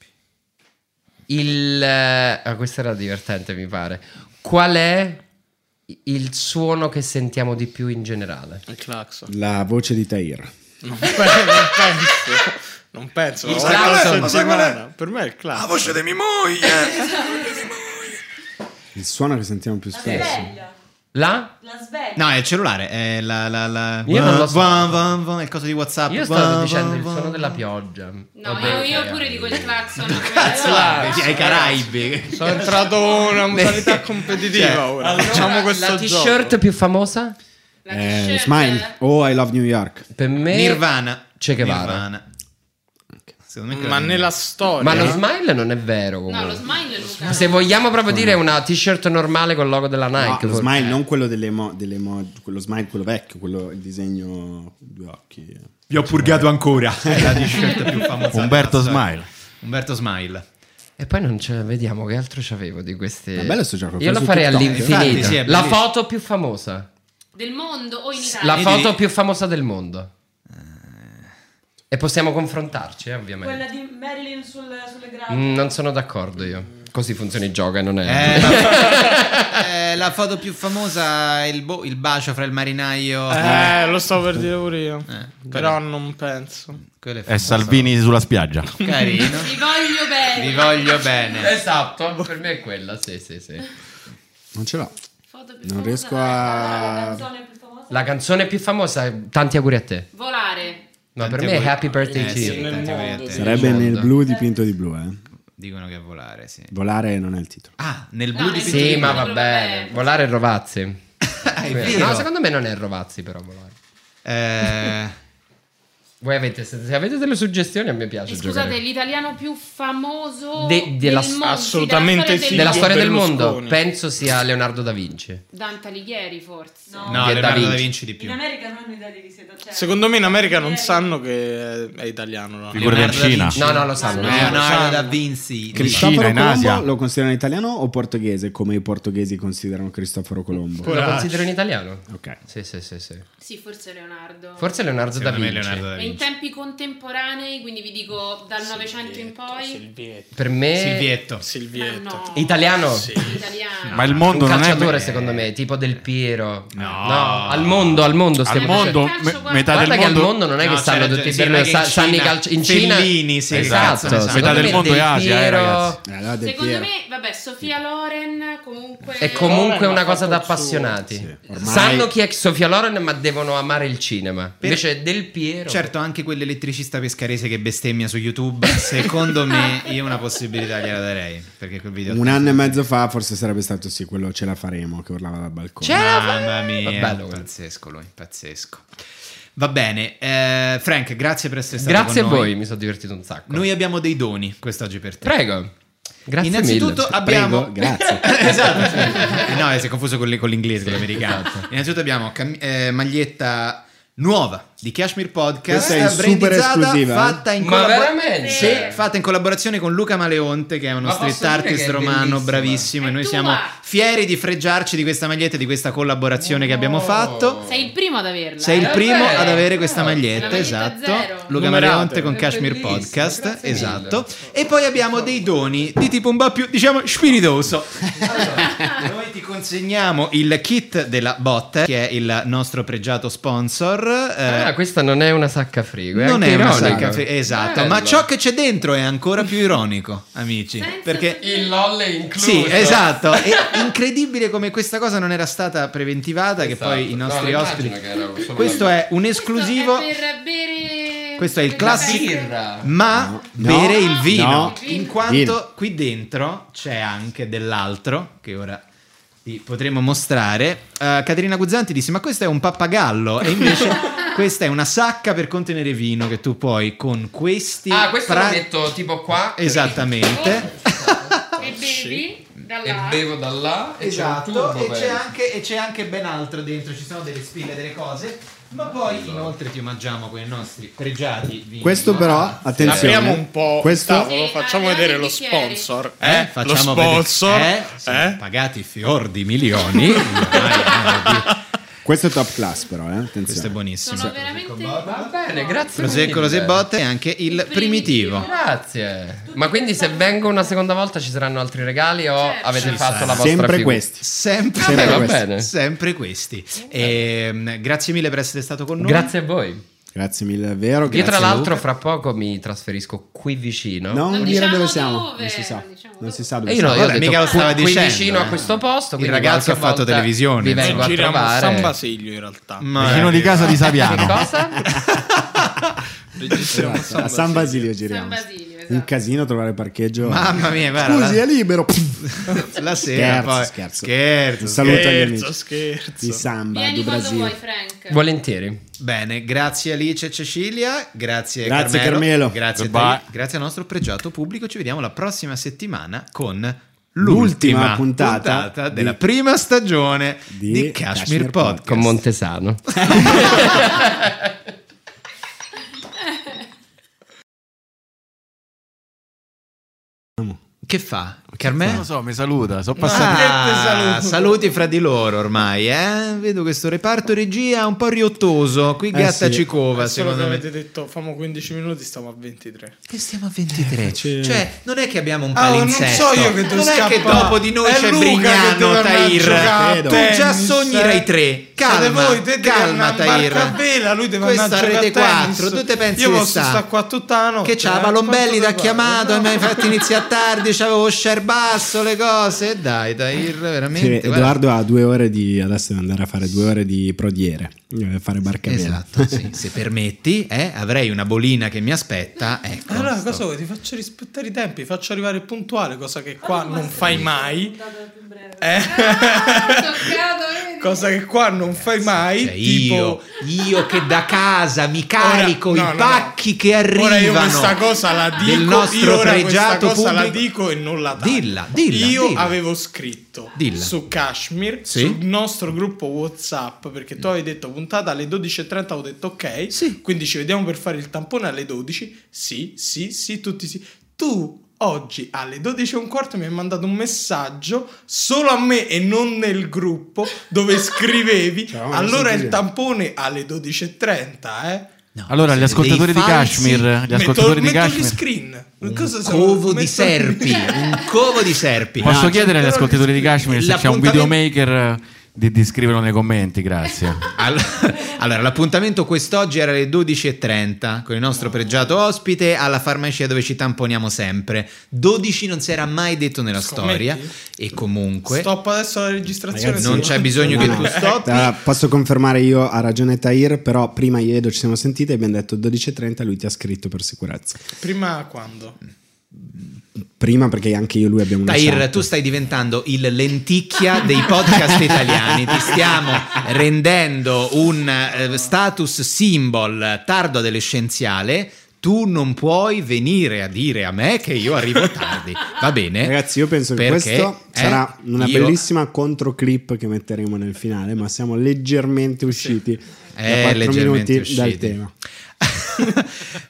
Speaker 9: Il... eh, ah, questa era divertente, mi pare. Qual è il suono che sentiamo di più in generale?
Speaker 3: Il clacson.
Speaker 2: La voce di Tahir.
Speaker 3: Non pe- non penso. Non penso. ma guarda
Speaker 9: clacson,
Speaker 3: la
Speaker 9: ma
Speaker 3: settimana. Per me è il clacson.
Speaker 2: Il suono che sentiamo più spesso.
Speaker 6: sveglia.
Speaker 9: La?
Speaker 6: La sveglia.
Speaker 1: No, è il cellulare, è la... la, la...
Speaker 9: Io non lo so.
Speaker 1: Van, van, van, il coso di Whatsapp.
Speaker 9: Io
Speaker 1: Van,
Speaker 9: stavo
Speaker 1: van,
Speaker 9: dicendo il
Speaker 1: van.
Speaker 9: suono della pioggia.
Speaker 4: No,
Speaker 9: Vabbè,
Speaker 4: io, io
Speaker 9: ok.
Speaker 4: pure dico il clacson.
Speaker 1: Cazzo, là, sì, ai Caraibi.
Speaker 3: Sono entrato in una modalità competitiva
Speaker 1: Cioè,
Speaker 3: ora.
Speaker 14: allora,
Speaker 3: Facciamo questo
Speaker 9: La
Speaker 3: gioco.
Speaker 9: t-shirt più famosa?
Speaker 4: La
Speaker 2: Eh,
Speaker 4: t-shirt,
Speaker 2: Smile. Oh, I love New York.
Speaker 9: Per me...
Speaker 1: Nirvana.
Speaker 9: Che Guevara.
Speaker 1: Nirvana. Secondo me
Speaker 3: Ma
Speaker 1: quella-
Speaker 3: nella storia.
Speaker 9: Ma lo smile non è vero comunque.
Speaker 4: No, lo smile Luca.
Speaker 9: Se vogliamo proprio dire una t-shirt normale col logo della
Speaker 2: No,
Speaker 9: Nike.
Speaker 2: lo
Speaker 9: for-
Speaker 2: smile, non quello delle mo, delle mo- quello smile, quello vecchio, quello il disegno due occhi. Eh,
Speaker 1: Vi ho purgato ancora. È la t-shirt più famosa.
Speaker 5: Umberto
Speaker 1: della storia.
Speaker 5: Smile.
Speaker 1: Umberto Smile.
Speaker 9: E poi non ce vediamo che altro c'avevo di queste.
Speaker 2: Ma bello sto gioco,
Speaker 9: Io
Speaker 2: quello
Speaker 9: lo
Speaker 2: su
Speaker 9: farei
Speaker 2: TikTok.
Speaker 9: all'infinito.
Speaker 1: Infatti, sì, è
Speaker 9: la
Speaker 1: bellissimo.
Speaker 9: foto più famosa.
Speaker 4: Del mondo o in
Speaker 9: La
Speaker 4: Italia?
Speaker 1: Vedi?
Speaker 9: foto più famosa del mondo. E possiamo confrontarci, eh,
Speaker 6: Quella
Speaker 9: ovviamente.
Speaker 6: di Marilyn sul- sulle grate.
Speaker 9: Mm, non sono d'accordo io. Così funziona il gioco e non è.
Speaker 1: Eh, la, eh, la foto più famosa è il, bo- il bacio fra il marinaio.
Speaker 3: Eh, lo sto per dire pure io. Però non penso.
Speaker 1: Quello
Speaker 5: È
Speaker 1: famoso.
Speaker 5: Salvini sulla spiaggia.
Speaker 1: Carino.
Speaker 4: Vi voglio bene.
Speaker 1: Vi voglio bene.
Speaker 9: Esatto, per me è quella, sì, sì, sì.
Speaker 2: Non ce l'ho.
Speaker 4: Foto più
Speaker 2: Non
Speaker 4: famosa
Speaker 2: riesco
Speaker 6: La
Speaker 2: a
Speaker 6: canzone più famosa.
Speaker 9: La canzone più famosa, tanti auguri a te.
Speaker 4: da- Volare.
Speaker 9: No, per
Speaker 1: Tanti
Speaker 9: me è
Speaker 1: auguri-
Speaker 9: Happy Birthday
Speaker 1: Eh,
Speaker 9: to
Speaker 1: sì,
Speaker 9: you.
Speaker 1: tanti auguri a te. Esatto.
Speaker 9: Sì.
Speaker 2: Sarebbe
Speaker 9: Mondo.
Speaker 2: nel blu dipinto di blu, eh.
Speaker 1: Dicono che è volare, sì.
Speaker 2: Volare non è il titolo.
Speaker 1: Ah, nel
Speaker 4: No,
Speaker 1: blu di
Speaker 4: nel
Speaker 9: Sì,
Speaker 1: Pinto di
Speaker 9: ma
Speaker 1: Blu.
Speaker 9: va bene. Volare e Rovazzi.
Speaker 1: Ah, è vero.
Speaker 9: No, secondo me non è Rovazzi, però volare.
Speaker 1: Eh,
Speaker 9: Voi avete, se se avete delle suggestioni, a me piace
Speaker 4: E scusate,
Speaker 9: giocare.
Speaker 4: l'italiano più famoso
Speaker 9: De- della-
Speaker 4: del mondo,
Speaker 3: assolutamente
Speaker 4: sì, della
Speaker 9: Della
Speaker 4: storia
Speaker 9: storia del mondo,
Speaker 3: Berlusconi.
Speaker 9: penso sia Leonardo da Vinci.
Speaker 4: del mondo. Dante Alighieri forse.
Speaker 6: No.
Speaker 1: no,
Speaker 9: Che è Da
Speaker 1: Leonardo da
Speaker 9: Vinci.
Speaker 1: Vinci di
Speaker 6: In
Speaker 1: più.
Speaker 6: America non mi dà di risetta.
Speaker 4: certo.
Speaker 6: Cioè,
Speaker 3: Secondo me in America non
Speaker 6: Eh.
Speaker 3: sanno che è italiano. no?
Speaker 5: Figurati in
Speaker 1: Leonardo da
Speaker 5: Cina.
Speaker 1: Vinci.
Speaker 9: No, no, lo sanno.
Speaker 4: No,
Speaker 9: lo sanno.
Speaker 1: Leonardo da Vinci.
Speaker 2: Cristoforo
Speaker 5: Cina, in
Speaker 2: Colombo
Speaker 5: Asia.
Speaker 2: lo considerano italiano o portoghese come i portoghesi considerano Cristoforo Colombo?
Speaker 9: Lo considero in italiano?
Speaker 2: Ok.
Speaker 9: Sì, sì, sì, sì.
Speaker 4: Sì, forse Leonardo.
Speaker 9: Forse Leonardo da
Speaker 1: Secondo me
Speaker 9: Vinci.
Speaker 1: è Leonardo da
Speaker 4: E in
Speaker 1: Vinci.
Speaker 4: tempi contemporanei, quindi vi dico dal Novecento in poi.
Speaker 3: Silvietto.
Speaker 9: Per me
Speaker 1: Silvietto.
Speaker 4: Ma
Speaker 3: Silvietto.
Speaker 4: Ah, no.
Speaker 9: italiano.
Speaker 3: Sì.
Speaker 4: Italiano.
Speaker 5: Ma il
Speaker 9: Un
Speaker 5: mondo non è.
Speaker 9: calciatore, secondo me, tipo del Piero.
Speaker 1: No.
Speaker 9: al mondo, al mondo
Speaker 5: Al
Speaker 9: stiamo
Speaker 5: mondo,
Speaker 4: Calcio,
Speaker 5: me-
Speaker 4: guarda.
Speaker 5: metà
Speaker 9: Guarda
Speaker 5: del
Speaker 9: che al
Speaker 5: mondo,
Speaker 9: mondo non è che
Speaker 1: No,
Speaker 9: stanno
Speaker 1: c'è
Speaker 9: tutti
Speaker 1: ragione,
Speaker 9: per
Speaker 1: sì, non è
Speaker 9: noi,
Speaker 1: che
Speaker 9: sa-
Speaker 1: in
Speaker 9: sanno i
Speaker 1: Cina-
Speaker 9: calci in Cina.
Speaker 1: Fellini, sì, che cazzo
Speaker 9: esatto,
Speaker 1: ne sa.
Speaker 9: secondo
Speaker 5: Metà del
Speaker 9: me
Speaker 5: mondo è Asia, eh,
Speaker 9: Piero-
Speaker 5: ragazzi.
Speaker 2: Eh, allora del
Speaker 4: Secondo
Speaker 2: Piero.
Speaker 4: me, vabbè, Sofia Loren comunque...
Speaker 9: È comunque
Speaker 3: Loren
Speaker 9: una
Speaker 3: ha
Speaker 9: cosa
Speaker 3: fatto
Speaker 9: da
Speaker 3: il suo,
Speaker 9: appassionati.
Speaker 2: sì. Ormai-
Speaker 9: Sanno chi è Sofia Loren, ma devono amare il cinema. Invece Del Piero.
Speaker 1: Certo, anche quell'elettricista pescarese che bestemmia su YouTube, secondo me io una possibilità gliela darei, perché quel video...
Speaker 2: Un anno e mezzo fa forse sarebbe stato sì, quello ce la faremo che urlava dal balcone.
Speaker 1: Mamma mia,
Speaker 9: Vabbè, allora.
Speaker 1: pazzesco lui, pazzesco. Va bene, eh, Frank, grazie per essere stato
Speaker 9: Grazie a
Speaker 1: con noi.
Speaker 9: voi, mi sono divertito un sacco.
Speaker 1: Noi abbiamo dei doni quest'oggi per te.
Speaker 9: Prego. Grazie
Speaker 1: Innanzitutto
Speaker 9: mille.
Speaker 1: abbiamo...
Speaker 2: Prego, grazie.
Speaker 1: esatto.
Speaker 2: Esatto.
Speaker 1: No, eh, si è confuso con, l'in- con l'inglese, con l'americano. Innanzitutto abbiamo cam- eh, maglietta nuova di Kashmir Podcast
Speaker 2: Questa è super
Speaker 1: brandizzata,
Speaker 2: esclusiva, eh?
Speaker 1: fatta in,
Speaker 9: Ma
Speaker 1: collabora-
Speaker 9: veramente?
Speaker 1: Sì, fatta in collaborazione con Luca Maleonte che è uno
Speaker 9: Ma posso
Speaker 1: street
Speaker 9: dire
Speaker 1: artist
Speaker 9: che è
Speaker 1: romano
Speaker 9: bellissima?
Speaker 1: bravissimo e noi
Speaker 4: tua!
Speaker 1: siamo fieri di freggiarci di questa maglietta e di questa collaborazione che abbiamo fatto
Speaker 4: Sei il primo ad averla.
Speaker 1: sei il
Speaker 4: eh?
Speaker 1: primo
Speaker 9: vero,
Speaker 1: ad avere questa
Speaker 9: è una
Speaker 1: maglietta,
Speaker 4: maglietta
Speaker 1: esatto.
Speaker 4: zero.
Speaker 1: Luca
Speaker 3: Numerate.
Speaker 1: Maleonte con
Speaker 9: È
Speaker 1: Kashmir
Speaker 9: bellissimo,
Speaker 1: Podcast,
Speaker 9: grazie mille.
Speaker 1: esatto. E poi abbiamo dei doni di tipo un po' più, diciamo, spiritoso. Allora, noi ti consegniamo il kit della Botte, che è il nostro pregiato sponsor. eh,
Speaker 9: Ah, questa non è una sacca frigo. È
Speaker 1: non
Speaker 9: anche
Speaker 1: è una
Speaker 9: ironica.
Speaker 1: sacca fri- esatto,
Speaker 9: Bello.
Speaker 1: ma ciò che c'è dentro è ancora più ironico, amici,
Speaker 4: Senza
Speaker 1: perché
Speaker 9: Il LOL è incluso.
Speaker 1: sì, esatto. È incredibile come questa cosa non era stata preventivata. Che poi i nostri ospiti. Questo è un esclusivo.
Speaker 4: Questo è per bere.
Speaker 1: Questo è il
Speaker 4: per
Speaker 1: classico-
Speaker 4: bere-
Speaker 9: birra.
Speaker 1: Ma
Speaker 2: No.
Speaker 1: bere il vino,
Speaker 2: No.
Speaker 1: in quanto
Speaker 2: Vino.
Speaker 1: qui dentro c'è anche dell'altro che ora vi potremo mostrare. Eh, Caterina Guzzanti disse: Ma questo è un pappagallo, e invece questa è una sacca per contenere vino che tu puoi con questi.
Speaker 9: Ah, questo
Speaker 1: pra-
Speaker 9: l'ho detto tipo qua.
Speaker 1: Esattamente.
Speaker 4: E bevi da
Speaker 9: E
Speaker 4: là.
Speaker 9: bevo da là. E c'è un
Speaker 1: Esatto,
Speaker 9: tubo,
Speaker 1: e c'è,
Speaker 9: penso.
Speaker 1: anche, e c'è anche ben altro dentro, ci sono delle spille, delle cose, ma poi inoltre ti omaggiamo con i nostri pregiati vini.
Speaker 2: Questo però, attenzione,
Speaker 3: Apriamo un po'
Speaker 2: questo
Speaker 3: il tavolo,
Speaker 4: Sì,
Speaker 3: facciamo
Speaker 4: abbiamo
Speaker 3: vedere
Speaker 4: i
Speaker 3: lo
Speaker 4: bicchieri.
Speaker 3: sponsor.
Speaker 1: Eh,
Speaker 3: eh?
Speaker 1: facciamo
Speaker 3: lo sponsor.
Speaker 1: vedere- eh, siamo
Speaker 3: eh?
Speaker 1: pagati fior di milioni. Ormai, eh,
Speaker 2: questo è top class però, eh,
Speaker 1: Questo è
Speaker 2: attenzione.
Speaker 1: buonissimo.
Speaker 4: Sono veramente.
Speaker 9: Va bene, grazie.
Speaker 1: Prosecco,
Speaker 9: mille.
Speaker 1: rosé botte e anche il,
Speaker 4: Il
Speaker 1: primitivo.
Speaker 4: primitivo.
Speaker 9: Grazie. Ma quindi se vengo una seconda volta ci saranno altri regali o
Speaker 4: Certo.
Speaker 9: avete
Speaker 4: Ci
Speaker 9: fatto la vostra
Speaker 2: Sempre
Speaker 9: figura?
Speaker 2: questi.
Speaker 1: Sempre,
Speaker 9: Vabbè, va
Speaker 2: questi.
Speaker 9: bene.
Speaker 1: sempre questi. Ehm, grazie mille per essere stato con noi.
Speaker 9: Grazie a voi.
Speaker 2: Grazie mille davvero.
Speaker 9: Io
Speaker 2: grazie
Speaker 9: tra l'altro
Speaker 2: Luca.
Speaker 9: fra poco mi trasferisco qui vicino.
Speaker 2: No, non
Speaker 4: Non
Speaker 2: dire
Speaker 4: diciamo
Speaker 2: dove siamo,
Speaker 4: dove,
Speaker 2: non si sa.
Speaker 4: non diciamo
Speaker 2: Non si
Speaker 4: dove.
Speaker 2: sa dove
Speaker 9: E io
Speaker 2: siamo.
Speaker 9: no, io ho
Speaker 1: Vabbè,
Speaker 9: detto
Speaker 1: mica lo stava
Speaker 9: qui
Speaker 1: dicendo,
Speaker 9: vicino
Speaker 1: eh.
Speaker 9: a questo posto.
Speaker 1: Il
Speaker 9: quindi
Speaker 1: ragazzo
Speaker 9: qualche
Speaker 1: ha fatto
Speaker 9: volta
Speaker 1: televisione, eh,
Speaker 9: Vi vengo
Speaker 1: insomma.
Speaker 9: a
Speaker 3: Giriamo
Speaker 9: trovare.
Speaker 3: San Basilio in realtà.
Speaker 5: Vicino di casa di
Speaker 9: Che
Speaker 5: Saviano.
Speaker 9: cosa?
Speaker 3: Registriamo
Speaker 2: Esatto, a San Basilio giriamo.
Speaker 4: San Basilio, esatto.
Speaker 2: Un casino trovare parcheggio.
Speaker 1: Mamma mia, guarda.
Speaker 2: Scusi, è libero.
Speaker 1: La sera
Speaker 2: Scherzo,
Speaker 1: poi.
Speaker 2: scherzo.
Speaker 1: Scherzo,
Speaker 2: Un saluto agli
Speaker 3: Scherzo,
Speaker 2: amici
Speaker 3: scherzo.
Speaker 2: di Samba,
Speaker 4: Vieni
Speaker 2: di
Speaker 4: quando
Speaker 2: Brasile.
Speaker 4: vuoi, Frank.
Speaker 9: Volentieri.
Speaker 1: Bene, grazie Alice e Cecilia, grazie,
Speaker 2: Grazie, Carmelo.
Speaker 1: grazie, a te,
Speaker 5: Goodbye.
Speaker 1: grazie al nostro pregiato pubblico, ci vediamo la prossima settimana con l'ultima
Speaker 2: L'ultima
Speaker 1: puntata,
Speaker 2: puntata di-
Speaker 1: della prima stagione di, Kashmir,
Speaker 2: Kashmir
Speaker 1: Podcast.
Speaker 9: Con Montesano.
Speaker 1: Che fa?
Speaker 5: Non
Speaker 1: Carmelo?
Speaker 5: lo so, mi saluta. Sono passato.
Speaker 1: Ah, saluti fra di loro ormai, eh? Vedo questo reparto regia un po' riottoso.
Speaker 3: Eh
Speaker 1: Qui gatta
Speaker 2: Eh sì.
Speaker 1: ci cova,
Speaker 3: Adesso
Speaker 1: secondo me.
Speaker 3: avete detto famo 15 minuti, stiamo a 23.
Speaker 1: Che stiamo a 23.
Speaker 2: Eh, Sì.
Speaker 1: Cioè, non è che abbiamo un
Speaker 3: Ah, non
Speaker 1: palinsesto.
Speaker 3: so io che devo
Speaker 1: Non è che
Speaker 3: scappare.
Speaker 1: dopo di noi
Speaker 3: È
Speaker 1: c'è
Speaker 3: Luca che
Speaker 1: Brignano,
Speaker 3: deve andare a giocare
Speaker 1: Tair.
Speaker 3: a
Speaker 1: Tu
Speaker 3: tennis,
Speaker 1: già sogni
Speaker 3: eh.
Speaker 1: Rai 3.
Speaker 3: Siete
Speaker 1: Calma,
Speaker 3: voi, te
Speaker 1: calma Tair.
Speaker 3: a vela, lui deve
Speaker 1: Questa
Speaker 3: andare a
Speaker 1: rete
Speaker 3: giocare a tennis.
Speaker 1: 4, tu te pensi
Speaker 3: Io
Speaker 1: che
Speaker 3: posso
Speaker 1: sta?
Speaker 3: sta qua tutta la notte.
Speaker 1: Che c'ha
Speaker 3: eh,
Speaker 1: Palombelli
Speaker 3: quanto
Speaker 1: t'ha
Speaker 3: te
Speaker 1: chiamato,
Speaker 3: pare?
Speaker 1: mi hai
Speaker 3: No.
Speaker 1: fatto iniziare tardi, c'avevo share basso, le cose. Dai,
Speaker 3: Eh.
Speaker 1: Tair,
Speaker 2: Sì,
Speaker 1: veramente. guarda.
Speaker 2: Edoardo ha due ore di. Adesso deve andare a fare due ore di prodiere. Deve fare barca vela.
Speaker 1: Esatto, sì. se permetti, eh, avrei una bolina che mi aspetta. Ecco,
Speaker 3: Allora,
Speaker 1: sto-
Speaker 3: cosa vuoi? Ti faccio rispettare i tempi, faccio arrivare puntuale, cosa che qua non fai mai. Eh?
Speaker 4: Ah, toccato, vedi?
Speaker 3: Cosa che qua non fai mai.
Speaker 1: Cioè,
Speaker 3: tipo,
Speaker 1: io, io che da casa mi carico
Speaker 3: Ora- no,
Speaker 1: i
Speaker 3: no,
Speaker 1: pacchi
Speaker 3: no.
Speaker 1: che
Speaker 3: Ora io
Speaker 1: arrivano
Speaker 3: questa cosa la dico,
Speaker 1: del nostro
Speaker 3: io ora questa
Speaker 1: pregiato
Speaker 3: cosa la
Speaker 1: pubblico.
Speaker 3: dico e non la taglio.
Speaker 1: Dilla, dilla,
Speaker 3: Io
Speaker 1: dilla.
Speaker 3: avevo scritto
Speaker 1: Dilla.
Speaker 3: su Kashmir,
Speaker 1: Sì.
Speaker 3: sul nostro gruppo WhatsApp, perché tu avevi detto puntata alle 12.30, ho detto ok,
Speaker 1: Sì.
Speaker 3: quindi ci vediamo per fare il tampone alle 12. Sì, sì, sì, tutti sì. Tu... Oggi alle 12 e un quarto mi hai mandato un messaggio solo a me e non nel gruppo dove scrivevi
Speaker 2: Ciao, non
Speaker 3: allora il
Speaker 2: sentire.
Speaker 3: tampone alle 12.30 eh
Speaker 1: No,
Speaker 5: Allora, gli
Speaker 1: siete
Speaker 5: ascoltatori
Speaker 1: dei
Speaker 5: di
Speaker 1: falsi,
Speaker 5: Kashmir. Gli
Speaker 3: Metto-
Speaker 5: ascoltatori di
Speaker 3: metto gli
Speaker 5: Kashmir.
Speaker 3: screen.
Speaker 1: Un
Speaker 3: Cosa siamo-
Speaker 1: covo di
Speaker 3: metto-
Speaker 1: serpi, un covo di serpi.
Speaker 5: Posso
Speaker 1: No,
Speaker 5: chiedere agli
Speaker 1: però-
Speaker 5: ascoltatori di Kashmir se c'è un
Speaker 1: L'appuntamento-
Speaker 5: videomaker eh, di, di scriverlo nei commenti, grazie.
Speaker 1: All- Allora, l'appuntamento quest'oggi era alle 12.30 con il nostro pregiato ospite alla farmacia dove ci tamponiamo sempre. 12 non si era mai detto nella
Speaker 3: Scommetti?
Speaker 1: storia e comunque...
Speaker 3: Stop adesso la registrazione.
Speaker 2: Ragazzi,
Speaker 1: Non
Speaker 3: sì.
Speaker 1: c'è bisogno che tu stoppi.
Speaker 2: Eh, posso confermare io ha ragione Tahir, però prima io e Edo ci siamo sentiti e abbiamo detto 12.30 lui ti ha scritto per sicurezza.
Speaker 3: Prima quando?
Speaker 2: Prima perché anche io e lui abbiamo una
Speaker 1: Tair,
Speaker 2: chat.
Speaker 1: tu stai diventando il lenticchia dei podcast italiani. Ti stiamo rendendo un eh, status symbol tardo adolescenziale tu non puoi venire a dire a me che io arrivo tardi. Va bene?
Speaker 2: Ragazzi, io penso che
Speaker 1: Perché,
Speaker 2: questo
Speaker 1: eh,
Speaker 2: sarà una
Speaker 1: io-
Speaker 2: bellissima controclip che metteremo nel finale, ma siamo leggermente usciti da
Speaker 1: Eh,
Speaker 2: 4
Speaker 1: leggermente
Speaker 2: minuti dal
Speaker 1: usciti.
Speaker 2: tema.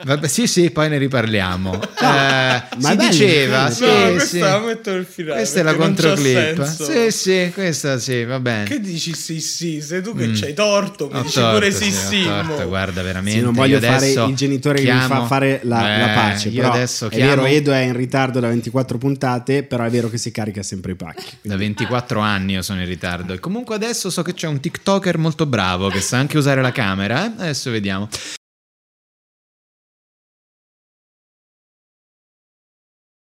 Speaker 1: Vabbè, sì, sì, poi ne riparliamo. Eh,
Speaker 2: ma
Speaker 1: si
Speaker 2: dai,
Speaker 1: diceva,
Speaker 2: no,
Speaker 1: sì,
Speaker 3: Ah. no,
Speaker 1: sì.
Speaker 3: questa la metto nel finale.
Speaker 1: Questa è la
Speaker 3: perché non c'ha
Speaker 1: controclip.
Speaker 3: senso.
Speaker 1: Sì, sì, questa sì, va bene.
Speaker 3: Che dici sì sì? Sei tu che
Speaker 1: Mm.
Speaker 3: c'hai torto, mi
Speaker 1: Ho
Speaker 3: dici
Speaker 1: torto,
Speaker 3: pure sì
Speaker 1: ho
Speaker 3: sì.
Speaker 1: torto,
Speaker 3: mo.
Speaker 1: guarda, veramente.
Speaker 2: Sì, non
Speaker 1: io
Speaker 2: voglio fare
Speaker 1: adesso
Speaker 2: il genitore che mi fa
Speaker 1: chiamo-
Speaker 2: fare la,
Speaker 1: Eh,
Speaker 2: la pace.
Speaker 1: Io
Speaker 2: però
Speaker 1: adesso
Speaker 2: è vero,
Speaker 1: chiamo
Speaker 2: Edo è in ritardo da 24 puntate, però è vero che si carica sempre i pacchi.
Speaker 1: da 24 anni io sono in ritardo. E comunque adesso so che c'è un TikToker molto bravo che sa anche usare la camera. eh. Adesso vediamo.